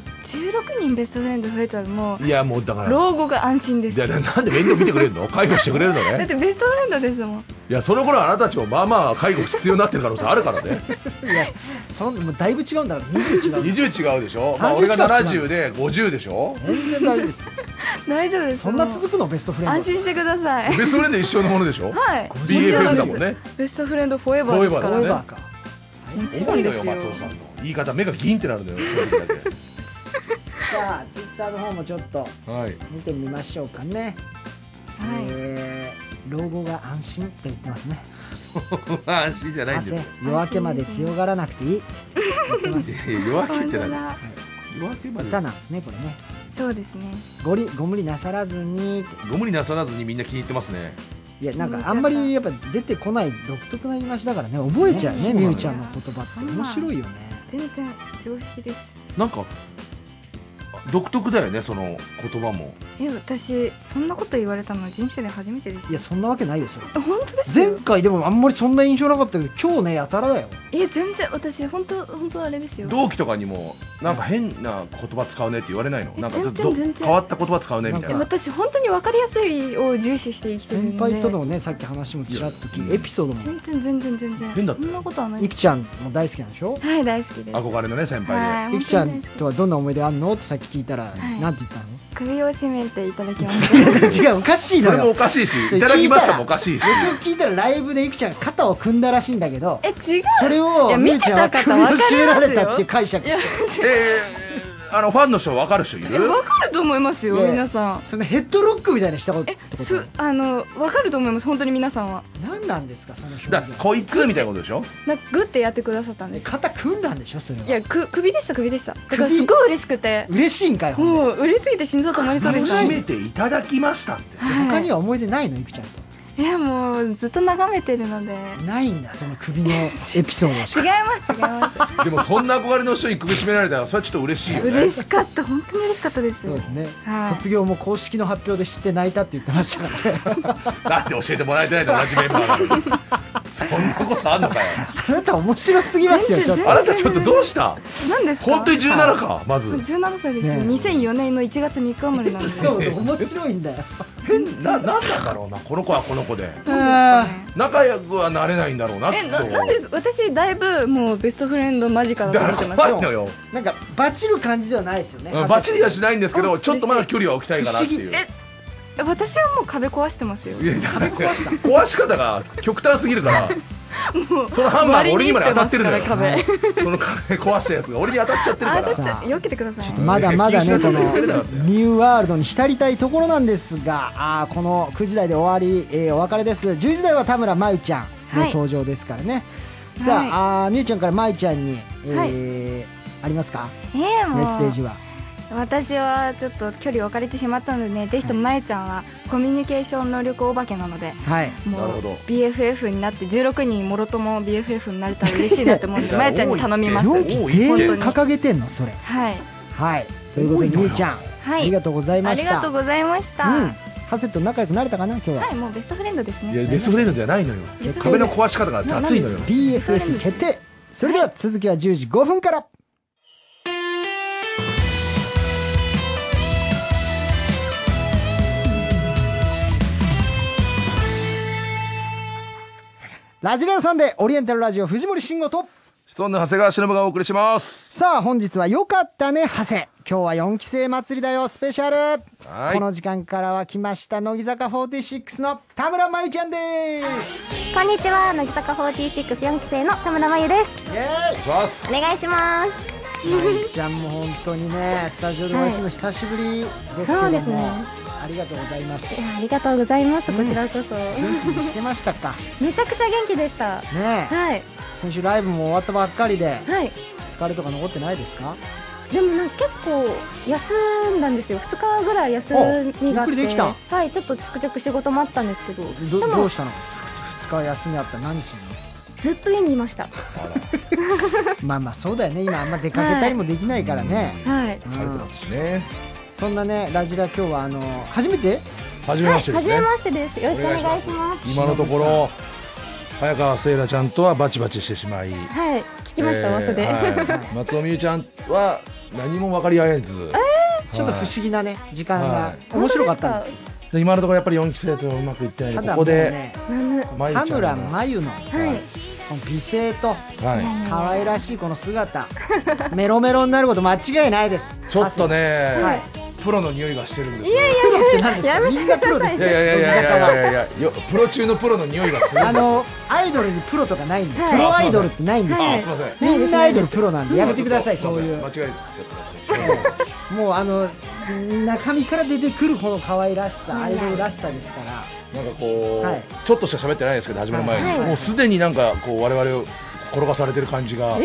S7: 人ベストフレンド増えたらもう
S3: いやもうだから
S7: 老後が安心で
S3: い
S7: す
S3: やななんで面倒見てくれるの介護してくれるの
S7: だっ
S3: ね
S7: てベストフレンドですもん
S3: いやその頃あなたたちもまあまあ介護必要になってる可能性あるからね
S1: いやそんもうだいぶ違うんだから20違う
S3: 20違うでしょ、まあ、
S1: 30
S3: 俺が
S1: 違う
S3: 70で50でしょ
S1: 全然大丈夫
S7: *laughs*
S1: ですよ
S7: 大丈夫です
S1: そんな続くのベストフ
S7: く
S1: レン
S7: 安
S1: ド
S7: 心してくださ
S3: *laughs*
S7: い
S3: ベストフレンド一生のものでしょ
S7: はい
S3: BFF だもんね
S7: ベストフレンドフォーエバーですか
S1: フ
S3: フ
S1: ォ
S3: ォ
S1: ー
S3: ー
S1: エ
S3: エ
S1: バ
S7: ら
S3: バ
S1: ー
S3: ー
S1: か
S7: もちろ
S3: 多
S7: ん
S3: い
S7: で
S3: の
S7: す
S3: よ
S7: よ
S3: 松尾さんの言い方目がギンってなるのよそういう時だけ
S1: じゃあツイッターの方もちょっと
S3: はい
S1: 見てみましょうかね、
S7: はい
S1: えー老後が安心と言ってますね
S3: 安心じゃないん
S1: 汗
S3: です
S1: 夜明けまで強がらなくていいって言ってます
S3: よいや夜明け
S7: 本
S3: ってな
S7: 当
S3: んだ
S7: だ
S3: 夜明けまで
S1: 歌なんですねこれね
S7: そうですね
S1: ごりご無理なさらずにって
S3: ご無理なさらずにみんな気に入ってますね
S1: いやなんかあんまりやっぱ出てこない独特な言い回しだからね覚えちゃう
S3: そ
S1: ね
S3: うなの
S1: み
S3: よ
S1: ゆちゃんの言葉って面白いよね
S7: 全然常識です
S3: なんかあ独特だよねその言葉も
S7: え私そんなこと言われたの人生で初めてです
S1: いやそんなわけないよそれ
S7: え本当です
S1: 前
S7: よ
S1: 回でもあんまりそんな印象なかったけど今日ねやたらだよ
S7: え全然私本当本当あれですよ
S3: 同期とかにもなんか変な言葉使うねって言われないの
S7: え
S3: なんかちょっと
S7: 全然全然
S3: 変わった言葉使うねみたい
S7: え
S3: な
S7: 私本当に分かりやすいを重視して生きてるん
S1: 先
S7: で
S1: 輩とのねさっき話もちらっと聞いてエピソードも
S7: 全然全然全然
S3: 変だっ
S7: そ
S3: たよ
S7: んなことはない
S1: い
S7: で
S1: く
S7: す
S1: ちゃんも大好きなんでしょ
S7: はい大好きです
S3: 憧れのね先輩
S7: はい
S1: いくちゃん
S7: 本当に大好き
S1: とはどんな思い出あんのってさっき聞いたら、
S7: い
S1: なんて言ったの
S7: 首を絞めていただきました。
S1: 違うおかしい
S3: そ
S1: の *laughs*
S3: れもお
S1: よ
S3: かしいし、
S1: それ
S3: いただきましたもおかしいし。
S1: よく聞いたらライブでゆきちゃんが肩を組んだらしいんだけど
S7: え違う。
S1: それ
S7: い
S1: を
S7: や
S1: みゆちゃんは
S7: 見てた
S1: 首
S7: 方
S1: を
S7: わかりますよ
S1: 絞められたっていう解釈
S7: いや違う
S3: えー、あのファンの人わかる人いる？
S7: えわかると思いますよ
S1: ねえ
S7: 皆さん。
S1: そのヘッドロックみたいなしたことっ
S7: え
S1: てこと
S7: すあのわかると思います本当に皆さんは。
S1: 何なんですかその表
S3: だ
S1: 現
S3: こいつみたいなことでしょ？
S7: なんかグってやってくださったんです。
S1: 肩組んだんでしょそれ
S7: い
S1: は
S7: やく首でした首でした。だから
S1: 首
S7: すごい嬉しくて
S1: 嬉しいんかいほんで
S7: もう嬉しすぎて心臓止まりそうでした。
S3: 締めていただきましたって。
S7: はい
S1: 他には思い出ないのゆきちゃんと
S7: いやもうずっと眺めてるので違い
S1: ないんだその首のエピソードをしか
S7: ます違い
S1: *laughs*
S7: ま
S3: でもそんな憧れの人に首絞められたらそれはちょっと嬉しいよ
S7: す
S3: ね。
S7: 嬉しかった本当に嬉しかったです
S1: そうですね、
S7: はい
S1: 卒業も公式の発表で知って泣いたって言ってましたからね
S3: だって教えてもらえてないと同じメンバーなのに。そんなことあんのかよ。
S1: あなた面白すぎますよちょっと
S3: あなたちょっとどうした？
S7: 何ですか
S3: 本当に17かまず。
S7: 17歳ですよ、
S1: ねえ
S7: 2004年の1月3日生まれなんです
S1: そ
S7: よ
S1: う面白いんだよ
S3: 変ななんなんだろうなこの子はこの子で
S1: あ
S3: 仲良くはなれないんだろうなきっ
S7: え
S3: と。
S7: ななんです私だいぶもうベストフレンド間近だと
S3: だから
S7: 思ってます
S3: 怖いのよ。
S1: ーなんかバチる感じではないですよね
S3: うんバチリはし
S1: い
S3: ないんですけ
S7: う
S3: ど
S7: ん
S3: ちょっとまだ距離は置きたいかなって
S1: 不
S3: いう。
S7: 私はもう壁壊してますよ
S3: いやだって壊し方が極端すぎるからそのハンマーが俺にまで当たってるのよ
S7: 周りに行ってます
S3: その壁壊したやつが俺に当たっちゃってる
S7: から
S3: か
S7: 壁あ
S3: ら
S7: ちょっと避けてください
S1: まだまだ
S3: 禁
S1: ね
S3: 止
S1: こ
S3: の
S1: の
S3: 状態で出なかったよ
S1: ニューワールドに浸りたいところなんですがあーこの9時台で終わり、えーお別れです10時台は田村真由ちゃんの登場ですからね、さ
S7: はい
S1: ああーみゆちゃんから真由ちゃんに、えー
S7: は
S1: ありますか
S7: えーもう
S1: メッセージは
S7: 私はちょっと距離を置かれてしまったのでねぜひともまえちゃんはコミュニケーション能力お化けなので
S1: はい
S3: なる
S7: もう
S3: ほど
S7: BFF になって16人もろとも BFF になれたら嬉しいなと思うんでまやちゃんに頼みます
S3: 多
S1: 4
S3: い
S1: 期
S3: 多い
S1: 全員
S7: 本当に
S1: 掲げてんのそれ
S7: はい
S1: はいということで
S3: 多いの
S1: み
S3: よ
S1: ゆちゃん、
S7: はい
S1: ありがとうござい
S7: あ
S1: まし
S7: り
S1: た
S7: がとうございました、
S1: うん、ハセット仲良くなれたかな今日は、
S7: はいもうベストフレンドです
S3: いや
S7: ね
S3: ベストフレンドじゃないのよ
S7: ベストフレ
S3: 壁
S7: ンド
S3: の
S7: です
S3: 壊し方が雑いのよ
S1: BFF 決定それでは続きは10時5分から、ラジオ屋さんでオリエンタルラジオ藤森慎吾と
S3: 質問の長谷川忍がお送りします
S1: さあ本日は良かったね長谷今日は4期生祭りだよスペシャル
S3: はい
S1: この時間からは来ました乃木坂46の田村真由ちゃんです
S2: こんにちは乃木坂464期生の田村真由です
S1: イエーイ
S3: します
S2: お願いします
S1: まゆちゃんも本当にねスタジオでお会いするの久しぶりですけども、
S2: そうですね
S1: ありがとうございま
S2: いや
S1: す
S2: ありがとうございますこちらこそ、
S1: 元気にしてましたか
S2: めちゃくちゃ元気でした
S1: ねえ
S2: はい
S1: 先週ライブも終わったばっかりで
S2: はい
S1: 疲れとか残ってないですか
S2: でもなんか結構休んだんですよ2日ぐらい休みがあ
S1: おゆっ
S2: っ
S1: くり
S2: て
S1: できた
S2: はいちょっとちょくちょく仕事もあったんですけど
S1: ど
S2: で
S1: ど
S2: も
S1: うしたの2日休みあったら何するの
S2: ずっと家にいました
S1: まあまあそうだよね今あんま出かけたりもできないからね、
S2: はい
S1: うん
S3: 疲れてますしね
S1: そんなねラジラ今日はあの初めて
S3: 初め
S2: は
S3: ま
S2: い
S3: してで
S2: 初
S3: すね
S2: めましてですよろしくお願いします
S3: お今のところ早川せいらちゃんとはバチバチしてしまい聞
S2: はい聞きました噂で、
S3: 松尾美優ちゃんは何も分かり合えず
S1: ちょっと不思議なね時間
S3: は
S1: が面白かったんですよ
S3: で今のところやっぱり4期生とうまくいってない
S1: た
S3: ので
S1: だ
S3: こ
S1: も
S3: こ
S1: う
S3: で
S1: ね
S2: *laughs* なんだ
S3: まゆ
S1: 田
S3: ちゃんが
S1: 村真由の
S2: はい
S1: この美声と
S3: は
S1: 可愛らしいこの姿メロメロになること間違いないです
S3: い、ちょっとね、
S1: はい
S3: プロの匂いがしてるんですよ。
S1: プロって何ですかみんなプロです
S3: いやいや
S1: よ乃
S3: いや
S1: 木
S3: い
S1: 坂
S3: やい
S1: は
S3: やいやよプロ中のプロの匂いがする
S1: あ
S3: んですよ。
S1: のアイドルにプロとかないんで
S2: はい
S1: プロアイドルってないんですよ
S3: あ、すみません。
S1: みんなアイドルプロなんでやめてください
S3: ちょっ
S1: そ
S3: と
S1: ういう
S3: 間違えちゃったかもしれないです
S1: もうあの中身から出てくるこの可愛らしさアイドルらしさですから
S3: けど。なんかこう、
S1: はい
S3: ちょっとしか喋ってないですけど始まる前に、
S1: はい
S3: もうすでになんかこう我々を転がされてる感じが。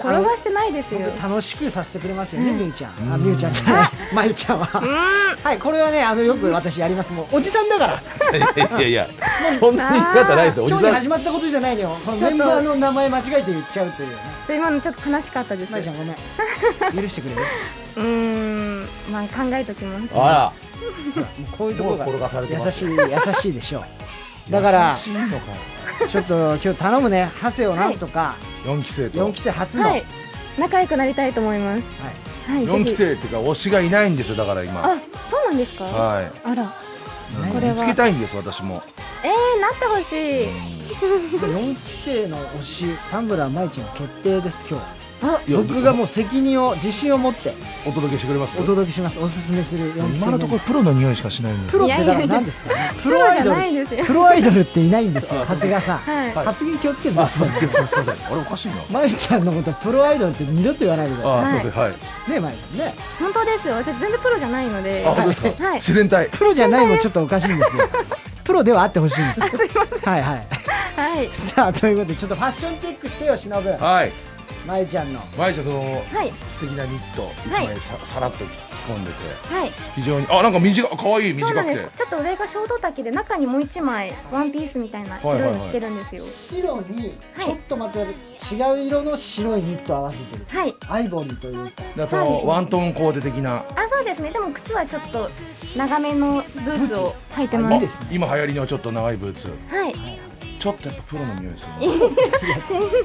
S2: 転がしてないですよ
S1: 楽しくさせてくれますよねみゆちゃんあみゆちゃんじゃないまゆちゃんははいこれはねあのよく私やりますもうおじさんだから
S3: いやいやいや、そんな言い方ないですよ。おじ
S1: 今日
S3: さ
S1: に
S3: ん。
S1: 始まったことじゃないのよこのメンバーの名前間違えて言っちゃうというね
S2: 今のちょっと悲しかったです
S1: まゆちゃんごめん *laughs* 許してくれる
S2: うーんまあ考えときます
S3: あ
S1: こういうところが
S3: もう転がされて
S1: 優
S3: ま
S1: し
S3: す
S1: い優しいでしょう
S3: ら。
S1: だから
S3: 優しいのか。
S1: ちょっと今日頼むね長谷をなんとか
S3: 四期生と。
S1: 4期生初の、はい
S2: 仲良くなりたいと思いますはい
S3: 四期
S2: ぜ
S3: 生っていうか推しがいないんですよだから
S2: ひ
S3: 今。
S2: あそうなんですか
S3: はい。
S2: あら
S1: ね
S2: これは
S3: 見つけたいんです私も。
S2: えー、なってほしい
S1: 4期生の推し田村舞ちゃん決定です今日
S3: いや
S1: 僕がもう責任を自信を持って
S3: お届けしてくれます
S1: お届けしますおすすめする4期生
S3: 今のところプロの匂いしかしないので
S1: プロってだから何ですかねプロアイドル
S7: ですよ
S1: プロアイドルっていないんですよ長谷川さん
S7: はい
S3: はい
S1: 発言気をつけてくだ
S3: あ
S1: さ
S3: す
S1: い
S3: いませんすいませんすいませんあれおかしいな
S1: まゆちゃんのことプロアイドルって二度と言わないでくださ
S3: あすいませんはい
S1: いねまゆちゃんね
S2: 本当ですよ私全然プロじゃないので
S3: あ本当ですか
S2: はい
S3: 自然体
S1: プロじゃないもちょっとおかしいんですよプロではあってほしいんですよはいはい
S2: はい
S1: さあということでちょっとファッションチェックしてよ忍
S3: はい
S1: まゆちゃんの
S3: 毎日その
S2: はい
S3: 素敵なニット一
S2: はい
S3: 枚ささらっと着込んでて
S2: はい
S3: 非常にあなんか短可愛い
S2: そうな
S3: 短
S2: ん
S3: く
S2: で
S3: て
S2: すちょっと上がショート丈で中にもう一枚ワンピースみたいな白いの着てるんですよ
S1: 白に
S2: はい
S1: ちょっとまた違う色の白いニットを合わせてる
S2: はい
S1: アイボリーというか
S3: だからそ
S2: そうです
S3: の
S2: ね
S3: ワントーンコーデ的な
S2: あそうですねでも靴はちょっと長めのブーツを履いて
S1: あ
S2: ま
S1: いい
S2: す
S1: ですね
S3: 今流行りのちょっと長いブーツ
S2: はい
S3: ちょっとやっぱプロの匂いする
S2: し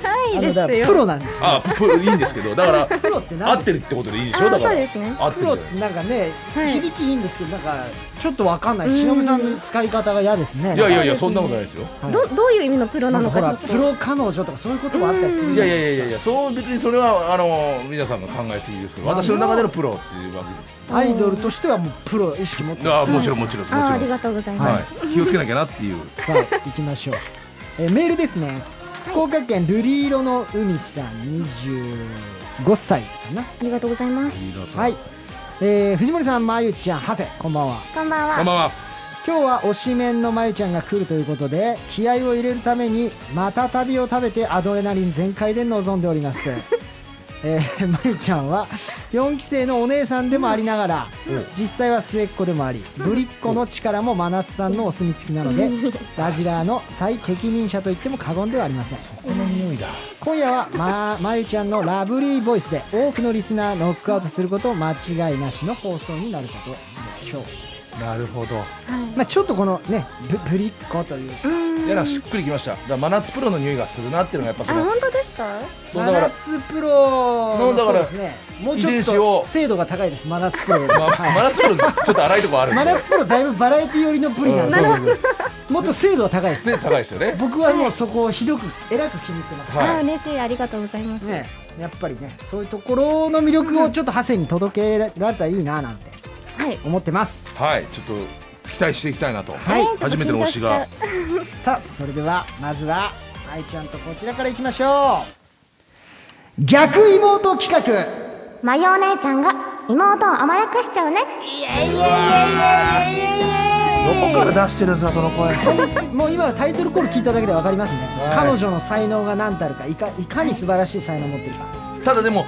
S2: ない
S1: あのだ
S2: です
S1: から
S2: よ
S1: プロなんですよ
S3: あプロいいんですけどだから
S1: プ *laughs* ロって
S3: 合
S1: 何で
S3: っ
S1: すか
S3: てるってことでいいで
S2: あ
S3: しょだか
S2: そう
S3: ら
S2: ですね
S3: 合って
S1: プ
S3: る
S1: ロってなんかね、
S2: はい
S1: 響きいいんですけどなんかちょっとわかんない忍さんの使い方が嫌ですね
S3: いやいやいや
S2: そ
S3: そ
S2: うんですね
S3: なことないですよ
S1: はい
S2: どどういう意味のプロ
S1: な
S2: なん
S1: か
S2: の
S1: ほ
S2: からち
S1: プ
S2: ょっと
S1: ロ彼女とかそういうこともあったりする
S2: うん
S3: い
S1: じゃ
S3: や
S1: ないい
S3: や
S1: ですか
S3: いやいやそう別にそれはあの皆さんの考えすぎですけど
S1: なんだ
S3: 私の中でのプロっていうわけ
S1: アイドルとしてはもうプロ意識持って
S3: でああもちろんもちろんですも
S2: あー
S3: ちろ
S2: あ
S3: ん
S2: り
S3: で
S2: が
S3: す
S2: とうございます、
S3: はい気をつけなきゃなっていう
S1: さあ行きましょう、えーメールですね福岡県瑠璃色の海さん25歳かな
S2: ありがとうございます
S3: リーダーさん
S1: はい、えー藤森さんまゆちゃんハセこんばんは
S2: こんばん
S3: こ
S2: は
S3: んばんは
S1: 今日は推しメンのまゆちゃんが来るということで気合を入れるためにまた旅を食べてアドレナリン全開で臨んでおり
S3: *laughs*
S1: ます、えーまゆちゃんは4期生のお姉さんでもありながら、実際は末っ子でもありぶりっ子の力も真夏さんのお墨付きなの
S3: *laughs*
S1: でラジラーの最適任者と言っても過言ではありません
S3: この匂いだ
S1: 今夜はままゆちゃんのラブリーボイスで多くのリスナーノックアウトすること間違いなしの放送になることでしょう、
S3: なるほど
S1: まあ、ちょっとこのねぶぶりっ子というか
S3: いやなんかしっくりきましただから真夏プロの匂いがするなっていうのがやっぱそ
S2: あ
S3: の
S2: 本当ですか
S3: そう
S1: 真
S3: だから
S1: 夏プロの
S3: のだ
S1: そ
S3: から
S1: うですねもう
S3: 遺伝
S1: ち
S3: 子
S1: ょっと
S3: を
S1: 精度が高いです真夏プロより
S3: *laughs* ま
S1: はい
S3: 真夏プロちょっと荒いとこある
S1: *laughs*
S3: ん
S1: 真
S3: で
S1: 夏プロだいぶバラエティ寄りのブリなんで
S3: うんそうですそう
S1: もっと精度は高いで
S3: です
S1: す
S3: *laughs* 背高いですよね
S1: 僕はもうそこをひどく偉く気に入ってます、
S3: はい
S2: あ嬉しいありがとうございます、
S1: ねやっぱりねそういうところの魅力をちょっとハセに届けられたらいいななんて
S2: はい
S1: 思ってます、
S3: はいちょっと期待していきたいなと
S1: はい
S3: 初めての推しが
S1: さあそれではまずは愛ちゃんとこちらからいきましょう逆妹企画
S2: マヨお姉ちゃんが妹を甘やかしちゃうね
S3: どこから出してるんですかその声
S1: もう今のタイトルコール聞いただけで分かりますね、
S3: い
S1: 彼女の才能が何たるかいかいかに素晴らしい才能を持ってるか
S3: ただでも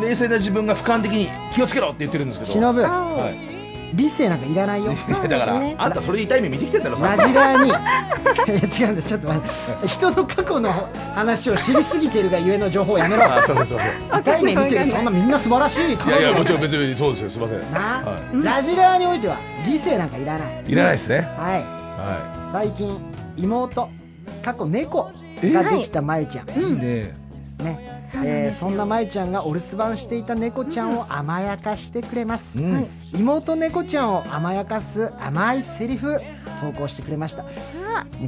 S3: 冷静な自分が俯瞰的に気をつけろって言ってるんですけ
S1: 忍
S3: どはい、い *laughs*
S1: 理性なんかいらないよ
S3: やだから、あんたそれ痛い目見てきてんだろさ
S1: ラジラーにいや違うんですちょっと待って人の過去の話を知りすぎてるがゆえの情報をやめろ
S3: あそうです *laughs* そうです
S1: 痛い目見てるそんなみんな素晴らしい *laughs*
S3: い
S1: 彼
S3: や
S1: 女
S3: いや
S1: な
S3: も
S1: んだ
S3: ちろん別にそうですよすいません
S1: な、
S3: は
S1: ラジラーにおいては理性なんかいらない
S3: いらないですね
S1: はい
S3: は
S1: 最近妹過去猫ができたまゆちゃん、
S3: いいいね
S1: ねえーそんなまゆちゃんがお留守番していた猫ちゃんを甘やかしてくれます、
S3: うん
S1: 妹猫ちゃんを甘やかす甘いセリフ投稿してくれました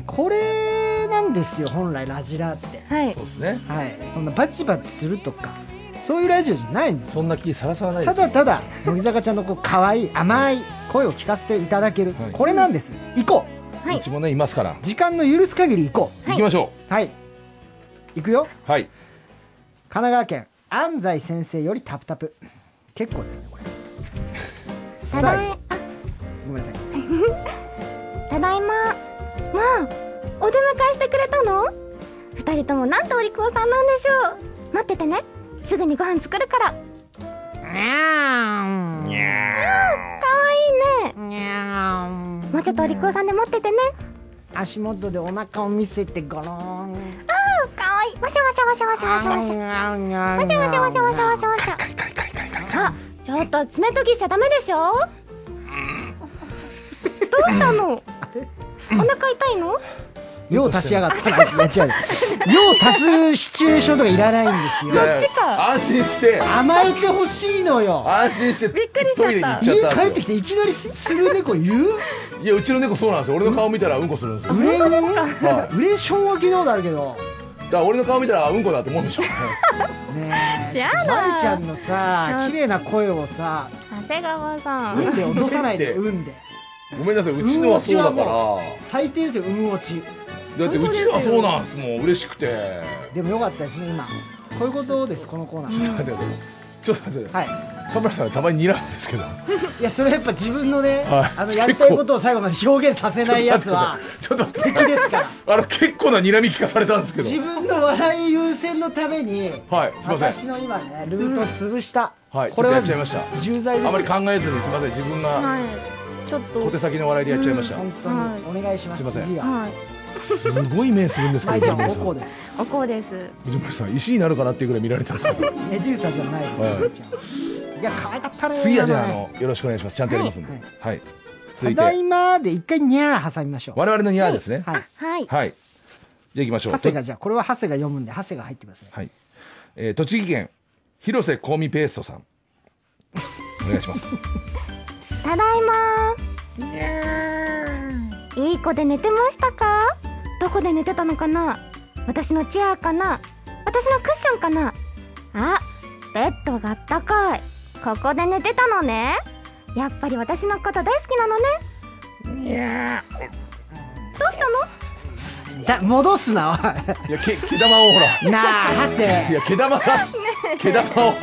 S1: これなんですよ本来ラジラーって
S2: はい
S3: そうですね
S1: はいそんなバチバチするとかそういうラジオじゃないんですよ
S3: そんな気さらさらないで
S1: た
S3: すよ
S1: だただ乃木坂ちゃんのこう可愛い甘い声を聞かせていただける、
S3: はい
S1: これなんです行こ
S2: はいう
S3: ちもねいますから
S1: う時間の許す限り行こ
S3: 行きましょ
S1: うはい行くよ
S3: うはい
S1: 神奈川県安西先生よりタプタプ結構ですねこれ
S2: た
S1: さ
S2: だい
S1: あごめんなさい
S2: あただいままあお出迎えしてくれたの二人ともなんてお利口さんなんでしょう待っててねすぐにご飯作るからにゃーかわいいねもうちょっとお利口さんで持っててね
S1: 足元でお腹を見せてゴローン
S2: かわいいわしゃわしゃわしゃわしゃわしゃわしゃわしゃわしゃわしゃわしゃわしゃわしゃあちょっと爪研ぎしちゃダメでしょどうした *laughs* のお腹痛いの
S1: 用足しやがったですね違う用足すシチュエーションとかいらないんですよ
S3: いや安心して
S1: 甘えてほしいのよ
S3: 安心して
S2: びっくりしちゃった
S3: トイレに行っちゃ
S1: 家
S3: った
S1: 帰
S3: ん
S1: っ
S3: で
S1: て
S3: す
S1: きていきなりすする猫いる
S3: よいやうちの猫そうなんですよ俺の顔見たらうんこするんですよ
S1: うれうれ
S3: はい
S1: うれションは聞いたことあるけど
S3: だから俺の顔見たらうんこだと思うでしょ
S1: ねね
S7: やだ
S1: まるちゃんのさ
S7: ちょ
S1: 綺麗な声をさ
S7: 長谷川さ
S1: うんで落とさないでうんで
S3: ごめんなさいうちのはそうだから
S1: 最低ですようん落ち
S3: だってうちのはそうなんすもん嬉しくて
S1: でもよかったですね今こういうことですこのコーナー
S3: ちょっと待って
S1: はい
S3: 田村さんがたまに睨むんですけど
S1: いやそれやっぱ自分のね、
S3: はい
S1: あのやりたいことを最後まで表現させないやつは
S3: *laughs* ちょっと待って
S1: 好
S3: く
S1: き
S3: ださい
S1: です
S3: *laughs*
S1: から
S3: あの結構な睨み聞かされたんですけど
S1: 自分の笑い優先のために
S3: はいすいません
S1: 私の今ねルートを潰した、
S3: はい
S1: これは
S3: ちょっとやっちゃいました
S1: 重罪です
S3: あまり考えずにすみません自分が
S7: はいちょっと
S3: 小手先の笑いでやっちゃいました
S1: 本当にお願いします、
S3: はいすいません
S1: 次は
S7: はい
S3: すごい目するんですけ
S1: ま
S3: ど
S1: いちゃん
S3: 藤
S1: おこ
S3: 森さ
S1: で
S3: ん
S1: す
S7: おこ
S2: *laughs*
S7: うです
S3: 藤森さん石になるかなっていうぐらい見られてますけど
S1: メデューサじゃないです、
S3: はい
S1: まいちゃんいや可愛かったね
S3: 次はじゃああ
S1: 今ね
S3: のよろしくお願いしますちゃんとやりますんで
S1: はい
S3: はい続
S1: た
S3: い
S1: だ
S3: て
S1: いまで一回にゃー挟みましょう
S3: 我々のニャーですね *laughs*
S1: はい
S8: は
S3: はい
S8: い
S3: じゃあ行きましょう
S1: ハセがじゃあこれはハセが読むんでハセが入ってください
S3: はい、えー、栃木県広瀬香美ペーストさんお願い
S1: *laughs*
S3: します
S8: ただいまいい子で寝てましたかどこで寝てたのかな私のチェアかな私のクッションかなあベッドがあったかいここで寝てたのねやっぱり私のこと大好きなのねどうしたの
S1: だ戻すなお
S3: いやけ毛玉をほら
S1: いなあハセ
S3: いや
S1: *laughs*
S3: 毛玉出す毛玉を
S1: もう一展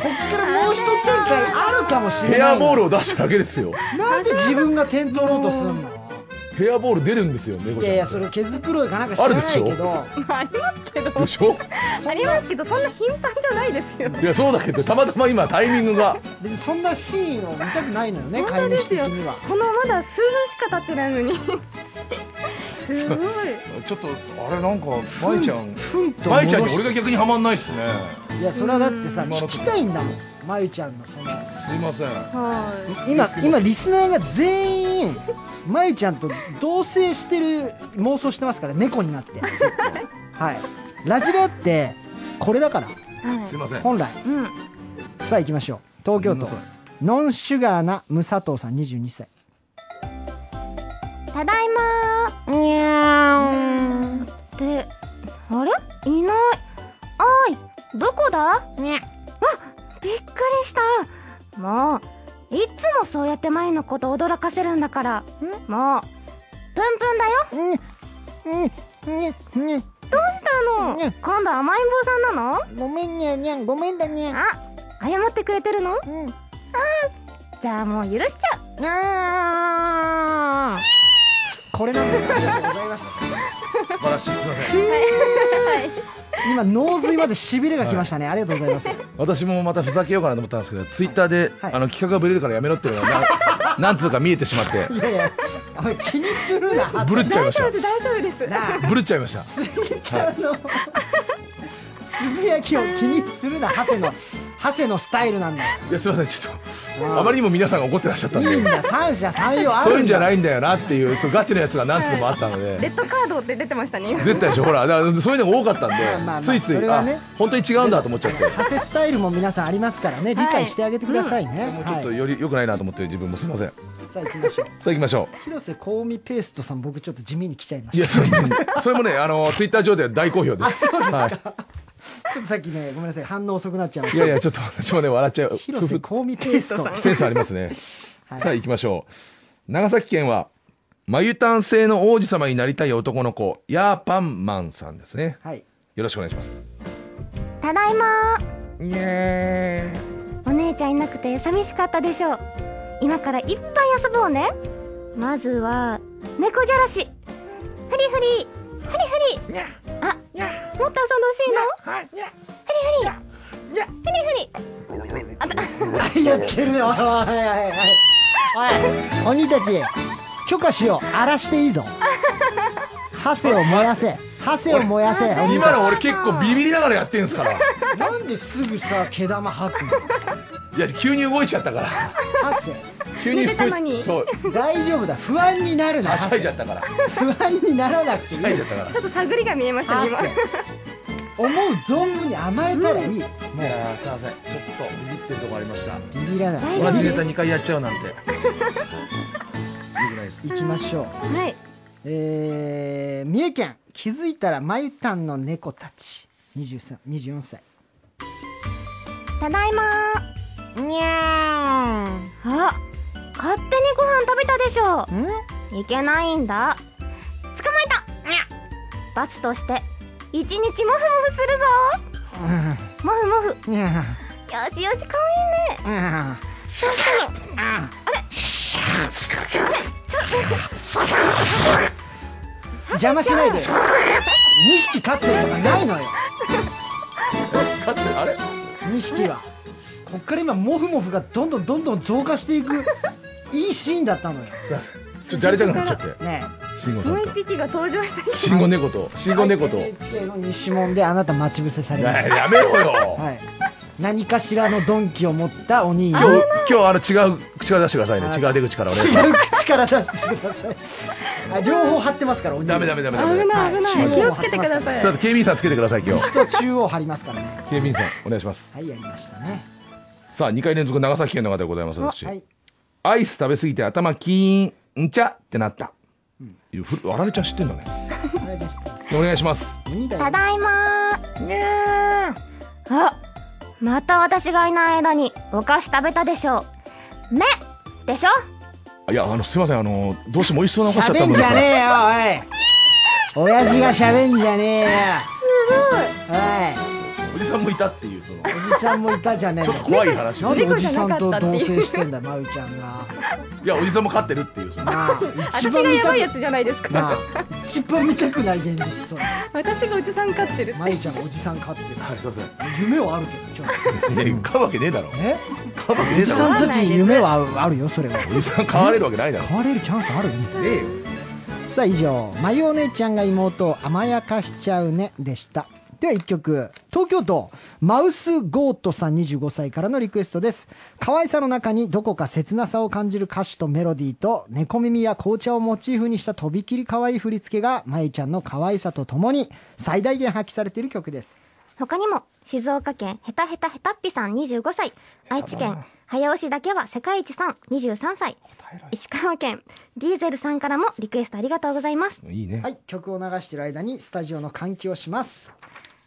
S1: 開あるかもしれない
S3: ヘアボールを出しただけですよ
S1: なんで自分が点取ろうとすんの
S3: ヘアボール出るんですよ猫
S1: い
S3: ちゃん
S1: やいやそれ毛づくろいかなんか知らないけ
S3: あるでし
S1: ど
S7: ありますけど
S3: でしょ
S7: ありますけどそんな頻繁じゃないですよ
S3: いやそうだけどたまたま今タイミングが
S1: 別にそんなシーンを見たくないのよね飼い
S7: で
S1: 主
S7: す
S1: 的
S7: よ
S1: には
S7: このまだ数分しか経ってな
S1: *laughs*
S7: いのにすごい
S3: ちょっとあれなんか舞ちゃん
S1: ふんと戻
S3: 舞
S1: し
S3: ちゃんに俺が逆にはまんないっすね
S1: いやそれはだってさ
S3: うん
S1: 聞きたいんだもんまゆちゃんのその
S3: すいませんは
S7: はい
S1: 今今リスナーが全 *laughs* 員まゆちゃんと同棲してる妄想してますから猫にな *laughs* ってはいラジラってこれだから
S3: いすいません
S1: 本来
S7: うん
S1: さあ行きましょう東京都
S3: ごめんなさ
S1: ノンシュガーな無佐藤さん22歳
S8: ただいまにゃーんであれいないおいどこだにゃあびっくりしたもういつもそうやって前のこと驚かせるんだからもうプンプンだよ
S1: うんうんうんうん
S8: あの
S1: にゃ
S8: 今度甘えん坊さんなの
S1: ごめんにゃにゃんごめんだにゃ
S8: あ謝ってくれてるの
S1: うん
S8: じゃあもう許しちゃう
S1: あーこれなんですありがとうございます
S3: 素晴らしいすいません
S1: 今脳髄までしびれがきましたね、ありがとうございます
S3: 私もまたふざけようかなと思ったんですけどツイッターで、
S1: はい
S3: あの企画がブレるからやめろっていうのが
S1: *laughs*
S3: ななんつうか見えてしまって
S1: いやいやおい気にするな
S3: ブルっちゃいまし
S7: 大丈夫です
S1: な *laughs*
S3: たブルっちゃいました
S1: あのつぶやきを気にするなハセのハセのスタイルなんだよ
S3: いやすいませんちょっとあまりにも皆さんが怒ってらっしゃったん
S1: いい
S3: で
S1: んだ三者三様あるんだ
S3: そういうんじゃないいんだよなっていうそうガチのやつが何つうもあったので、
S7: レッドカードって出てましたね今
S3: 出てたでしょほらだからそういうのが多かったんで、
S1: あまあ
S3: つい
S1: そ
S3: つい、
S1: れはね
S3: あ本当に違うんだと思っちゃって
S1: ハセスタイルも皆さんありますからね理解してあげてくださいね、
S3: もうちょっと
S1: はい
S3: より良くないなと思って自分もすみませんさ
S1: さあ行きましょう
S3: あ行きましょ
S1: 広瀬香美ペーストさん僕ちょっと地味に来ちゃいま
S3: う
S1: し
S3: いや
S1: た
S3: それそれもねあのツイッター上では大好評です
S1: そうですか
S3: はい、
S1: *laughs* ちょっとさっきねごめんなさい反応遅くなっちゃいまし
S3: い
S1: た
S3: やいやちょっと私もね笑っちゃう
S1: 広瀬香美ペースト *laughs* さん
S3: センスありますね、
S1: はい
S3: さあ行きましょう長崎県はマユタン製の王子様になりたい男の子ヤーパンマンさんですね
S1: はい
S3: よろしくお願いします
S8: ただいま
S3: イエー
S8: お姉ちゃんいなくて寂しかったでしょう今からいっぱい遊ぼうねまずは猫じゃらしフリフリフリフリあもっと遊んでほしいのフリフリフ
S1: やってるねおいおいおいおいおい鬼たち許可しよう荒らしていいぞハセを燃やせハセを燃やせ
S3: イ
S1: 鬼
S3: 今の俺結構ビビりながらやってんすからい
S1: なんですぐさ毛玉吐くの
S3: や急に動いちゃったから
S1: ハセ
S3: 急に
S7: 寝てたのに
S3: そう
S1: 大丈夫だ不安になるな
S3: は
S1: ハ
S3: しゃい
S1: セ
S3: じゃったからは
S1: 不安にならなくていい
S3: しゃいじゃったから
S7: ちょっと探りが見えました
S1: ハ
S7: ね
S1: セ
S7: 今
S1: 思う存分に甘えたらいい、
S3: いやーすいませんちょっとビビってるとこありました
S1: ビビらない
S8: リフリ
S3: 同じ
S8: フリ
S3: ネタ2回やっちゃうなんてよくないです
S1: 行きましょう
S7: はい
S1: えー、三重県気づいたらまゆたんの猫たち23 24歳
S8: ただいま
S6: にゃーん
S8: あ勝手にご飯食べたでしょいけないんだ捕まえた罰として一日モフモフするぞモフモフよ
S1: にゃ
S8: しよしかわいいね
S1: ーにゃー邪魔しないで2匹飼ってるとかないのよ
S3: だってあれ
S1: 2匹はこっから今モフモフがどんどんどんどん増加していくいいシーンだったのよ
S3: すいませんちょっとじゃれちゃくなっちゃって
S1: ね
S3: 慎吾さんと
S8: 匹が登場した
S3: 慎吾猫と
S1: え
S3: 慎吾猫と
S1: NHK の西門であなた待ち伏せされま
S3: や
S1: す
S3: やめろよ
S1: はい何かしらの鈍器を持ったお兄
S3: 今日今日あの違う口から出してくださいね違う出口から俺
S1: 違う口から出してくださいあ両方貼ってますからおにぎり
S3: ダメダメダメダメ
S8: 危ない危
S1: は
S8: ない
S1: い
S8: 気をつけてください
S3: ちょっと警備員さんつけてください今日
S1: 人中央貼りますからね
S3: 警備員さんお願いします
S1: はいやりましたね
S3: さあ2回連続長崎県の方でございます私
S1: はい
S3: アイス食べ過ぎて頭キーンんちゃってなった、いやふあられちゃん知ってんだね
S1: お願いします
S3: お願いします
S1: 鬼だよ
S8: ただいまあまた私がいない間にお菓子食べたでしょう目でしょ
S3: あいやあのすいませんあのどうしても美味しそうなお菓子だっ
S1: 喋
S3: たも
S1: ん
S3: ん
S1: じ
S3: です
S1: ゃ
S3: か
S1: ね
S3: ら
S1: えよおい親父が喋んじゃねえよすごい
S3: おじさんもいたっていうそのち
S1: おじさんもいたじゃねえ
S3: ょっと怖い話
S1: なん
S3: を
S1: でおじさんと同棲してんだまうちゃんがない
S3: やおじさんも飼ってるっていうその
S1: あ *laughs* 一番見たく
S7: つじゃないです
S1: なあ一番見たくない現実そう
S7: 私がおじさん飼ってる
S1: まゆちゃんがおじさん飼ってる
S3: はいすいません
S1: 夢はあるけどちょっと
S3: ねえ飼うわけねえだろ
S1: *laughs* え
S3: 飼うわけね
S1: お
S3: え
S1: じ
S3: だろ
S1: さんたちに夢はあるよそれは
S3: おじさん飼われるわけないだろね
S1: 変われるチャンスある
S3: えよ
S1: さあ以上「まゆお姉ちゃんが妹を甘やかしちゃうね」でしたでは1曲東京都マウスゴートさん25歳からのリクエストです可愛さの中にどこか切なさを感じる歌詞とメロディーと猫耳や紅茶をモチーフにしたとびきり可愛い振り付けがまゆちゃんの可愛さとともに最大限発揮されている曲です
S8: 他にも静岡県ヘタヘタヘタッピさん25歳愛知県早押しだけは世界一さん23歳石川県ディーゼルさんからもリクエストありがとうございます
S3: いいね
S1: はい曲を流している間にスタジオの換気をします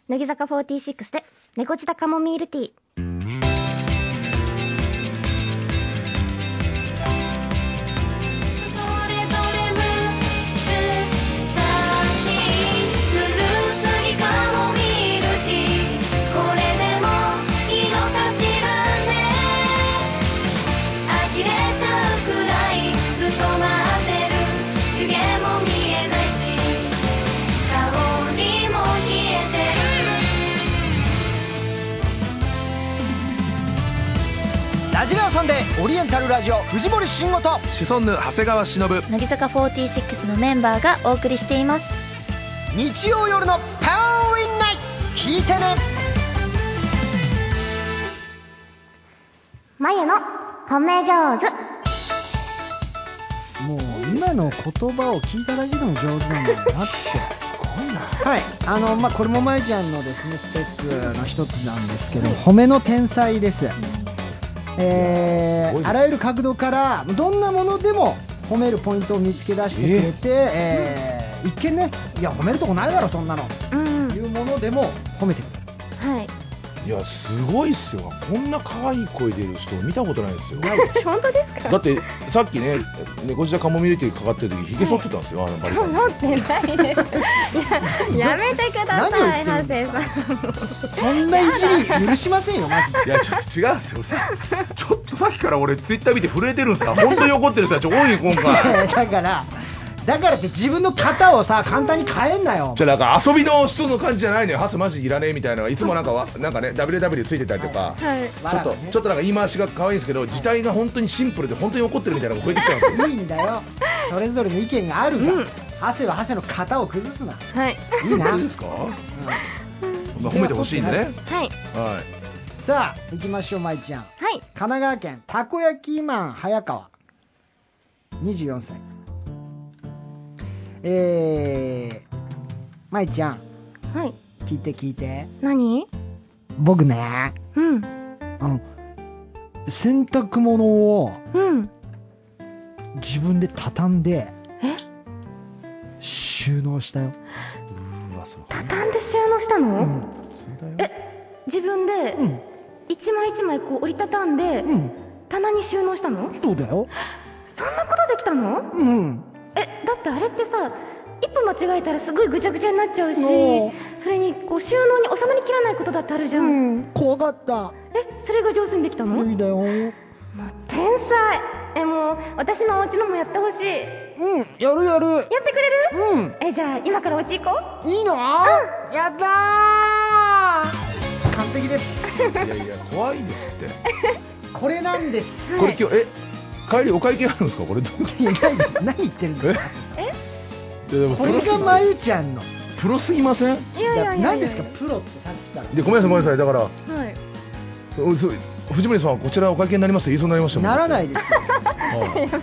S8: 乃木坂46で猫舌カモミールティー
S6: それぞれ難しいルルすぎかもミルティこれでもいいのかしらね呆れちゃうくらいずっと待ってる湯気も見えないし香りも冷えてる
S1: ラジラーさんでオリエンタルラジオ藤森慎吾と
S3: シソンヌ長谷川忍
S2: 乃木坂46のメンバーがお送りしています
S1: 日曜夜のパワーリンナイト聞いてね
S8: まゆの褒め上手
S1: もう今の言葉を聞いただけでも上手なんだなってすごいなはいあのまあこれもまゆちゃんのですねスペックの一つなんですけど褒めの天才ですえーあらゆる角度からどんなものでも褒めるポイントを見つけ出してくれて、えー一見ねいや褒めるとこないだろそんなの
S8: うん
S1: いうものでも褒めてくれる
S8: はい
S3: いやすごいっすよこんな可愛い声出る人見たことないですよ本当ですかだってさっきね猫舌カモミレティかかってる時ひげ剃ってたんですよ、あのバリカン
S8: 持ってないねいややめてくださいハセさ
S1: そ
S8: ん
S1: んないじり許しませんよマジで
S3: いやちょっと違うんですよさちょっとさっきから俺ツイッター見て震えてるんですか本当に怒ってる人たち多い今回
S1: *laughs* だからだからって自分の型をさ簡単に変えんなよ
S3: じゃあなんか遊びの人の感じじゃないのよハスマジいらねえみたいなのがいつもなんかわなんかね WW ついてたりとか、ちょっと、ちょっとなんか言い回しが可愛いんですけど、字体が本当にシンプルで本当に怒ってるみたいなのが増えてきたんですよ
S1: いいんだよそれぞれの意見があるから、ハセはハセの型を崩すな
S8: はい
S1: いいな
S3: どうですか、まあ褒めてほしいんでね
S8: はい
S3: は
S1: さあ行きましょうまいちゃん
S8: はい
S1: 神奈川県たこ焼きマン早川24歳えー、まいちゃん
S8: はい
S1: 聞いて聞いて
S8: 何
S1: 僕ね
S8: うん
S1: あの洗濯物を
S8: うん
S1: 自分で畳んで収納したよ
S3: い。うわそれ
S8: 畳んで収納したの、
S1: ん
S8: え自分で、
S9: 一枚一枚こう折りたたんで、
S1: うん
S9: 棚に収納したの
S1: そうだよ
S9: そんなことできたの
S1: うん
S9: えだってあれってさ一歩間違えたらすごいぐちゃぐちゃになっちゃうし
S1: おー
S9: それにこう収納に収まりきらないことだってあるじゃん、
S1: 怖かった
S9: えそれが上手にできたの、
S1: 無理だようん
S9: 天才えもう私のお家のもやってほしいや
S1: やるやる
S9: ってくれる
S1: うん
S9: えじゃあ今からお家行こう
S1: いいの、やったー完璧です
S3: *laughs* いやいや怖いですって
S1: これなんです
S3: これ今日え帰りお会計あるんですかこれどう
S1: いないです何言ってるんですか
S3: いやでも
S1: こ
S3: プロ
S1: れ
S3: す
S1: がまゆちゃんの
S3: プロすぎません
S9: いやいやいやいや
S1: 何ですかプロってさっきから
S3: でごめんなさいごめんなさいだから
S9: はい
S3: そうそう藤森さんはこちらお会計になりますって言いそうになりましたもん
S1: なら
S3: い
S1: ないですよ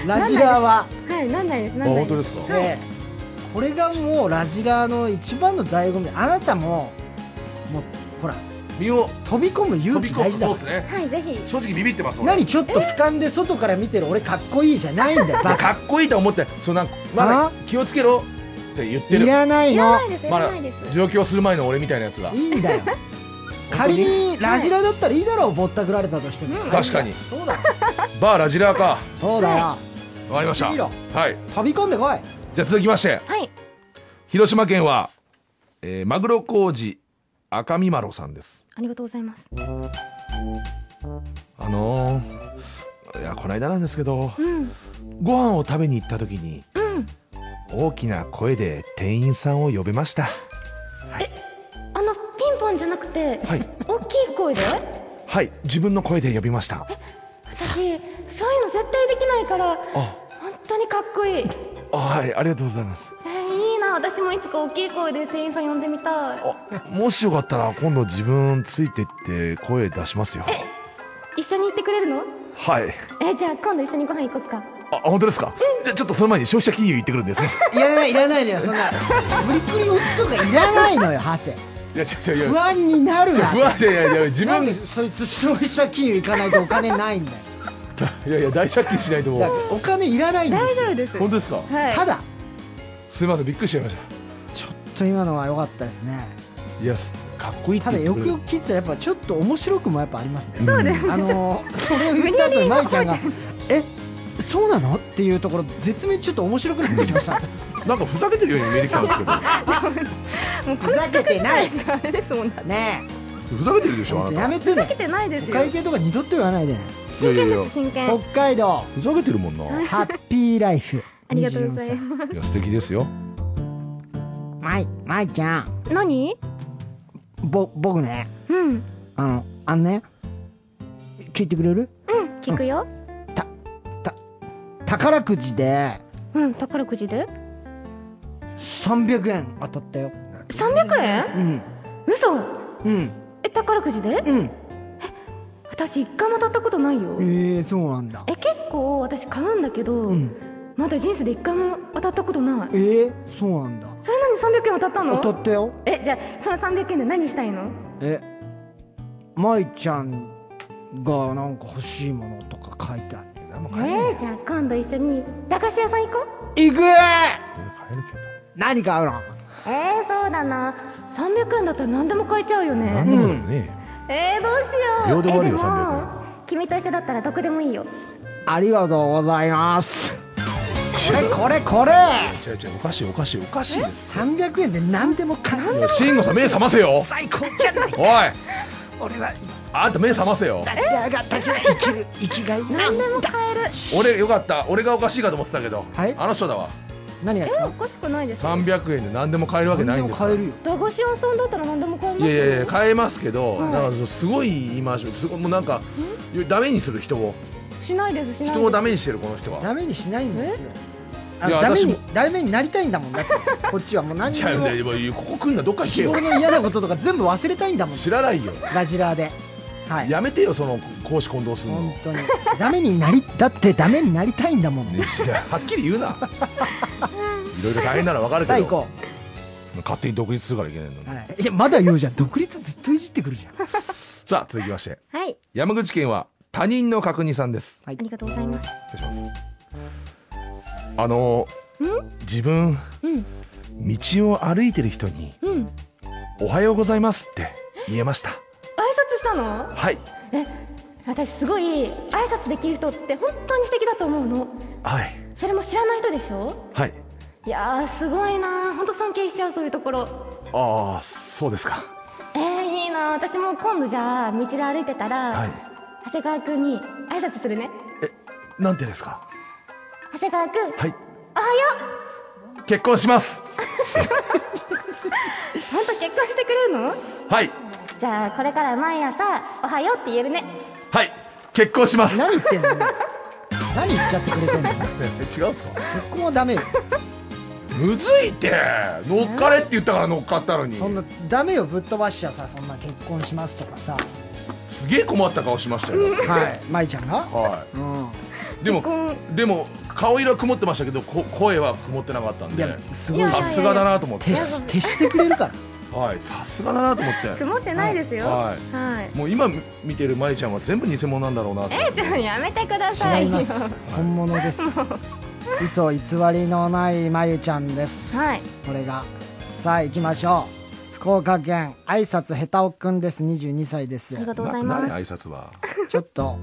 S1: *laughs* ラジラーは、
S9: はいなんないです
S3: あ
S9: なんな
S3: 本
S9: いで
S3: 当
S9: す
S3: ですか
S1: でこれがもうラジラーの一番の醍醐味あなたももうほら
S3: 身を
S1: 飛び込む勇
S3: 飛
S1: 気
S3: び
S1: 大
S3: 込む
S1: 事だ
S3: そう
S1: か
S3: で
S1: ら
S3: すね
S9: はいぜひ
S3: 正直ビビってます俺
S1: 何ちょっと俯瞰で外から見てる俺かっこいいじゃないんだよ
S3: まあ
S1: バ
S3: か
S1: カ
S3: っこいいと思ってそのなんかまだ
S1: あ
S3: 気をつけろって言っ
S1: *laughs*
S3: て
S1: い
S3: る
S1: らない
S9: い
S1: の
S9: らないですい
S3: ま
S9: ら
S3: だ
S9: ないです
S3: 上京する前の俺みたいなやつが
S1: いいん *laughs* だよ仮にラジラだったらいいだろうぼったくられたとしても
S3: 確かに
S1: そうだ
S3: バーラジラーか
S1: そうだよ
S3: わかりました
S1: 見ろ
S3: はい
S1: 飛び込んでこい
S3: じゃあ続きまして
S9: はい
S3: 広島県は、えーマグロ工事赤身マロさんです
S9: ありがとうございます
S3: あのー、いやこの間なんですけど
S9: うん
S3: ご飯を食べに行った時に
S9: うん
S3: 大きな声で店員さんを呼べました
S9: あのピンポンじゃなくて
S3: はい
S9: 大きい声で
S3: はい自分の声で呼びました
S9: 私そういうの絶対できないから
S3: あ
S9: 本当にかっこいいえ
S3: あはいありがとうございます
S9: ーいいな私もいつか大きい声で店員さん呼んでみたい
S3: あもしよかったら今度自分ついてって声出しますよ
S9: 一緒に行ってくれるの
S3: はい
S9: えじゃあ今度一緒にご飯行こうか
S3: あ本当ですかじゃあちょっとその前に消費者金融行ってくるんですいません
S1: いらないいらないのよそんな無理くり落ちとかいらないのよハセ
S3: いや違う違う違
S1: 不安になる
S3: う
S1: わ
S3: 不安じゃいやいや自
S1: なん
S3: 分
S1: で
S3: い
S1: そいつ消費者金融行かないとお金ないんだよ
S3: やいや大借金しないとも
S1: だ
S3: う
S1: からお金いらないんですよ
S9: 夫です
S3: 本当ですか
S9: はい
S1: ただ
S3: すいませんびっくりしちゃいました
S1: ちょっと今のは良かったですね
S3: いやかっこいいって
S1: ただ
S3: 言
S1: よ
S3: って
S1: く
S3: くれ
S1: よ
S3: る
S1: く聞いてたらやっぱちょっと面白くもやっぱあります
S9: *laughs*
S1: ね
S3: そうです
S1: あのーそれを言った後に舞ちゃんが「えそうなの?」っていうところ絶妙にちょっと面白くなってきました
S3: なんかふざけてるように見えてきたんですけど
S1: ふざけてない
S9: あ
S7: *laughs*
S9: れですもんね
S1: ね
S3: ふざけてるでし
S1: え
S3: ょあな
S1: やめて
S9: か
S1: ね
S9: けてないで
S1: お
S9: すよ
S1: 会計とか二度と言わないでね
S3: たいやいやいや
S9: 真剣
S1: 北海道
S3: ふざけてるもんな
S1: ハッピーライフ
S9: ありがとうござい
S1: ま
S9: ます
S3: いや素敵ですよ
S1: 舞舞ちゃん
S9: 何
S1: ぼ僕ね
S9: うん
S1: あのあのね聞いてくれる
S9: うん聞くよ
S1: 宝くじで
S9: うん宝くじで
S1: 300円当たったよ
S9: 300円
S1: うん
S9: 嘘
S1: うん
S9: え宝くじで
S1: うん
S9: 私一回も当たったことないよ
S1: ええそうなんだ
S9: え結構私買うんだけど、
S1: うん
S9: まだ人生で一回も当たったことない
S1: えー、そうなんだ
S9: それなのに300円当たったの
S1: 当たったよ
S9: えじゃあその300円で何したいの
S1: え舞ちゃんがなんか欲しいものとか書いてある
S3: 何も
S9: え
S3: 買えない
S9: ー、じゃあ今度一緒に駄菓子屋さん行こう
S1: 行く
S3: 買えるけど
S1: 何買うの
S9: えー、そうだな300円だったら何でも買えちゃうよ
S3: 何
S9: ね
S3: でもだよね
S9: えー、どうしよ
S3: 秒
S9: う
S3: で終わるよ
S9: えでも
S3: 300
S9: 君と一緒だったらどこでもいいよ
S1: ありがとうございますこれこれこれ
S3: 違う違うおかしいおかしいおかしいです
S1: 300円で何でも買う
S3: いや慎吾さん目覚ませよ
S1: 最高じゃない
S3: おい
S1: 俺は
S3: あんた目覚ませよ
S1: 今立ち上がったけど生きる生きがいなんだ
S3: 俺よかった俺がおかしいかと思ってたけど、
S1: はい
S3: あの人だわ
S1: 何がですか
S9: かしくないで
S3: 300円で何でも買えるわけないんですから
S1: 買えるよ
S9: 駄菓子屋さんだったら何でも買えます
S3: い
S9: よ
S3: やいやいや買えますけど、なんかすごい言い回しすごいもうなんかダメにする人を
S9: しないですしない
S3: 人
S9: で
S3: を
S9: す
S3: ダメにしてるこの人は
S1: ダメにしないんですよあ
S3: いや
S1: ダメに
S3: 私
S1: ダメになりたいんだもんだってこっちはもう何に
S3: ちゃう
S1: も
S3: ねもうここ来んなどっか行け
S1: 日
S3: よ
S1: 頃の嫌なこととか全部忘れたいんだもん
S3: 知らないよ
S1: *laughs* ラジラーではい
S3: やめてよその公私混同するの、
S1: 本
S3: ね、
S1: 当にダメになりだってダメになりたいんだもんね
S3: いやはっきり言うないろいろ大変ならわかるけ
S1: 最
S3: ど
S1: 高、
S3: 勝手に独立するからいけないのに、
S1: はい、いやまだ言うじゃん独立ずっといじってくるじゃん
S3: さあ続きまして
S9: はい
S3: 山口県は他人の確認さんです
S9: ありがとうございます
S3: お願いしますあの自分
S9: うん
S3: 道を歩いてる人に
S9: うん挨拶し
S3: 「おはようございます」って言えました
S9: ししたの
S10: はい
S9: 私すごい挨拶できる人って本当に素敵だと思うの
S10: はい
S9: それも知らない人でしょ
S10: はい
S9: いやーすごいなー本当尊敬しちゃうそういうところ
S10: ああそうですか
S9: えー、いいなー私も今度じゃあ道で歩いてたら、
S10: はい
S9: 長谷川君に挨拶するね
S10: えなんてですか
S9: 長谷川君
S10: はい
S9: おはよう
S10: 結婚します
S9: *laughs* 本当結婚してくれるの
S10: はい
S9: じゃあこれから毎朝おはようって言えるね
S10: はい結婚します
S1: 何言ってんの何言っちゃってくれてんの
S3: 違うんすか
S1: 結婚はダメよ
S3: むずいって乗っかれって言ったから乗っかったのに
S1: そんなダメよぶっ飛ばしちゃさそんな結婚しますとかさ
S3: すげえ困った顔しましたよ
S1: はい舞ちゃんが
S3: は
S1: うん
S3: いでもでも顔色は曇ってましたけどこ声は曇ってなかったん
S1: い
S3: で
S1: やすごい
S3: さすがだなと思って
S1: 消し消してくれるから
S3: はいさすがだなと思って
S8: 曇ってないですよは、
S3: はいいもう今見てる舞ちゃんは全部偽物なんだろうなと
S9: えー、ちょっとやめてくださ
S1: 違
S9: い
S1: い
S9: よ
S1: ます本物です嘘偽りのないまゆちゃんです
S8: はい
S1: これがさあ行きましょう福岡県挨拶へたおくんです22歳です
S8: ありがとうござい
S3: な
S8: ます
S3: ない挨拶は
S1: ちょっと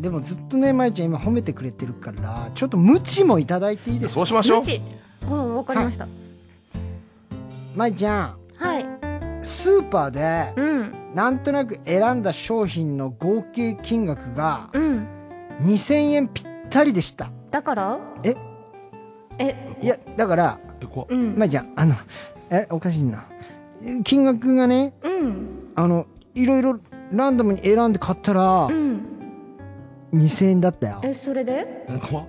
S1: でもずっとねまゆちゃん今褒めてくれてるからちょっと無知もいただいていいです
S3: そ
S1: か
S3: うしましょう
S9: うんわかりました
S1: まゆちゃん
S9: はい
S1: スーパーで
S8: うん
S1: なんとなく選んだ商品の合計金額が
S8: うん
S1: 2000円ぴったりでした
S8: だから
S1: え
S9: え
S1: いやだから
S3: え怖っ
S9: うん
S1: まあじゃああのえおかしいな金額がね
S8: うん
S1: あのいろいろランダムに選んで買ったら、
S8: うん
S1: 2000円だったよ
S9: えそれで
S3: え怖っ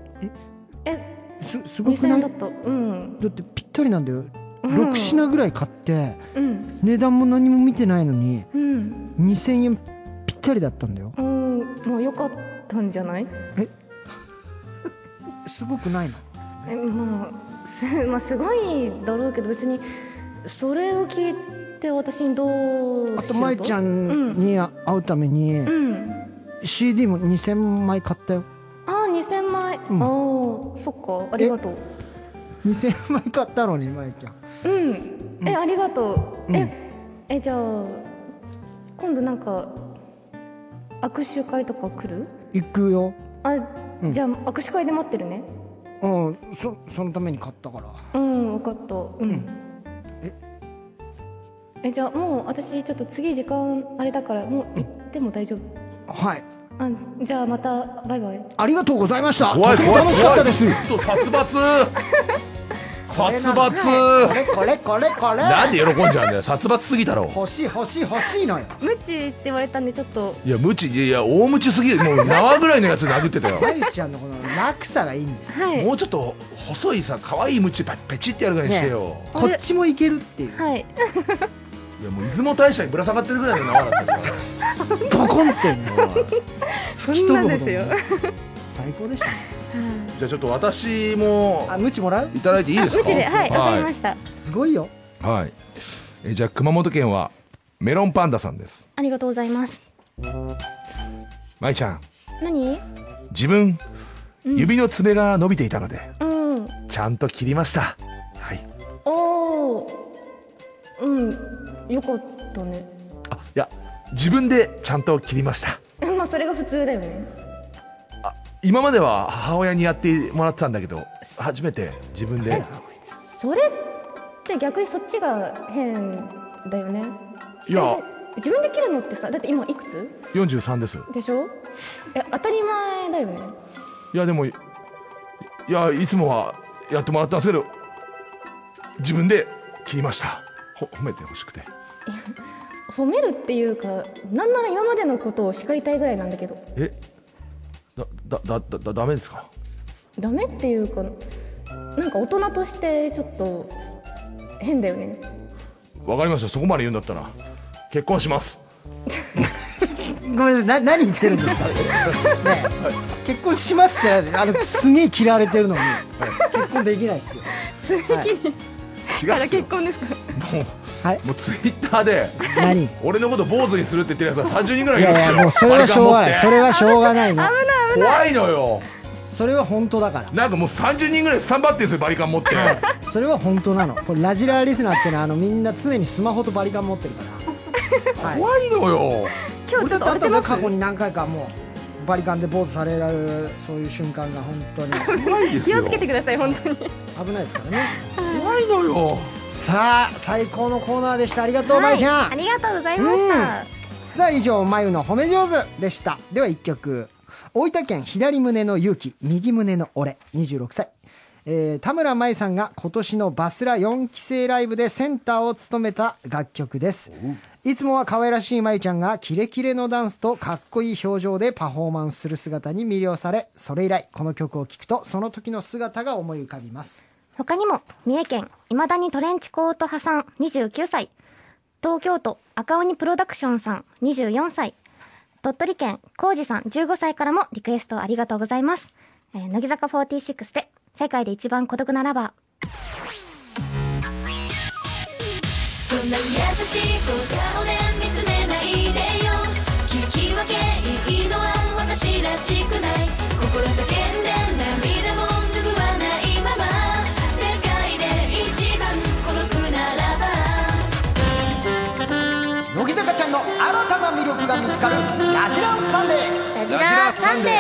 S9: え
S1: すすごく
S9: 2000
S1: な
S9: 円
S1: い
S9: だ
S1: だ
S9: ったうん
S1: ってぴったりなんだよ
S8: ん
S1: 6品ぐらい買って
S9: うん
S1: 値段も何も見てないのに
S9: うん
S1: 2000円ぴったりだったんだよ
S9: *laughs* うんまあよかったんじゃない
S1: *laughs* すごくないの
S9: えまあす,、 *laughs* まあ、すごいだろうけど別にそれを聞いて私にどうしよう
S1: あとまいちゃ
S9: うん
S1: んに会うために
S9: うん
S1: CD も2000枚買ったよ
S9: あ2000枚、
S1: うん
S9: ああそっかありがとう
S1: 2000枚買ったのにまいちゃん
S9: うんえありがとう、
S1: うん
S9: ええじゃあ今度なんか握手会とか来る
S1: 行くよ
S9: あ、
S1: うん
S9: じゃあ握手会で待ってるね
S1: うんそそのために買ったから
S9: うん分かったうん、
S1: え
S9: えじゃあもう私ちょっと次時間あれだからもう行っても大丈夫、
S1: はい
S9: あじゃあまたバイバイ
S1: ありがとうございました
S3: 怖い
S1: とても
S3: 怖い
S1: 楽しかった *laughs* です
S3: ちょっと殺伐殺
S1: こ
S3: 伐
S1: れこれこれこれ
S3: なんで喜んじゃうんだよ殺伐すぎだろ
S1: 欲しい欲しい欲しいのよ
S9: 無知って言われたんでちょっと
S3: いや無知いや大無知すぎるもう縄ぐらいのやつ殴って
S9: *laughs*
S3: たよ
S1: まゆちゃんのこの落差がいいんです
S9: はい
S3: もうちょっと細いさ可愛いムチペペチってやるぐらいにしてよ、
S1: こっちもいけるっていう
S9: はい
S3: いやもう出雲大社にぶら下がってるぐらいの縄だった
S9: *laughs*
S3: よ
S1: ボコンってね
S9: そんなんですよ *laughs*
S1: 一言も最高でしたね
S3: じゃあちょっと私も
S1: あムチもらう
S3: いただいていいですか
S9: 無知ではいわかりま
S3: はい
S9: した、
S1: すごいよ
S3: はいえじゃあ熊本県はメロンパンダさんです
S9: ありがとうございます
S3: まいちゃん
S9: 何
S3: 自分、指の爪が伸びていたので
S9: うん
S3: ちゃんと切りましたはい
S9: おおうんよかったね *laughs*
S3: あいや自分でちゃんと切りました
S9: まあそれが普通だよね
S3: 今までは母親にやってもらってたんだけど初めて自分で
S9: それって逆にそっちが変だよね
S3: いや
S9: 自分で切るのってさだって今いくつ
S3: 43です
S9: でしょえ当たり前だよね
S3: いやでもいいやいつもはやってもらったんですけど自分で切りましたほ褒めてほしくて
S9: 褒めるっていうかなんなら今までのことを叱りたいぐらいなんだけど
S3: えだだだだだダメですか
S9: ダメっていうかなんか大人としてちょっと変だよね
S3: わかりましたそこまで言うんだったら結婚します
S1: ごめんなさいな何言ってるんですかねえ結婚しますってあのすげえ嫌われてるのに結婚できないですよ
S3: 違うっすよ
S9: 婚ですか
S3: も
S1: はい、
S3: うもうツイッターで
S1: 何い
S3: 俺のこと坊主にするって言ってるやつは30人ぐらいいるんで
S1: やい
S3: すよ
S1: やもうそれはしょうが
S3: *laughs*
S1: ない
S3: バリカ
S1: そ
S3: ン持っ
S1: れはしょう
S3: て
S1: がないの
S3: 怖いのよ
S1: それは本当だから
S3: なんかもう30人ぐらいスタンバってるんですよバリカン持って
S1: それは本当なのこれラジラーリスナーってのはあのみんな常にスマホとバリカン持ってるから
S3: 怖いのよ
S8: 今日ちょっと荒れてます
S1: 過去に何回かもうバリカンで坊主されるそういう瞬間が本当に
S3: 怖いです
S8: 気を
S3: よ
S8: つけてください本当に
S1: 危ないですからね
S3: 怖いのよ
S1: さあ最高のコーナーでしたありがとうまゆちゃん、
S8: はい、ありがとうございました、
S1: さあ以上まゆの褒め上手でしたでは1曲大分県左胸の勇気右胸の俺26歳、えー田村舞さんが今年のバスラ4期生ライブでセンターを務めた楽曲ですいつもは可愛らしいまゆちゃんがキレキレのダンスとかっこいい表情でパフォーマンスする姿に魅了されそれ以来この曲を聴くとその時の姿が思い浮かびます
S8: 他にも三重県未だにトレンチコート派さん29歳東京都赤鬼プロダクションさん24歳鳥取県浩二さん15歳からもリクエストありがとうございます、えー、乃木坂46で世界で一番孤独なラバ
S6: そんな優しい小顔で見つめないでよ聞き分けいいのは私らしくない心叫んで涙も拭わないまま世界で一番孤独ならば
S1: 乃木坂ちゃんの新たな魅力が見つかるラジランサンデー
S8: ー
S3: ジ
S8: ラ
S3: ラサンデ
S8: ー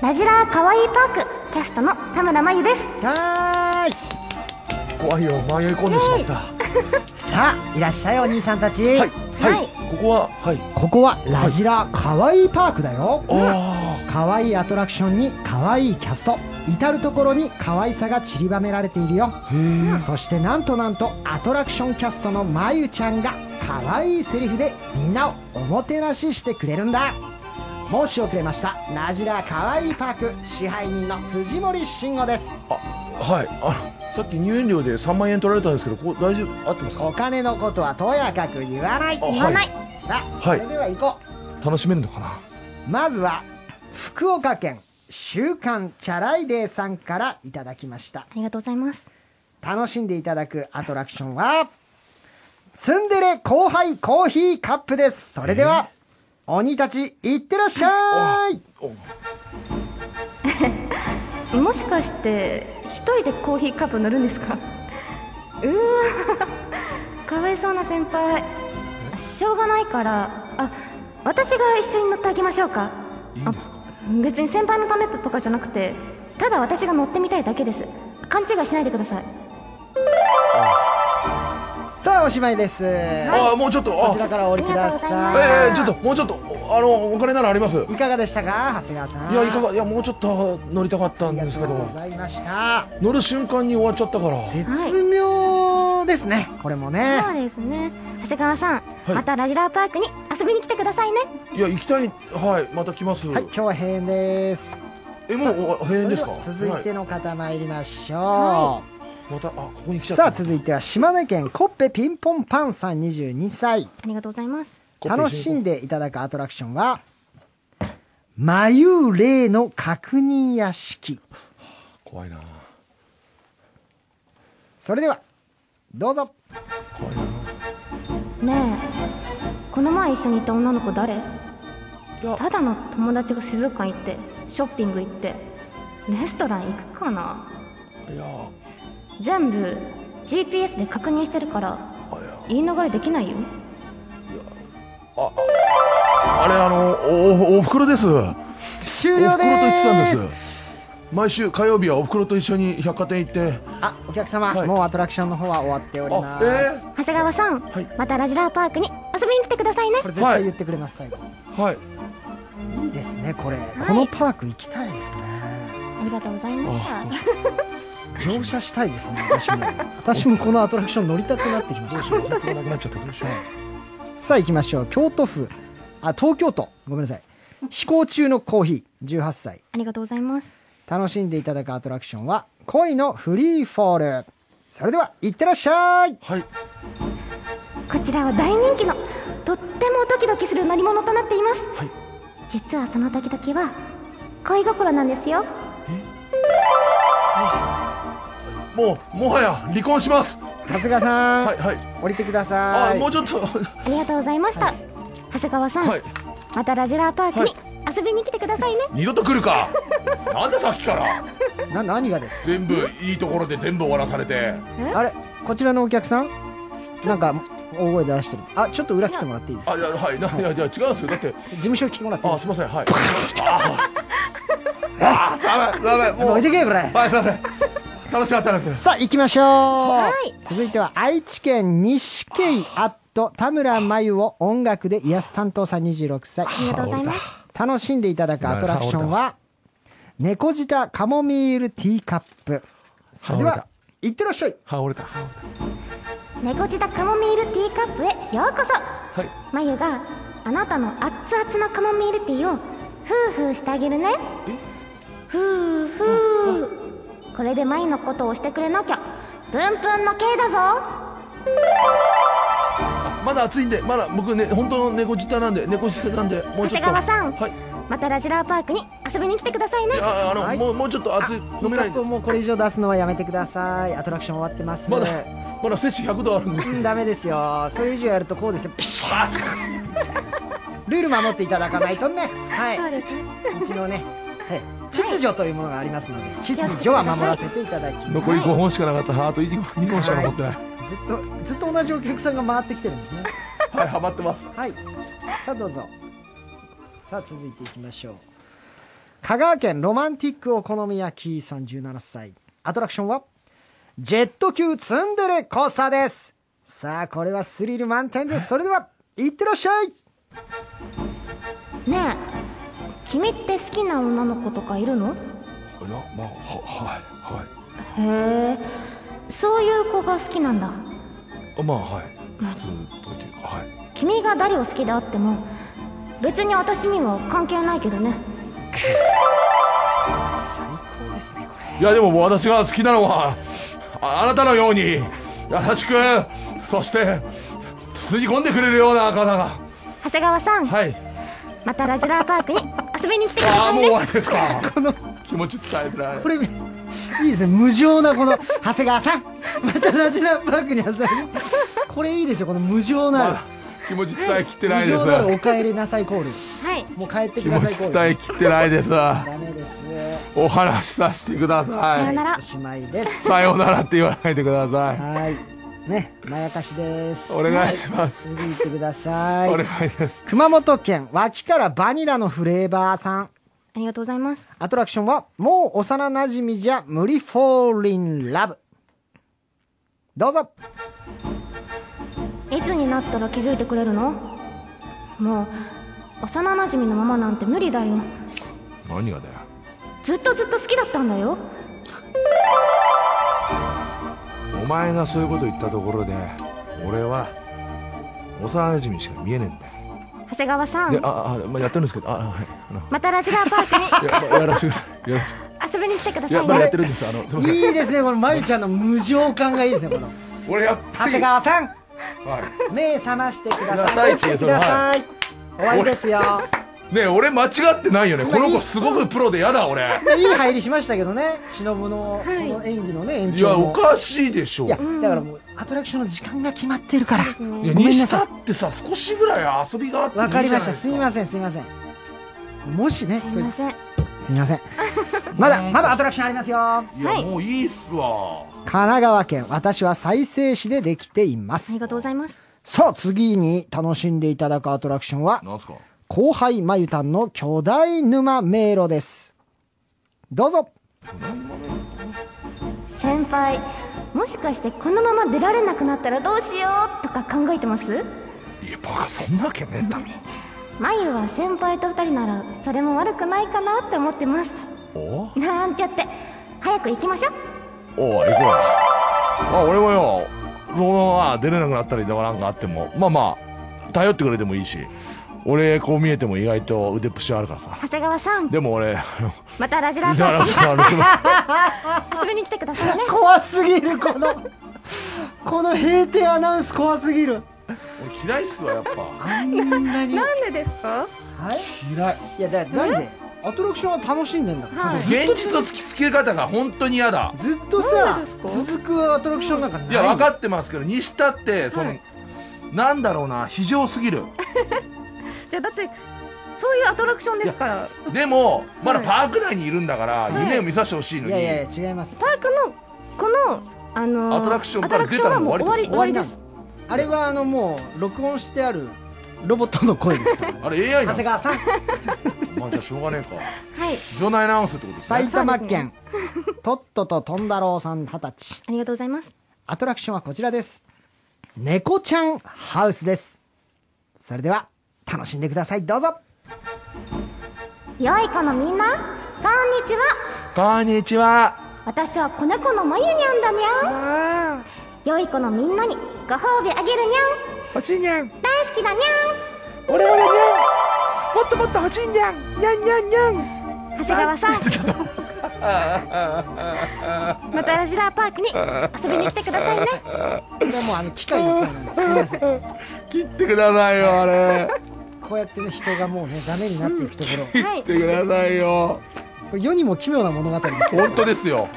S8: ラジラかわいいパークキャストの田村真由です
S1: はーい
S3: 怖いよ迷い込んでしまったは
S1: さあいらっしゃいお兄さんたち、
S3: いはい、
S8: はい
S3: ここははい
S1: ここはラジラかわいいパークだよ
S3: あ
S1: かわいいアトラクションにかわいいキャスト至る所に可愛さが散りばめられているよそしてなんとなんとアトラクションキャストのまゆちゃんがかわいいセリフでみんなをおもてなししてくれるんだ講師をくれましたラジラかわいいパーク支配人の藤森慎吾です
S3: あはいあのさっき入園料で3万円取られたんですけどここ大丈夫合ってますか
S1: お金のことはとやかく言わない
S3: あ
S8: 言わない、
S1: さあそれでは行こう、
S3: 楽しめるのかな
S1: まずは福岡県週刊チャライデーさんからいただきました
S8: ありがとうございます
S1: 楽しんでいただくアトラクションはツンデレ後輩コーヒーカップですそれでは、鬼たちいってらっしゃい
S8: もしかして一人でコーヒーカップ乗るんですかうーわ *laughs* かわいそうな先輩しょうがないからあ私が一緒に乗ってあげましょうか
S3: いいんですか
S8: あ別に先輩のためとかじゃなくてただ私が乗ってみたいだけです勘違いしないでください
S1: さあおしまいです、
S3: ああもうちょっと
S1: こ
S3: あ
S1: ちらからお降りください
S3: ええちょっともうちょっとあのお金ならありますい
S1: いかがでしたか長谷川さん
S3: やいかがいやもうちょっと乗りたかった
S1: あ
S3: ん
S1: りが
S3: です
S1: と
S3: けど
S1: うございました
S3: 乗る瞬間に終わっちゃったから
S1: 絶妙ですね、これもね
S8: そうですね長谷川さん、
S3: い
S8: またラジラーパークに遊びに来てくださいね
S3: いや行きたいはいまた来ます、
S1: はい今日は閉園です
S3: えもうお閉園ですか
S1: それでは続いて
S3: は
S1: の方参りましょう、
S3: いまたあここに来ちゃった
S1: さあ続いては島根県コッペピンポンパンさん22歳
S8: ありがとうございます
S3: コッペ
S1: 楽しんでいただくアトラクションは眉霊の確認屋敷
S3: 怖いな
S1: それではどうぞ
S3: 怖いな
S8: ねえこの前一緒にいた女の子誰
S3: や
S8: ただの友達が静岡に行ってショッピング行ってレストラン行くかない
S3: や
S8: 全部 GPS で確認してるから
S3: あいや
S8: 言い逃れできないよ
S3: あれあのおおお袋です
S1: 終了で
S3: お袋と行ってたん
S1: ー
S3: ですす毎週火曜日はお袋と一緒に百貨店行って
S1: あお客様、
S3: はい
S1: もうアトラクションの方は終わっており
S3: あ
S1: ます、
S8: 長谷川さん、
S3: はい
S8: またラジラーパークに遊びに来てくださいね
S1: これ絶対言ってくれます、最
S3: えー、はい
S1: 後いいですねこれ、このパーク行きたいですね
S8: ありがとうございました
S1: 乗車したいですね私
S3: *laughs*
S1: も私もこのアトラクション乗りたくなってきました
S3: 本当なくなっちゃったどうしよう
S1: さあ行きましょう京都府あ東京都ごめんなさい飛行中のコーヒー18歳
S8: ありがとうございます
S1: 楽しんでいただくアトラクションは恋のフリーフォールそれでは行ってらっしゃい
S3: はい
S8: こちらは大人気のとってもドキドキする乗り物となっています、
S3: はい
S8: 実はそのドキドキは恋心なんですよ
S3: もうもはや離婚します
S1: 長谷川さん、
S3: はいはい
S1: 降りてくだ
S3: あ
S1: さい
S3: もうちょっと
S8: ありがとうございました、長谷川さん、
S3: はい
S8: またラジラーパーク
S3: は
S8: に遊びに来てくださいね、
S3: 二度と来るかなんでさっきから
S1: な何がです
S3: 全部いいところで全部終わらされて
S1: あれこちらのお客さんなんか大声出してるあちょっと裏来てもらっていいです
S3: あ
S1: か
S3: いやはいないやいや違うんですよだって
S1: 事務所に来てもらっていい
S3: あ
S1: ですす
S3: い
S1: か
S3: ません *laughs* はいああダメダ
S1: も
S3: メも
S1: う
S3: う
S1: 置いてけよこれ
S3: はいすいません楽しかった *laughs* です
S1: さあ行きましょう、続いては愛知県西京井アット田村真由を音楽で癒す担当さん26歳
S8: ありがとうございます。
S1: 楽しんでいただくアトラクションは猫舌カモミールティーカップそれでは行ってらっしゃい
S3: は折れた
S8: 猫舌カモミールティーカップへようこそ。
S3: はい
S8: まゆがあなたの熱々のカモミールティーをフーフーしてあげるね。ふーふー。これでまゆのことをしてくれなきゃプンプンの刑だぞ。
S3: まだ暑いんでまだ僕ね本当の猫舌なんで猫舌なんでもう
S8: 長
S3: ちょっと
S8: 谷川さん、
S3: はい
S8: またラジラーパークに遊びに来てくださいね
S3: い。やあの、
S1: はい
S3: もうもうちょっと暑
S1: ティ
S3: い飲
S1: ー
S3: め
S1: カ
S3: ない
S1: ップをもうこれ以上出すのはやめてくださいアトラクション終わってます
S3: まだまだ摂氏100度あるんです
S1: うんダメですよそれ以上やるとこうですよピシャールール守っていただかないとねは
S8: そう
S1: い
S8: です
S1: うちのね、はい、秩序というものがありますので秩序は守らせていただきます
S3: 残り5本しかなかったハート2本しか残ってない
S1: ずっとずっと同じお客さんが回ってきてるんですね
S3: はいハマってます
S1: はいさあどうぞさあ続いていきましょう香川県ロマンティックお好み焼きさん17歳アトラクションはジェット級ツンデレコースターですさあこれはスリル満点ですそれでは行ってらっしゃい
S8: ねえ君って好きな女の子とかいるのへ
S3: あらまあははいはい
S8: えそういう子が好きなんだ
S3: あまあはい普通っぽいというかはい
S8: 君が誰を好きであっても別に私には関係ないけどね
S1: 最高ですねこれ
S3: いやでも私が好きなのはああなたのように優しくそして包み込んでくれるような方が
S8: 長谷川さん、
S3: はい
S8: またラジラーパークに遊びに来てくだ
S3: あ
S8: さ
S3: あ
S8: い
S3: もう
S8: ね
S3: 終わりですかこの気持ち伝えてない
S1: これいいですね無情なこの長谷川さんまたラジラパークに遊びにこれいいですよこの無情なる、
S3: まだ気持ち伝えきってな
S1: 無
S3: いで
S1: 情なるお
S3: す
S1: 帰りなさいコール
S8: はい
S1: もう帰って
S3: 気
S1: くだ
S3: 持
S1: さいコー
S3: ち
S1: ル
S3: 伝えきってないです
S1: ダメです
S3: お話しさせてくだ
S8: さよ
S3: さい
S8: なら
S1: おしまいです
S3: さようならって言わないでください
S1: はいねまやかしです
S3: お願いします
S1: 次行ってくださ
S3: お
S1: い
S3: 願いです
S1: 熊本県脇からバニラのフレーバーさん
S8: ありがとうございます
S1: アトラクションはもう幼馴染みじゃ無理フォーリンラブどうぞ
S8: いつになったら気づいてくれるのもう幼なじみのままなんて無理だよ
S3: 何がだよ
S8: ずっとずっと好きだったんだよ
S3: お前がそういうこと言ったところで俺は幼馴染しか見えねえんだよ
S8: 長谷川さ
S3: で
S8: ん
S3: ああまあやってるんですけどあはいあの
S8: またラジラーパークに
S3: いや、まあ、やらせてください。やらせて
S8: 遊びに来てくだ
S3: いや、
S8: さい
S3: まあ、やっ
S8: ね
S3: てるんです。あの、すみません。
S1: いいですねこのまゆちゃんの無情感がいいですねこの
S3: 俺やっ
S1: 長谷川さん
S3: は
S1: 目覚ましてくだ
S3: くだ
S1: さ
S3: さ
S1: い
S3: い
S1: 起きてください終わりですよ
S3: い。ねえ、俺間違ってないよね。この子すごくプロでやだ、俺。
S1: いい入りしましたけどね忍のこの演技のね延
S3: いや、
S1: 長も
S3: おかしいでしょ
S1: いや、だからもう、アトラクションの時間が決まってるから。
S3: いや、
S1: ごめん
S3: に
S1: な
S3: し
S1: さ
S3: た
S1: い
S3: ってさ、少しぐらい遊びがあっていい
S1: わかりました。
S3: じ
S1: す
S3: ゃ
S1: い
S3: な
S1: ません、すいません。もしね、
S8: す
S1: そ
S8: いう
S1: い
S8: ま
S1: う
S8: せん
S1: すいません。ま
S3: *laughs*
S1: だ、まだアトラクションありますよ。
S3: いですか。いや、もういいっすわ。
S1: 神奈川県、私は再生市でできていま
S8: あり
S1: す。
S8: がとうございます
S1: さあ、次に楽しんでいただくアトラクションは、
S3: なんすか。
S1: 後輩まゆたんの巨大沼迷路です。どうぞ。
S8: 先輩もしかしてこのまま出られなくなったらどうしようとか考えてます
S3: いや、バカ、そんなわけねえんだ。
S8: まゆは先輩と二人ならそれも悪くないかなって思ってます
S3: お
S8: なんちゃって早く行きましょう
S3: おう行こうよ。あ、俺もよ。そのまあ、出れなくなったりとかなんかあっても、まあまあ、頼ってくれてもいいし。俺、こう見えても意外と腕っぷしあるからさ。
S8: 長谷川さん
S3: でも俺、あの
S8: またラ
S3: *laughs*
S8: ジラー
S3: だ
S8: パ
S3: からそのあのその
S8: ーク遊びに来てくださいね
S1: *laughs* 怖すぎる、この、 *laughs* この閉店アナウンス怖すぎる。
S3: 俺嫌いっすわやっぱ
S1: あんなに。
S8: なんでですか
S1: はい
S3: 嫌い
S1: いや、だなんでアトラクションは楽しんでんだから。
S8: はい
S3: 現実を突きつける方が本当に嫌だ
S1: ずっと
S8: な
S1: さ
S8: んでですか
S1: 続くアトラクションなんかない
S3: いや分か
S1: っ
S3: ってますけど西田ってその、なんだろうな非常すぎる
S8: じゃあだって
S9: そういうアトラクションですから
S3: でもまだパーク内にいるんだから
S9: い
S3: 夢を見させてほしいの
S1: い
S3: に
S1: やいやいや違います
S9: パークのこのあの
S3: ア
S9: ー
S3: トラクションから出たらもう終わり
S9: ア
S1: 終
S9: トラ
S1: わ
S9: ク
S1: り
S9: ション
S1: なの
S9: はもう終わり終わり
S1: あれはあのもう録音してあるロボットの声ですから、ね、
S3: あれ
S1: 長
S3: AI なん
S1: 谷
S3: ですか
S1: 川さん
S3: まあじゃあしょうがねえか
S8: はい
S3: 場内アナウンスってことですね
S1: 埼玉県とっとととんだろうさん二十歳
S8: ありがとうございます
S1: アトラクションはこちらです猫ちゃんハウスですそれでは楽しんでくださいどうぞ
S8: 良い子のみんなこんにちは
S3: こんにちは
S8: 私は子猫のまゆにゃんだにゃん良い子のみんなにご褒美あげるにゃん
S3: 欲しいにゃん
S8: 大好きだにゃ
S3: 俺はにゃんもっともっと欲しいにゃんにゃんにゃんにゃん
S8: ん長谷川さんまたラジラーパークに遊びに来てく
S3: *laughs*
S8: ださいね
S1: これはもうあの機械の声なんですすいません
S3: 切ってくださいよあれ
S1: こうやってね人がもうねダメになっていくところ、
S3: 切ってくださいよ
S1: これ世にも奇妙な物語です
S3: 本当ですよ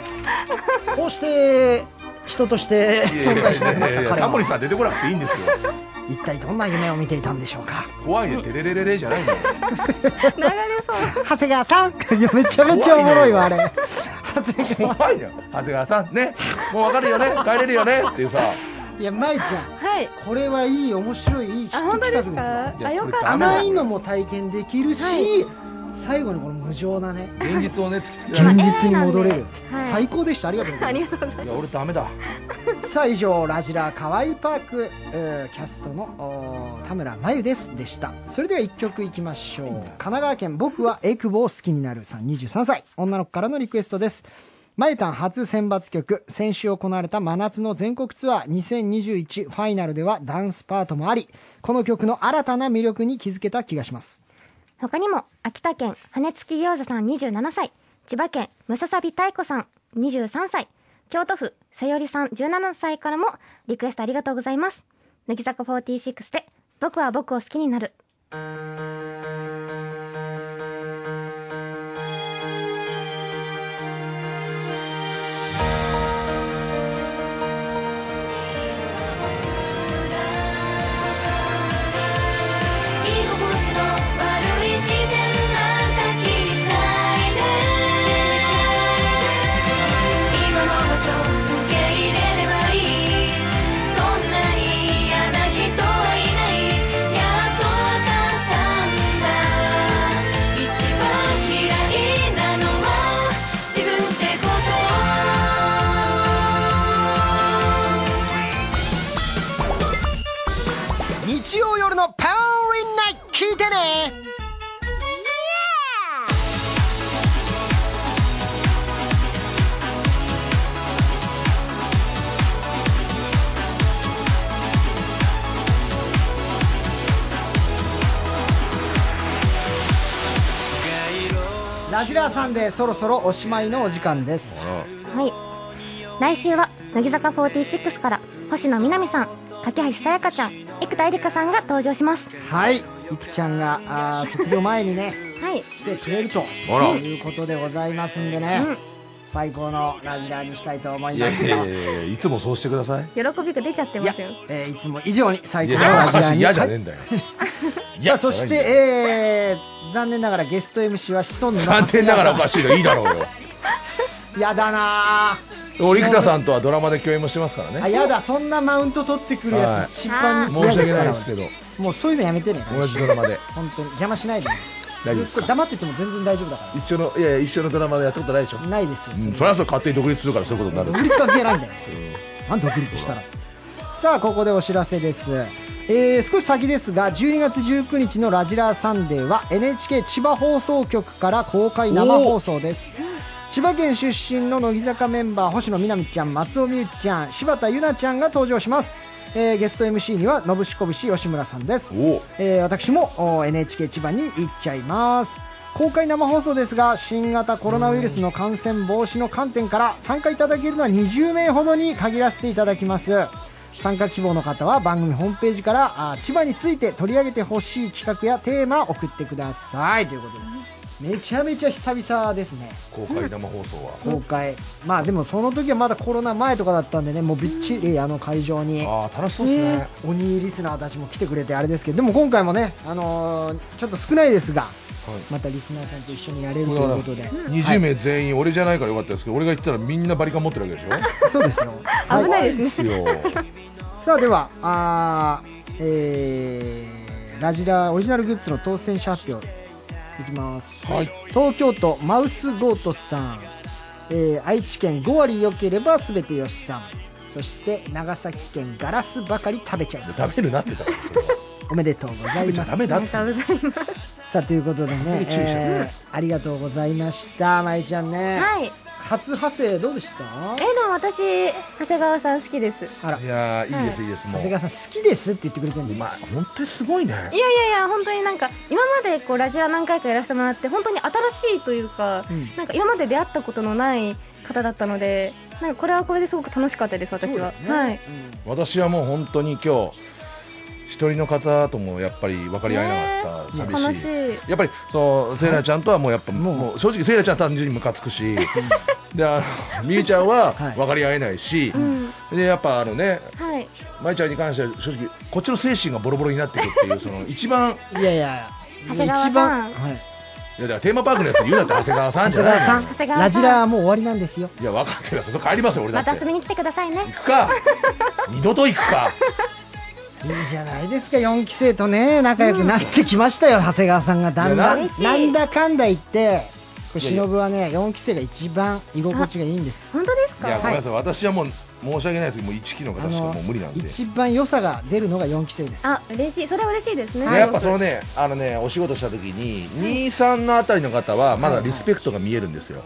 S1: こうして人として
S3: いやい
S1: 存
S3: や
S1: 在
S3: い
S1: している
S3: やいやいや
S1: 彼
S3: タモリ
S1: は
S3: さん出てこなくていいんですよ
S1: 一体どんな夢を見ていたんでしょうか *laughs*
S3: 怖いねテレレレレじゃないの
S1: 長谷川さんいやめちゃめちゃおもろいわあれ
S3: 怖いよ長谷川さんねもうわかるよね帰れるよねっていうさ
S1: いや舞ちゃん
S9: はい
S1: これはいい面白いいいヒット企画ですよ
S3: いやこれダメだ
S1: 甘いのも体験できるし、最後にこの無情なね
S3: 現実をね突きつけられ
S1: 現
S3: る
S1: 実に戻れる、最高でしたありがとうございます
S3: いや俺ダメだ
S1: さあ以上「ラジラかわいいパーク」えーキャストのおー田村真由ですでしたそれでは1曲いきましょう神奈川県僕はエクボを好きになるさん23歳女の子からのリクエストですまゆたん初選抜曲先週行われた真夏の全国ツアー2021ファイナルではダンスパートもありこの曲の新たな魅力に気づけた気がします
S8: 他にも秋田県羽根付き餃子さん27歳千葉県ムササビ太子さん23歳京都府さよりさん17歳からもリクエストありがとうございます乃木坂46で「僕は僕を好きになる
S6: 居心地の悪い自然なんか気にしないで今の場所受け入れればいいそんなに嫌な人はいないやっとわかったんだ一番嫌いなのは自分ってこと
S1: 日曜夜のパウリンナイト聞いてねラジラーさんでそろそろおしまいのお時間です」
S8: はい来週は乃木坂46から星野みなみさん竹橋さやかちゃん生田絵梨花さんが登場します
S1: はいいくちゃんがあー卒業前にね
S8: はい
S1: 来てくれると
S3: あら
S1: いうことでございますんでね、最高のラジラーにしたいと思い
S3: い
S1: ま
S3: や
S1: す
S3: い
S1: が
S3: やいやいやいつもそうしてください
S8: 喜びが出ちゃってますよ
S1: えーいつも以上に最
S3: い
S1: 高の
S3: や今
S1: ラ
S3: の
S1: ジラー
S3: 話
S1: に
S3: 嫌じゃね
S1: は
S3: え
S1: い
S3: んだよ
S1: さあそして、えー残念ながらゲスト MC は子孫の
S3: 残念ながらおかしいのいいだろうよ
S1: やだなあ
S3: 俺生田さんとはドラマで共演もしてますから
S1: あ
S3: ね
S1: やだそんなマウント取ってくるやつ一番
S3: 申
S1: 嫌
S3: し
S1: です
S3: 訳な
S1: か
S3: い
S1: ら
S3: ですけど
S1: もうそういうのやめてね
S3: 同じドラマで
S1: 本当に邪魔しないでね
S3: 大丈夫で
S1: ずっ
S3: す
S1: と
S3: か
S1: 黙ってても全然大丈夫だか
S3: 一緒のいやいや一緒のドラマでやったことないでしょ
S1: らないですよ
S3: うんそれはそう勝手に独立するからそういうことにな
S1: 独
S3: る
S1: 立関係ないんだよなんで独立したらさあここでお知らせです、えー少し先ですが12月19日の「ラジラーサンデー」は NHK 千葉放送局から公開生放送です千葉県出身の乃木坂メンバー星野みなみちゃん松尾美由紀ちゃん柴田優奈ちゃんが登場します、えーゲスト MC にはのぶしこぶし吉村さんです
S3: おお
S1: えー私もおー NHK 千葉に行っちゃいます公開生放送ですが新型コロナウイルスの感染防止の観点から参加いただけるのは20名ほどに限らせていただきます参加希望の方は番組ホームページからあー千葉について取り上げてほしい企画やテーマを送ってくださいということでめちゃめちゃ久々ですね
S3: 公開生放送は、
S1: 公開、まあでもその時はまだコロナ前とかだったんでねもうびっちりあの会場に
S3: ああ楽しそうですね、
S1: 鬼リスナーたちも来てくれてあれですけどでも今回もね、あのーちょっと少ないですが、またリスナーさんと一緒にやれるということで、
S3: 20名全員俺じゃないからよかったですけど俺が言ったらみんなバリカン持ってるわけでし
S1: *laughs*
S3: ょ
S1: そうですよ、はい
S9: 危ないですね
S3: ですよ
S1: さあではあー、えーラジラオリジナルグッズの当選者発表いきます、
S3: はい
S1: 東京都マウスゴートスさん、えー愛知県5割良ければ全てよしさんそして長崎県ガラスばかり食べちゃいさん
S3: 食べるなって言ったらそれは
S1: おめでとうござい
S3: 食べち
S1: ま
S3: ゃダ
S1: す
S3: メだって
S1: さあということでね、
S3: 注意しろ
S1: えーありがとうございましたまいちゃんね、
S9: はい
S1: 初派生どうでした
S9: えでも私長谷川さん好きです
S1: あら
S3: いやーいいですいいですも
S1: 長
S3: う
S1: 谷川さん好きですって言ってくれてるんで
S3: まあ本当にすごいね
S9: いやいやいや本当になんか今までこうラジオ何回かやらせてもらって本当に新しいというか、
S1: うん
S9: なんか今まで出会ったことのない方だったのでなんかこれはこれですごく楽しかったです私は、
S1: そうだよ
S9: は
S1: ね
S9: い
S3: 私はもう本当に今日一人の方ともやっぱり分かり合えなかった、寂
S9: 悲
S3: しい
S9: しい
S3: やっぱりそうセイラちゃんとはもうやっぱ、
S1: もう
S3: もう正直セイラちゃんは単純にムカつくし、 *laughs* であのみゆちゃんは
S1: はい
S3: 分かり合えないし、
S9: うん
S3: でやっぱあのね
S9: はい
S3: まいちゃんに関しては正直こっちの精神がボロボロになっていくっていうその一番い
S1: いやいや
S9: 長谷川さん
S1: はい
S3: やだからテーマパークのやつ言うなって長谷川さんじゃ
S1: 長谷
S3: ない
S1: 川
S3: の
S1: さん
S9: 谷川さん
S1: ラジラはもう終わりなんですよ
S3: いや分かってるよそこ帰りますよ俺だ
S9: ま
S3: って、
S9: た遊びに来てくださいね
S3: 行くか二度と行くか
S1: いいじゃないですか4期生とね仲良くなってきましたよ、長谷川さんがだんだ
S3: い
S1: ん
S3: や
S1: なんだかんだ言ってこれ
S3: いやいや
S1: 忍はね4期生が一番居心地がいいんです
S9: 本当です
S3: い
S9: か
S3: やごめんなさい、私はもう申し訳ないですけどもう一期の方しかもう無理なんで
S1: 一番良さが出るのが4期生です
S9: あ嬉しいそれは嬉しいですね
S3: ねやっぱそのねあのねお仕事した時に23のあたりの方はまだリスペクトが見えるんですよ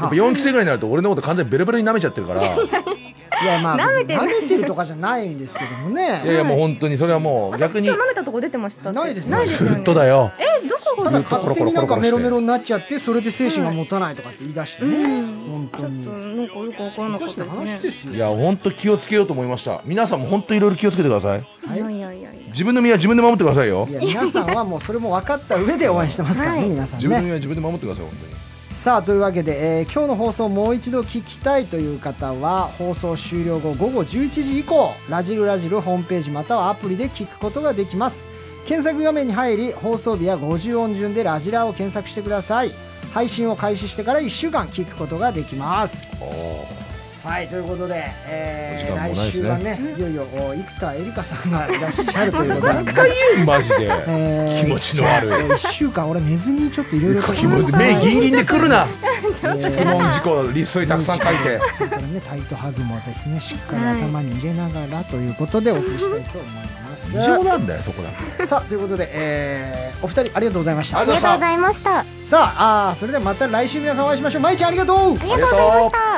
S3: やっぱ4期生ぐらいになると俺のこと完全にベロベロに舐めちゃってるからい
S1: いやまあ
S9: 舐めてない
S1: 別に舐めてるとかじゃないんですけども
S3: やい
S1: ね
S3: やもう本当にそれはもう逆に
S9: 今日舐めたとこ出てました
S1: ないですね
S9: ないですよ
S3: ず
S9: *laughs*
S3: っ
S9: ね
S3: とだよ
S9: えどこ
S1: た
S9: が
S1: だ
S3: ずっとコ
S1: 勝
S3: ロ
S1: 手
S3: コロ
S1: に
S3: コ
S1: な
S3: ロ
S1: ん
S3: コ
S1: か
S3: ロ
S1: メ
S3: して
S1: ロメロになっちゃってそれで精神が持たないとかって言い出してね、
S9: うん
S1: 本当に
S9: なんかよくわからな
S1: お
S9: か
S1: か
S9: っ
S1: しな
S9: た
S1: 話
S9: です
S1: で
S9: ね
S1: すよ
S3: いや本当気をつけようと思いました皆さんも本当いろいろ気をつけてください
S9: いやいやいやいや
S3: 自分の身は自分で守ってくださいよ
S1: いや皆さんはもうそれも分かった上で応援してますからね、
S9: はい
S1: 皆さん
S3: 自分の
S1: ね
S3: 身は自分で守ってください本当に
S1: さあというわけで、えー今日の放送をもう一度聞きたいという方は放送終了後午後11時以降「ラジルラジル」ホームページまたはアプリで聞くことができます検索画面に入り放送日や50音順で「ラジラ」を検索してください配信を開始してから1週間聞くことができますはいということで、えー
S3: お時間もない
S1: 来
S3: です
S1: 週
S3: ね
S1: はねいよいよお生田絵梨花さんがいらっしゃるということなんで、
S3: マジで
S1: えー
S3: 気持ちの悪い
S1: 1週間俺寝ずにちょっといろいろと
S3: 気持ち目ギンギンで来るな質
S1: 質
S3: 問事項リストにたくさん書いて
S1: それからね、タイトハグもですね、しっかり頭に入れながらということでお送りしたいと思います。
S3: *laughs* 異常なんだよそこだけ
S1: さあ、ということで、えーお二人ありがとうございました。
S3: ありがとうございました
S1: さあ、あーそれではまた来週皆さんお会いしましょう。まいちゃんありがとう
S3: ありがとう
S9: あ